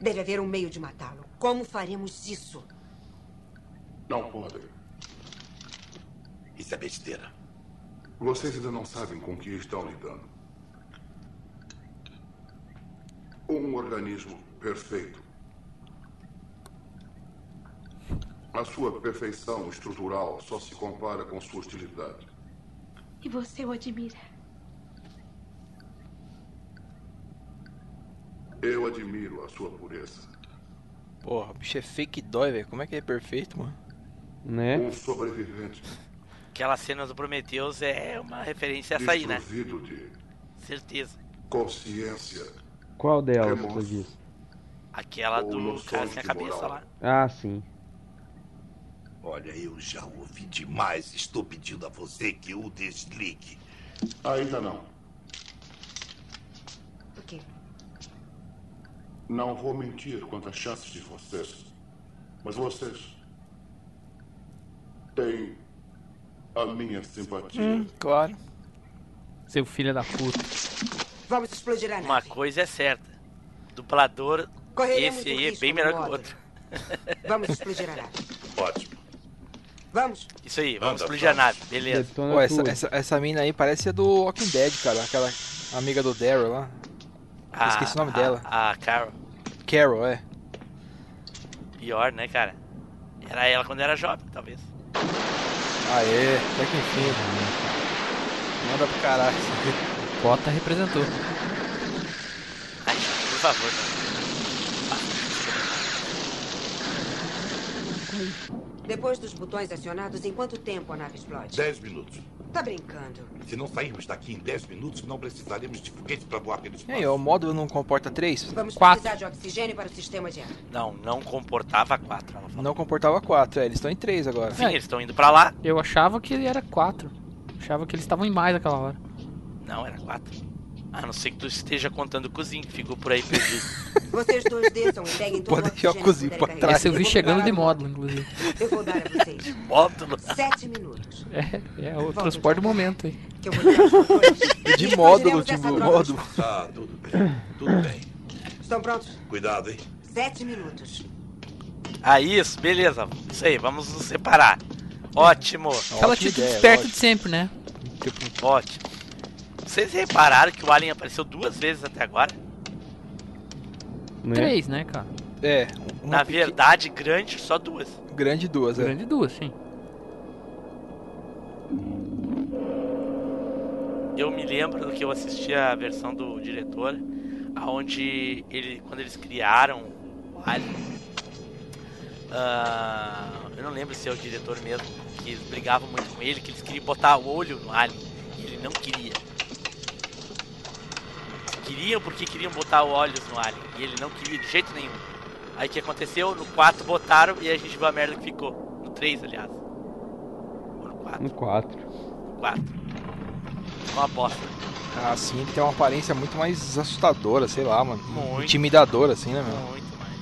S: Deve haver um meio de matá-lo. Como faremos isso?
J: Não podem. Isso é besteira. Vocês ainda não sabem com que estão lidando. Um organismo perfeito. A sua perfeição estrutural só se compara com sua hostilidade.
M: E você o admira.
J: Eu admiro a sua pureza.
E: Porra, o bicho é fake dói, velho. Como é que é perfeito, mano?
D: Né?
J: Um sobrevivente
B: Aquela cena do Prometheus é uma referência a essa aí, né?
J: desprovido de
B: Certeza.
J: consciência.
D: Qual delas você diz?
B: Aquela do cara sem a cabeça lá.
D: Ah, sim.
U: Olha, eu já ouvi demais. Estou pedindo a você que o desligue.
J: Ainda não.
S: O quê?
J: Não vou mentir quanto às chances de vocês. Mas vocês. têm. a minha simpatia.
C: Hum.
E: claro.
C: Seu filho da puta.
S: Vamos explodir a nave.
B: Uma coisa é certa. Dublador,
S: Correremos
B: esse
S: um
B: aí é
S: risco
B: bem
S: no
B: melhor que o
S: modo.
B: outro.
S: Vamos explodir a nave.
J: Ótimo.
S: Vamos.
B: Isso aí, vamos explodir a nave, beleza.
E: Pô, essa, essa, essa mina aí parece a do Walking Dead, cara. Aquela amiga do Daryl lá.
B: Ah,
E: esqueci o nome
B: a-
E: dela.
B: A Carol.
E: Carol, é.
B: Pior, né, cara? Era ela quando era jovem, talvez.
E: Aê, até que enfim. Manda pro caralho.
C: Bota representou.
B: Por favor, né?
S: Depois dos botões acionados, em quanto tempo a nave explode?
U: Dez minutos.
S: Tá brincando.
U: Se não sairmos daqui em 10 minutos, não precisaremos de foguete para voar pelo
E: E
U: espaço.
E: aí, ó, o módulo não comporta três?
S: Vamos precisar de oxigênio para o sistema de ar.
B: Não, não comportava quatro. Ela falou.
E: Não comportava quatro, é. Eles estão em três agora.
B: Sim, eles estão indo pra lá.
C: Eu achava que ele era 4. Achava que eles estavam em mais aquela hora.
B: Não, era quatro. A não ser que tu esteja contando com o Zinho, que ficou por aí perdido.
S: Vocês dois desçam e peguem todo o
E: Pode ir
S: oxigênio
E: ao cozinho
S: que
E: pra
S: puderem
E: trás. é
C: Esse eu vi
S: carregar.
C: chegando de módulo, inclusive.
S: Eu vou dar a vocês
B: Módulo.
S: sete minutos.
C: É, é o
S: Volta,
C: transporte do momento aí.
S: Que eu vou dar os botões.
E: De módulo,
S: Explodiremos essa
E: tipo,
S: droga.
E: módulo.
U: Ah, tudo bem. Tudo bem.
S: Estão prontos?
U: Cuidado, hein?
S: Sete minutos.
B: Ah, isso, beleza. Isso aí, vamos nos separar. Ótimo.
C: Aquela atitude esperta tipo de sempre, né?
B: Tipo, ótimo. Vocês repararam que o Alien apareceu duas vezes até agora?
D: Né?
C: Três, né, cara?
E: É,
B: Na verdade, grande, só duas.
E: grande duas, é.
C: Grande duas, sim.
B: Eu me lembro que eu assisti a versão do diretor, aonde ele, quando eles criaram o Alien, ah, eu não lembro se é o diretor mesmo, que eles brigavam muito com ele, que eles queriam botar o olho no Alien, e ele não queria. Queriam porque queriam botar olhos no Alien, e ele não queria de jeito nenhum. Aí o que aconteceu? No 4 botaram e a gente viu a merda que ficou. No 3, aliás.
D: No 4. No 4.
B: No 4. Uma bosta.
E: Ah, sim, tem uma aparência muito mais assustadora, sei lá, mano.
B: Muito.
E: Intimidadora, assim, né, meu?
B: Muito mais.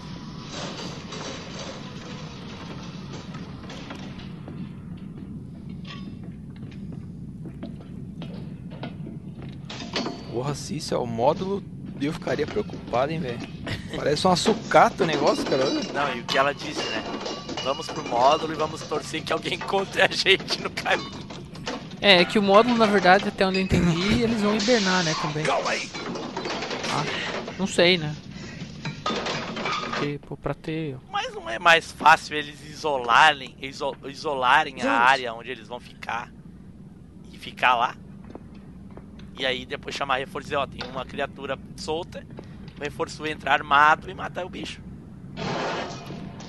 E: Porra, se isso é o módulo, eu ficaria preocupado, hein, velho. Parece uma sucata o negócio, cara.
B: Não, e o que ela disse, né? Vamos pro módulo e vamos torcer que alguém encontre a gente no caminho.
C: É, é que o módulo, na verdade, até onde eu entendi, eles vão hibernar, né, também.
U: Calma aí!
C: Ah, não sei, né? Porque, pô, pra ter...
B: Mas não é mais fácil eles isolarem, iso- isolarem a área onde eles vão ficar e ficar lá? E aí depois chamar reforço e dizer, ó, tem uma criatura solta, o reforço entra armado e matar o bicho.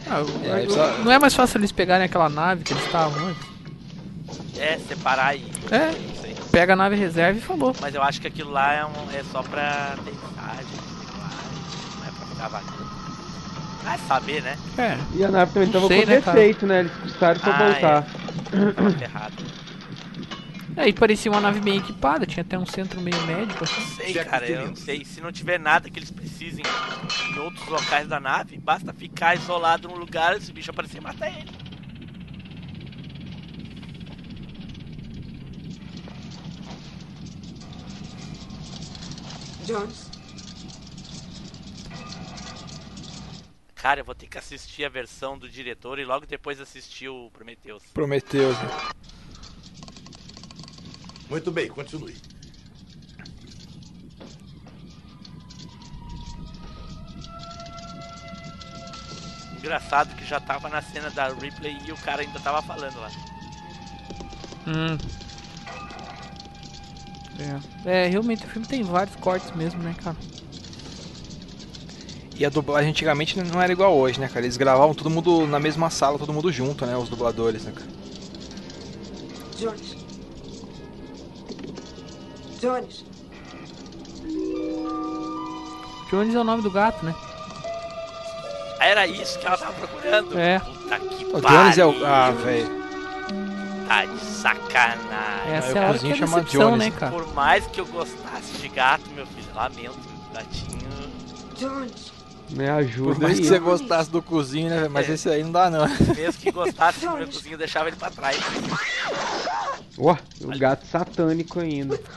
C: Ah, eu-
E: É,
C: eu-
E: precisa-
C: Não é mais fácil eles pegarem aquela nave que eles estavam antes?
B: É, separar e.
C: É.
B: Não sei.
C: Pega a nave reserva e falou.
B: Mas eu acho que aquilo lá é, um- é só pra aterrissagem, sei lá, não é pra ficar vagando. Vai saber, né?
C: É.
D: E a nave também
C: Não
D: tava
C: sei,
D: com
C: né, cara? é. Tá
D: defeito, né? Eles custaram pra
B: Ah, é.
D: voltar.
B: Tava enterrado.
C: Aí É, parecia uma nave bem equipada, tinha até um centro meio
B: Não
C: médico assim.
B: sei, cara, eu não sei. Se não tiver nada que eles precisem em outros locais da nave, basta ficar isolado num lugar e esse bicho aparecer e matar ele.
L: Jones,
B: Cara, eu vou ter que assistir a versão do diretor e logo depois assistir o Prometheus.
E: Prometeus, né?
J: Muito bem, continue.
B: Engraçado que já tava na cena da Ripley e o cara ainda tava falando lá.
C: Hum. É. é, realmente o filme tem vários cortes mesmo, né, cara?
E: E a dublagem antigamente não era igual hoje, né, cara? Eles gravavam todo mundo na mesma sala, todo mundo junto, né? Os dubladores, né, cara?
L: Jones. Jones,
C: Jones é o nome do gato, né?
B: Era isso que ela tava procurando.
C: É.
B: Puta que
E: O
B: pariu.
E: Jones é o. Ah, velho.
B: Tá de sacanagem.
E: Essa Aí o é a hora cozinho que é chama decepção, Jones, né, né? cara?
B: Por mais que eu gostasse de gato, meu filho, lamento. Gatinho.
L: Jones.
D: Né, ajuda
E: Por mais
D: aí.
E: que você gostasse do cozinho, né, velho? Mas
B: É.
E: esse aí não dá, não.
B: Mesmo que gostasse do meu cozinho, eu deixava ele pra trás.
D: Ó, o gato satânico ainda.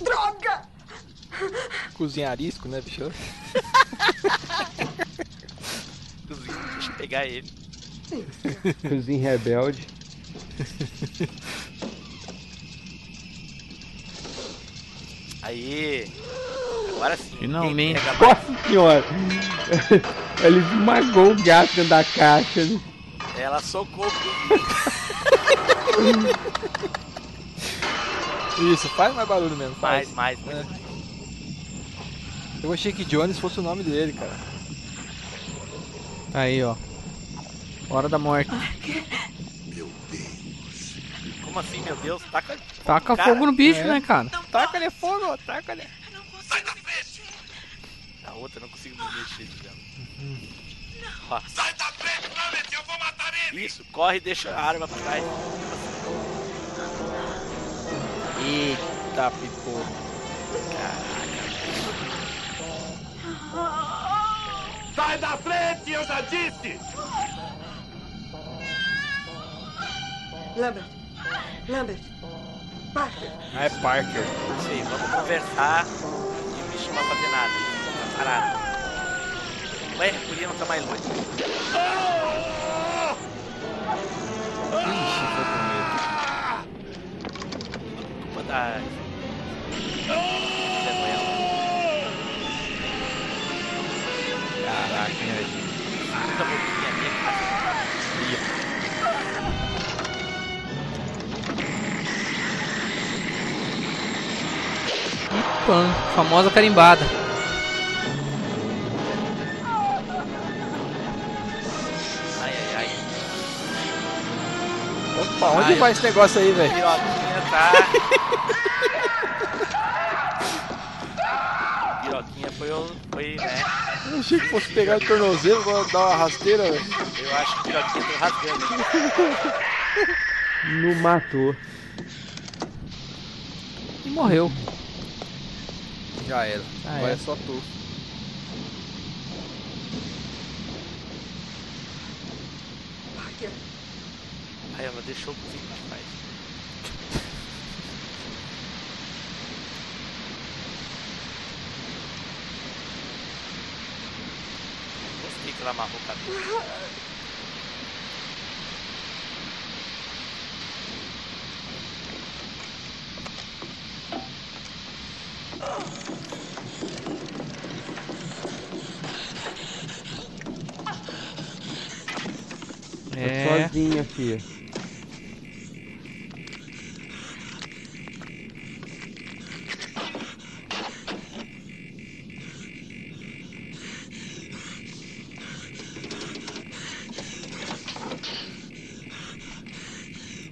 L: Droga!
E: Cozinho arisco, né, bicho?
B: Cozinho, deixa eu pegar ele.
D: Cozinho rebelde.
B: Aí. Agora sim.
C: Finalmente.
B: Quem pega mais?
D: Nossa senhora! Ele esmagou o gato dentro da caixa. né?
B: Ela socou o cozinho.
E: Isso, faz mais barulho mesmo.
B: mais,
E: Faz.
B: mais, muito
E: É.
B: mais.
E: Eu achei que Jones fosse o nome dele, cara.
C: Aí, ó. Hora da morte.
B: Ah, Como assim, meu Deus? Taca,
C: Taca
B: Cara,
C: fogo no bicho,
B: é.
C: né, cara?
E: Taca ele fogo, taca ele.
B: A outra não consigo me mexer dela. Uhum. Sai da frente, eu vou matar ele! Isso, corre e deixa a arma pra trás.
V: Eita, pipô.
U: Sai da frente, eu já disse!
L: Lambert. Lambert. Parker.
V: Ah, é Parker.
B: Não sei, vamos conversar e o bicho não vai fazer nada. Tá parado. Ué, a curia não tá mais longe. Culpa da.
V: Caraca, hein, velho.
B: Muita boquinha minha cara.
C: Pan, famosa carimbada.
B: Ai, ai, ai.
E: Opa, onde vai esse negócio aí, velho?
B: Piroquinha tá. Minhoquinha foi o. Foi, né?
E: Eu achei que fosse pegar o tornozelo pra dar uma rasteira, velho.
B: Eu acho que o Minhoquinha deu rasgando.
D: No matou.
C: E morreu.
E: Já era.
C: Já
E: Agora
C: era.
E: é só tu.
B: Aí ela deixou o cozinho pra trás. Gostei que ela amarrou o cabelo.
D: Tá sozinha, filha.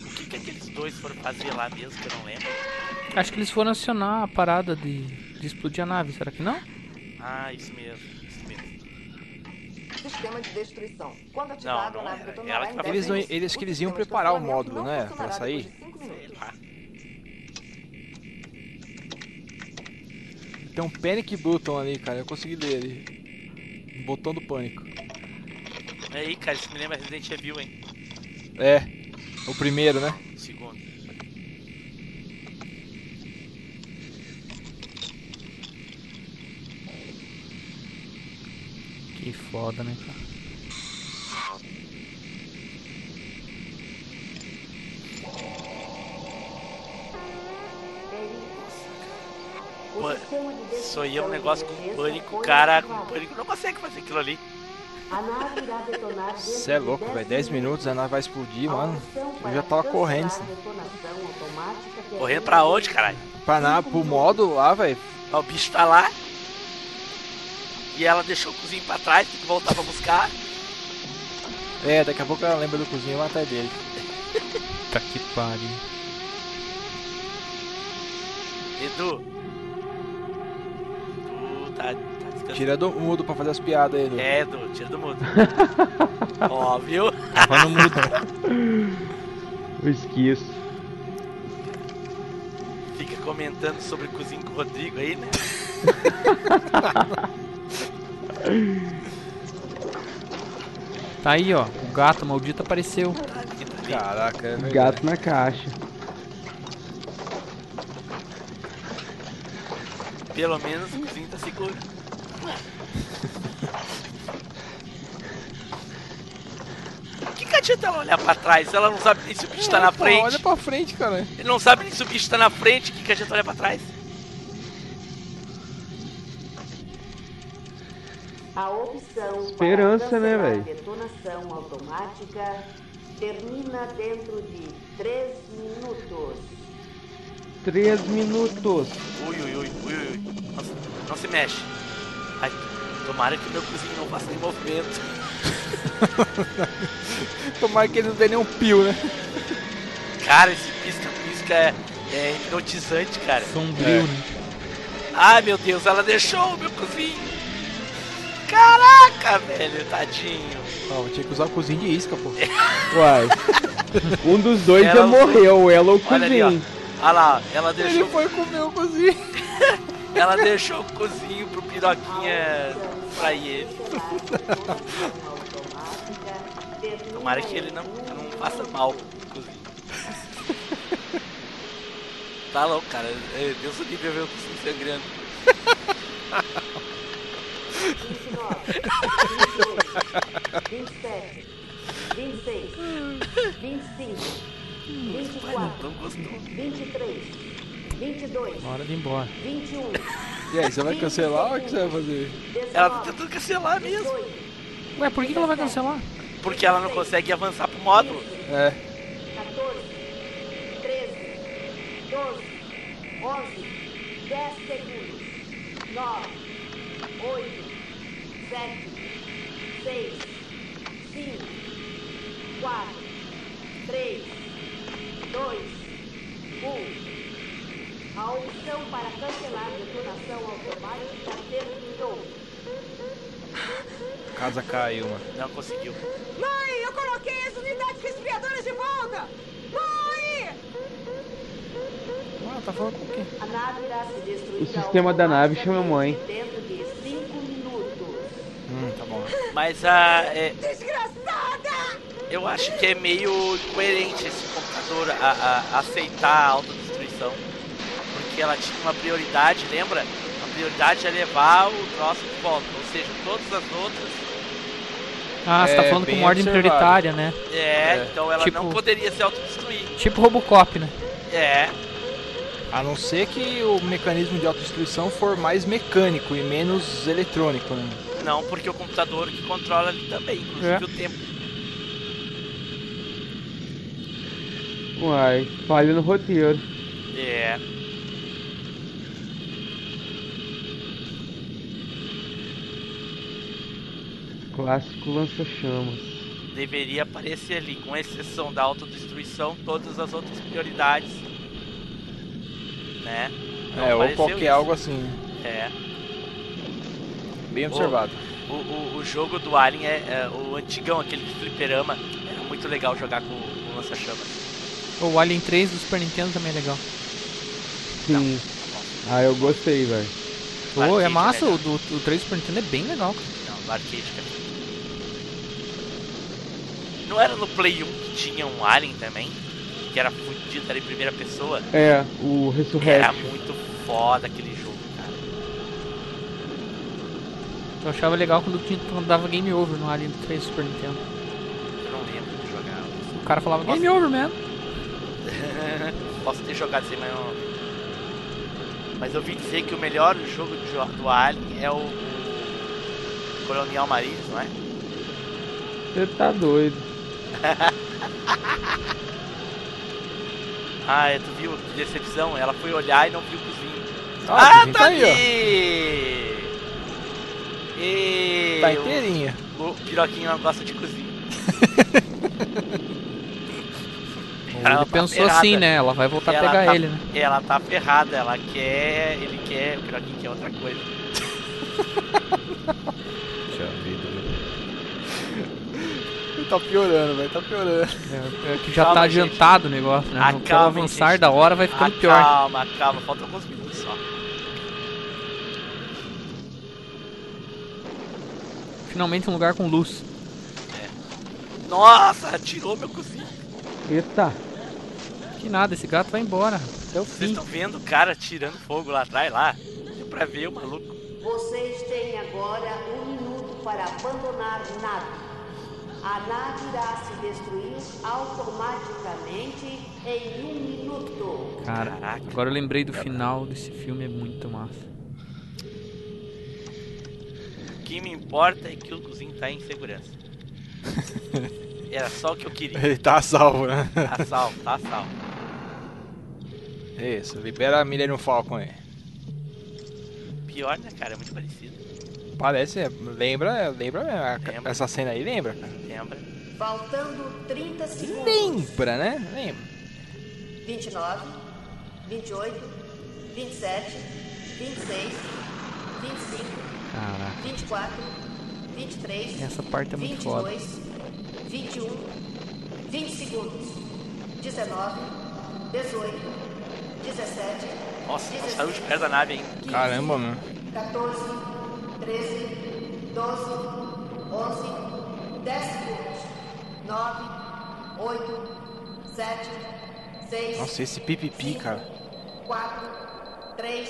B: O que, que aqueles dois foram fazer lá mesmo que eu não lembro?
C: Acho que eles foram acionar a parada de, de explodir a nave, será que não?
B: Ah, isso mesmo. Isso mesmo.
S: Sistema de destruição. Quando
B: Não,
S: ativado,
B: não
S: a nave
B: é.
S: detonará
B: Ela que
S: em
B: tá
S: 10
E: Eles, não,
S: minutos.
E: eles que eles iam
S: O
E: preparar o
S: sistema de
E: módulo, né?
S: funcionamento
E: Pra
S: não funcionará
E: sair.
S: depois de cinco minutos.
E: Tem um panic button ali, cara. Eu consegui ler ali. O Botão do pânico.
B: E É aí, cara, isso me lembra Resident Evil, hein?
E: É. O primeiro, né?
B: Segundo.
C: Que foda, né, cara?
B: Pô, Sou eu um negócio com pânico, cara. Com pânico não consegue fazer aquilo ali.
S: A nave irá detonar dentro
E: Cê é
S: de
E: louco, velho. 10 minutos a nave vai explodir, mano. Eu já tava correndo. assim. cê.
B: Correndo pra onde, caralho?
E: Pra na, pro módulo lá, velho.
B: Ó, O bicho tá lá. E ela deixou o cozinho pra trás, tem que voltar pra buscar.
E: É, daqui a pouco ela lembra do cozinho e vai atrás dele.
C: Tá que pariu.
B: Edu. Tu tá, tá descansando.
E: Tira do mudo pra fazer as piadas aí, Edu.
B: É, Edu, tira do mudo. Ó, viu?
C: Tava no mudo.
D: Eu esqueço.
B: Fica comentando sobre cozinho com o Rodrigo aí, né?
C: Tá aí, ó. O gato maldito apareceu.
E: Caraca, é verdade.
D: Gato na caixa.
B: Pelo menos o cozinho tá seguro. O que, que adianta ela olhar pra trás? Ela não sabe nem se o bicho tá na
E: É, Pô, Olha
B: frente.
E: pra frente, cara.
B: Ele não sabe nem se o bicho tá na frente. O que, que adianta olhar pra trás?
S: A opção
D: Esperança,
S: para cancelar
D: né, véi?
S: a Detonação automática termina dentro de 3 minutos.
D: Três minutos.
B: Ui, ui, ui, ui, ui. Não, se- não se mexe. Ai, tomara que o meu cozinho não faça nenhum movimento.
E: Tomara que ele não dê nenhum pio, né?
B: Cara, esse pisca-pisca é, é hipnotizante, cara.
E: É.
C: Sombrio, né?
B: Ai, meu Deus, ela deixou o meu cozinho. Caraca, velho, tadinho.
E: Ó, tinha que usar o cozinho de isca, pô.
D: Uai. Um dos dois
B: Ela
D: já
B: usou-
D: morreu, ela ou o
B: Olha ali, ó.
D: cozinho.
B: Olha lá, ela deixou,
E: foi comer o cozinho.
B: Ah, ela deixou o cozinho pro piroquinha pra ele. Tomara que ele não, não
S: um
B: faça mal pro cozinho. Tá louco, cara. É, Deus o livre eu ver o cozinho sangrando.
C: Hora de ir embora.
S: um.
E: E aí, você vai cancelar ou o que você vai fazer?
B: Ela tá tentando cancelar mesmo.
C: Ué, por que, que ela vai cancelar?
B: Porque ela não consegue avançar pro módulo.
E: É.
S: 12, 11, 10 segundos. 9, 8, 7, 6, 5, 4, 3, 2, 1. A opção para cancelar a detonação automática termina.
E: casa caiu, mano.
B: Não conseguiu.
M: Mãe, eu coloquei as unidades respiradoras de volta! Mãe!
C: Ah, tá falando com quem?
S: A nave irá se destruir
D: O sistema da nave chama mãe.
S: dentro de cinco minutos.
E: Hum, tá bom.
B: Mas a. é,
M: Desgraçada!
B: eu acho que é meio incoerente esse computador a, a- aceitar a autodestruição. Porque ela tinha uma prioridade, lembra? A prioridade é levar o troço de volta. Ou seja, todas as outras.
C: Ah, você tá
B: É,
C: falando com
B: bem
C: uma ordem
B: observado.
C: prioritária, né?
B: É, então ela
C: Tipo-
B: não poderia se autodestruir.
C: Tipo Robocop, né?
B: É.
E: A não ser que o mecanismo de autodestruição for mais mecânico e menos eletrônico, né?
B: Não, porque o computador que controla ali também, inclusive
E: É.
B: o tempo.
D: Uai, falha no roteiro.
B: É.
D: Clássico lança-chamas.
B: Deveria aparecer ali, com exceção da autodestruição, todas as outras prioridades. Né? Não
E: é, ou
B: apareceu
E: qualquer
B: isso.
E: algo assim.
B: É.
E: Bem
B: Ô,
E: observado.
B: O, o, o jogo do Alien é, é o antigão, aquele de fliperama. Era muito legal jogar com, com lança-chamas.
C: O Alien 3 do Super Nintendo também é legal.
D: Sim. Ah, eu gostei, velho.
C: Pô, é massa, o do, do 3 do Super Nintendo é bem legal. cara.
B: Não, no arcade, cara. Não era no Play 1 que tinha um Alien também? Que era fudido, era em primeira pessoa?
D: É, o
B: Era
D: Resurrection.
B: muito foda aquele jogo, cara.
C: Eu achava legal quando, tinha, quando dava game over no Alien do 3 do Super Nintendo.
B: Eu não lembro de jogar. isso.
C: O cara falava
B: Posso-
C: game over, man.
B: Posso ter jogado sem mas não. Mas eu vim dizer que o melhor jogo de jo- do Alien é o Colonial Marines, não é?
D: Você tá doido.
B: ah, é, tu viu? Que decepção. Ela foi olhar e não viu o cozinho.
E: Ah, o cozinho tá aí, ó.
B: aqui! E...
E: Tá inteirinha.
B: O, o piroquinho não gosta de cozinho.
C: Ele pensou assim, né? Ela vai voltar a
B: tá Ela
C: pegar
B: tá-
C: ele, né?
B: Ela tá ferrada, ela quer. Ele quer. O piroquinho quer outra coisa.
E: Puxa vida, velho. Tá piorando, velho, tá piorando.
C: É, é que já tá adiantado o negócio, né? Não Pelo
B: Acalma,
C: avançar
B: gente.
C: da hora vai ficando pior.
B: Ah, Calma, calma, faltam alguns minutos só.
C: Finalmente um lugar com luz.
B: É. Nossa, tirou meu cozinho.
D: Eita.
C: Que nada, esse gato vai embora. Até É o
B: Vocês
C: fim.
B: estão vendo o cara tirando fogo lá atrás lá? Deu pra ver o maluco.
S: Vocês têm agora um minuto para abandonar a nave. A nave irá se destruir automaticamente em um minuto.
C: Cara, agora eu lembrei do final desse filme, é muito massa.
B: O que me importa é que o cozinho tá em segurança. Era só o que eu queria.
E: Ele tá a salvo, né?
B: Tá salvo, tá salvo.
E: Isso, libera a Millennium Falcon aí.
B: Pior, né, cara? É muito parecido.
E: Parece, é, lembra, lembra mesmo. a-
B: Lembra.
E: Essa cena aí lembra, cara?
B: Lembra?
S: Faltando 30 segundos.
E: Lembra, né? Lembra.
S: 29, 28, 27, 26, 25,
C: Caraca.
S: 24, 23.
C: Essa parte é muito
S: 22,
C: foda.
S: 21, 20 um, segundos. 19, 18, 17,
B: Nossa, não saiu de perto da nave ainda.
E: Caramba, mano.
S: 14, 13, 12, 11, 10 segundos. 9, 8, 7, 6,
E: Nossa, esse pipipi, cara.
S: 4, 3,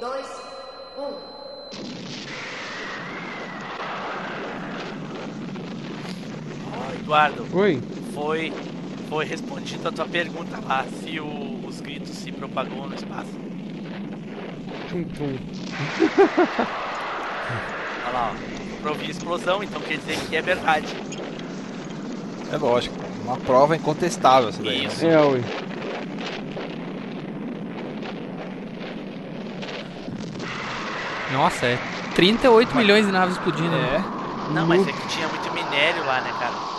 S: 2, 1.
B: Ó, Eduardo,
D: Oi.
B: foi, foi respondido a tua pergunta lá, se o- os gritos se propagou no espaço.
D: Tum, tum.
B: Olha lá, ó. Eu ouvi explosão, então quer dizer que é verdade.
E: É lógico, uma prova incontestável essa daí. né?
D: É, ui.
C: Nossa, é 38 milhões de naves explodindo. né?
E: É.
B: Não, mas é que tinha muito minério lá, né, cara?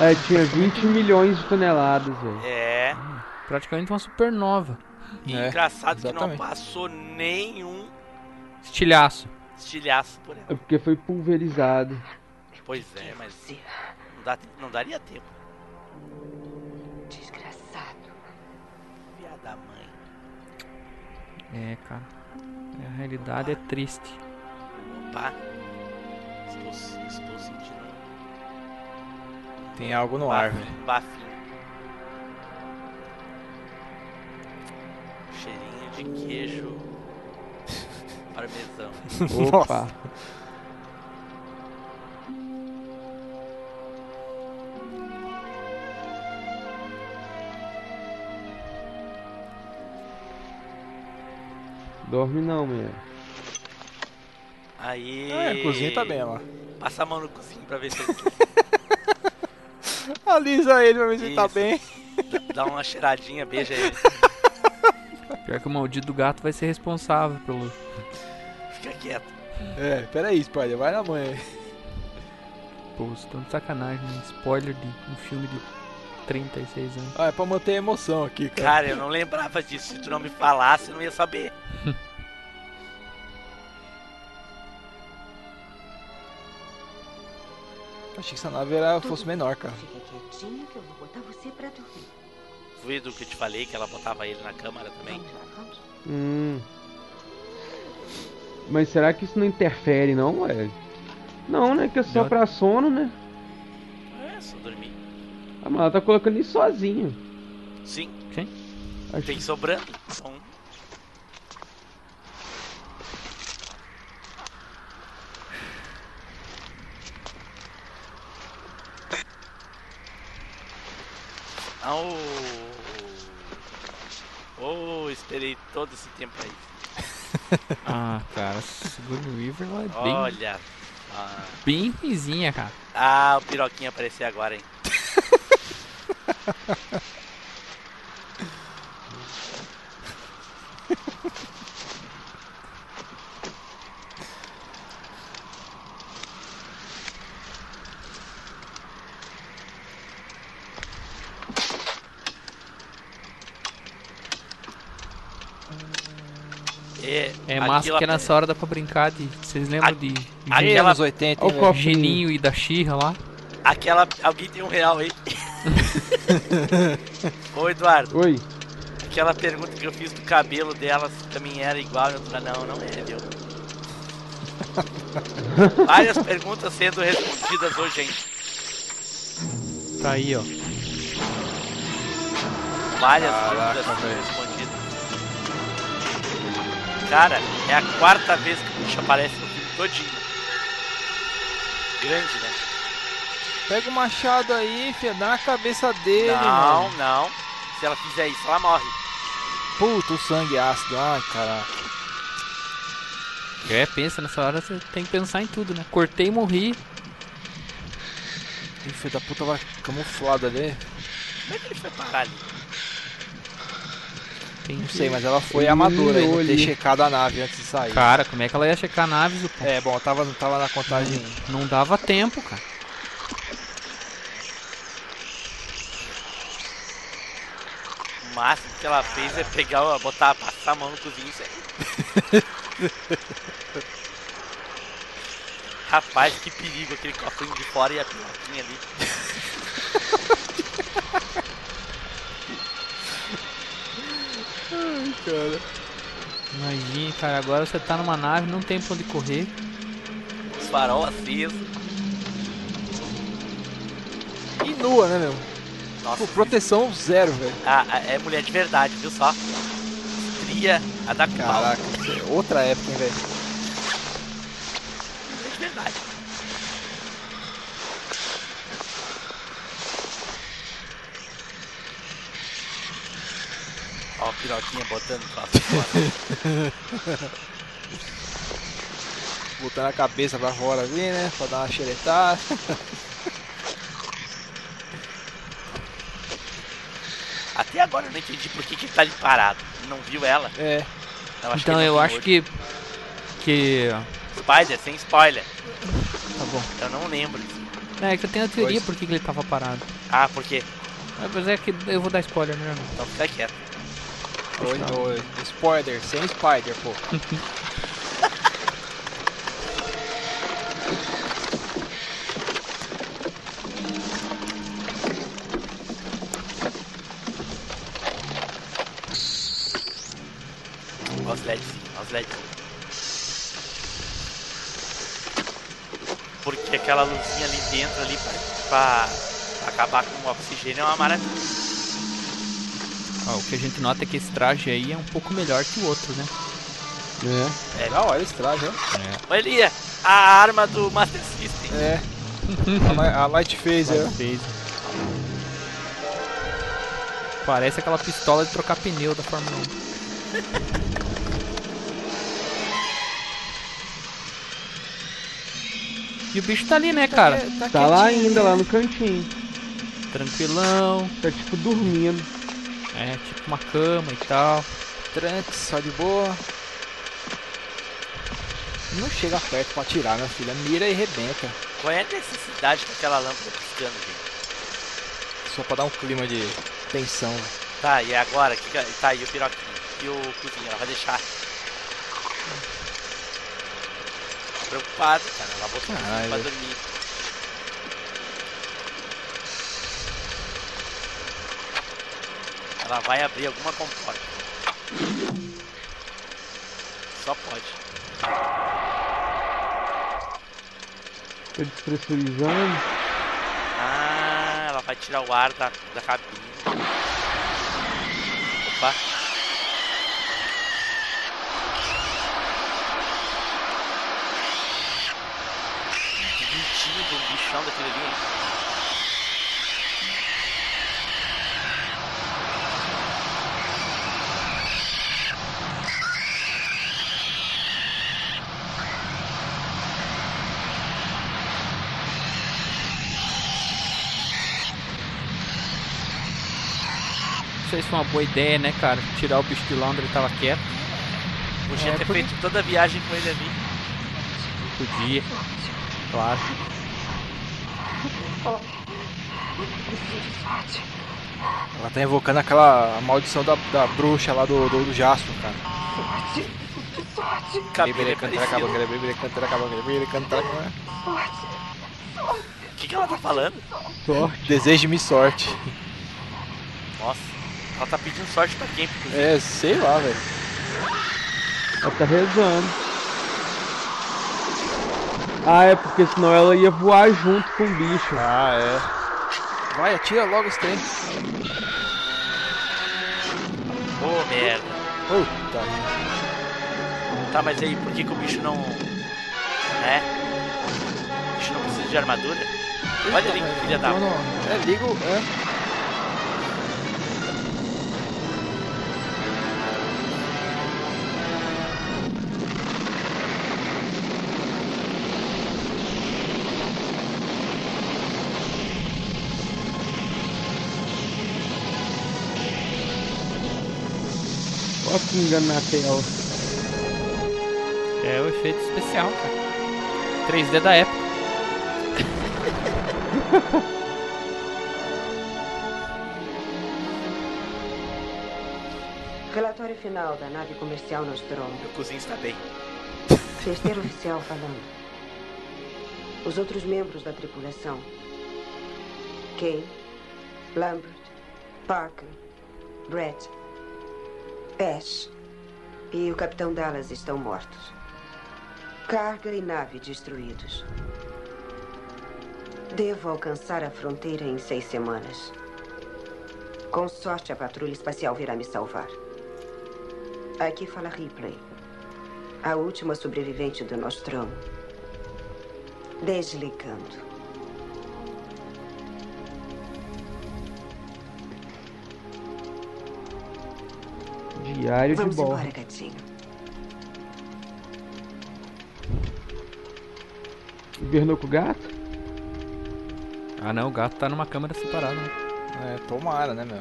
D: É, tinha 20 milhões de toneladas, velho.
B: É.
C: Hum, Praticamente uma supernova. É.
B: E engraçado que não passou nenhum
C: Estilhaço.
B: estilhaço por ela.
D: É porque foi pulverizado.
B: Pois é, mas não, dá- não daria tempo.
S: Desgraçado.
B: Filha da mãe.
C: É, cara. A realidade é triste.
B: Opa. Estou, estou sentindo
E: Tem algo no ar, velho.
B: um bafinho. Cheirinho de queijo. Parmesão.
D: Opa. Dorme não, mulher.
B: Aí.
E: É, a cozinha tá bem lá.
B: Passa a mão no cozinho pra ver se ele
E: Alisa ele pra ver se ele tá
B: Isso.
E: bem.
B: Dá- Dá uma cheiradinha, beija ele.
C: Pior que o maldito do gato vai ser responsável pelo.
B: Fica quieto.
E: É, peraí, spoiler, vai na mãe aí.
C: Pô, isso tá de sacanagem, né? Spoiler de um filme de 36 anos.
E: Ah, é pra manter a emoção aqui, cara.
B: Cara, eu não lembrava disso. Se tu não me falasse, eu não ia saber.
E: Achei que essa nave era, fosse menor, cara.
S: Fica quietinho que eu vou botar você pra dormir.
B: Foi do que eu te falei que ela botava ele na câmara também?
D: Hum. Mas será que isso não interfere, não, ué? Não, né? Que é só
C: Não.
D: pra sono, né?
B: É, só dormir.
D: Ah, mas ela tá colocando isso sozinha.
B: Sim.
C: Sim.
D: Acho-
B: Tem sobrando. Só um. Au. Oh, esperei todo esse tempo aí.
C: Ah, cara, segundo o Weaver ela é bem,
B: Olha. Ah.
C: bem ruizinha, cara.
B: Ah, o piroquinho apareceu agora, hein? É,
C: É
B: aquilo
C: massa porque
B: apare-
C: nessa hora dá pra brincar de. Vocês lembram de.
B: aquela- Anos
E: 80,
C: o
E: hein, velho?
C: Geninho e da Xirra lá?
B: Aquela. Alguém tem um real aí? Ô Eduardo,
D: Oi.
B: aquela pergunta que eu fiz do cabelo dela se também era igual e outra não, não é, viu? Várias perguntas sendo respondidas hoje, hein?
C: Tá aí, ó.
B: Várias dúvidas sendo respondidas. Cara, é a quarta vez que o bicho aparece no filme todinho. Grande, né?
E: Pega o machado aí, filha, dá na cabeça dele,
B: não,
E: mano.
B: não. Se ela fizer isso, ela morre.
E: Puta, o sangue ácido, ai, caraca.
C: É, pensa nessa hora, você tem que pensar em tudo, né? Cortei e morri.
E: Ih, filho da puta, vai camuflado ali.
B: Como é que ele foi parar ali?
C: Tem
E: Não
C: que-
E: sei, mas ela foi amadora aí, não
C: olhe.
E: ter checado a nave antes de sair.
C: Cara, como é que ela ia checar a nave, Zucão?
E: É, bom, tava, tava na contagem. um.
C: Não dava tempo, cara.
B: O máximo que ela fez é pegar, botar, passar a mão no cozinho e sair. Rapaz, que perigo aquele cofrinho de fora e a pilotinha ali.
E: Ai, cara.
C: Imagina, cara, agora você tá numa nave, não tem pra onde correr.
B: Os farol aceso.
E: E nua, né, meu?
B: Nossa,
E: Pô, proteção zero, velho.
B: a- a- é mulher de verdade, viu só? Tria a da com pau.
E: Caraca, isso é outra época, hein, velho.
B: Mulher de verdade. Ó, a piroquinha botando o troço fora.
E: Botando a cabeça pra fora ali, né? Pra dar uma xeretada.
B: Até agora eu não entendi por que, que ele tá ali parado. Ele Não viu ela.
E: É.
B: Eu acho que
C: então
B: ele não
C: eu
B: tem
C: acho
B: olho.
C: que. Que.
B: Spider, sem spoiler.
C: Tá bom.
B: Eu não lembro.
C: É que eu tenho a teoria
B: Pois.
C: por que que ele tava parado.
B: Ah, por quê?
C: Mas é que eu vou dar spoiler melhor não.
B: Então fica quieto.
E: Oi, oi. Spoiler, sem spider, pô.
B: os LEDzinhos, os LEDzinhos. Porque aquela luzinha ali dentro ali pra, pra acabar com o oxigênio é uma maravilha.
C: Ó, o que a gente nota é que esse traje aí é um pouco melhor que o outro, né?
B: É.
E: É. Da hora esse traje, né?
B: Olha ali, a arma do Master System.
E: É. A li- a Light Phaser.
C: Light Parece aquela pistola de trocar pneu da Fórmula 1. E o bicho tá né? ali, né, cara?
D: Tá, lá ainda, lá no cantinho.
C: Tranquilão.
D: Tá tipo dormindo.
C: É, tipo uma cama e tal.
E: Tranks, só de boa. Não chega perto pra atirar, minha filha. Mira e rebenta.
B: Qual é a necessidade com aquela lâmpada piscando, gente?
E: Só pra dar um clima de tensão.
B: Tá, e agora? Que, que- tá, e o piroquinho? E o cozinho? Ela vai deixar. Tá Preocupado, cara. Ela botou o cozinho
E: Caralho.
B: pra dormir. Ela vai abrir alguma comporta. Só pode.
D: Tá despressurizando.
B: Ah, ela vai tirar o ar da, da cabine. Opa. Que bonitinho do bichão daquele ali, hein?
C: Não sei se foi uma boa ideia, né, cara? Tirar o bicho de lá onde ele tava quieto.
B: Podia
C: É,
B: ter
C: porque-
B: feito toda a viagem com ele ali.
C: Podia. Claro.
E: Ela tá invocando aquela maldição da, da bruxa lá do, do, do Jasper, cara. Bebere, cantara,
B: parecido.
E: cabangueira, bebere, cantara, cabangueira, bebere, cantara, cabangueira.
B: O que, que ela tá falando?
E: Deseje-me sorte.
B: Nossa, ela tá pedindo sorte pra quem? Porque
E: É, sei lá, velho.
D: Ela tá rezando. Ah, é porque senão ela ia voar junto com o bicho.
E: Ah, é. Vai, atira logo esse trem.
B: Ô merda. Tá, mas aí por que, que o bicho não. É? O bicho não precisa de armadura? Olha ali que filha da.
E: Não, não. É, liga o... É.
D: Ó, pingando na tela.
C: É o efeito especial, cara. 3D da época.
L: Relatório final da nave comercial Nostromo.
B: O cozinho está bem.
L: Terceiro oficial falando. Os outros membros da tripulação. Kane, Lambert, Parker, Brett, Ash e o Capitão Dallas estão mortos. Carga e nave destruídos. Devo alcançar a fronteira em seis semanas. Com sorte, a patrulha espacial virá me salvar. Aqui fala Ripley. A última sobrevivente do Nostromo. Desligando.
D: Diário
L: Vamos
D: de bordo.
L: embora, gatinho.
D: Hibernou com o gato?
C: Ah não, o gato tá numa câmera separada, né?
E: É, tomara, né, meu?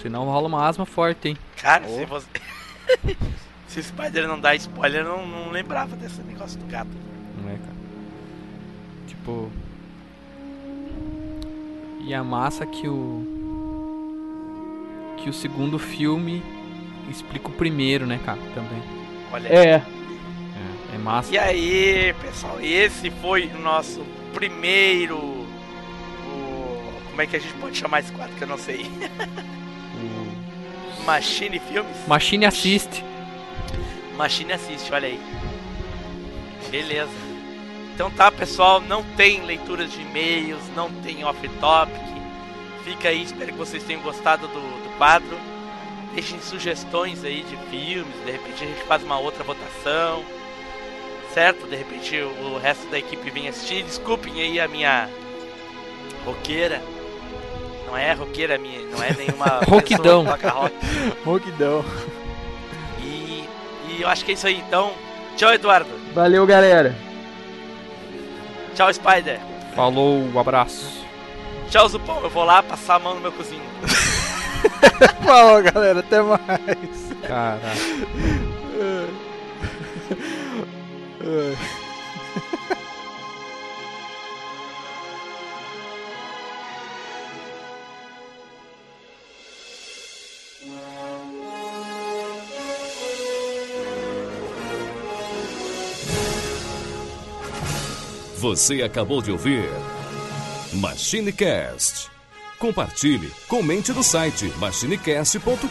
C: Senão rola uma asma forte, hein?
B: Cara, se você. se o Spider não dá spoiler, eu não, não lembrava desse negócio do gato.
C: Não é, cara. Tipo. E a massa que o. Que o segundo filme explica o primeiro, né, cara? Também.
B: Olha
D: É.
C: É, é massa.
B: E aí, pessoal, esse foi o nosso primeiro. o- Como é que a gente pode chamar esse quadro que eu não sei? Machine Filmes?
C: Machine assiste.
B: Machine assiste, olha aí. Beleza. Então tá, pessoal, não tem leituras de e-mails, não tem off-topic. Fica aí, espero que vocês tenham gostado do, do quadro. Deixem sugestões aí de filmes, de repente a gente faz uma outra votação. Certo? De repente o resto da equipe vem assistir. Desculpem aí a minha roqueira. Não é roqueira minha, não é nenhuma.
C: Roquidão.
G: Roquidão.
B: E, e eu acho que é isso aí, então. Tchau, Eduardo.
D: Valeu, galera.
B: Tchau, Spider.
C: Falou, um abraço.
B: Tchau, Zupão. Eu vou lá passar a mão no meu cozinho.
G: Falou, galera. Até mais.
C: Caraca.
G: É.
A: Você acabou de ouvir MachineCast. Compartilhe, comente no site machinecast.com.br.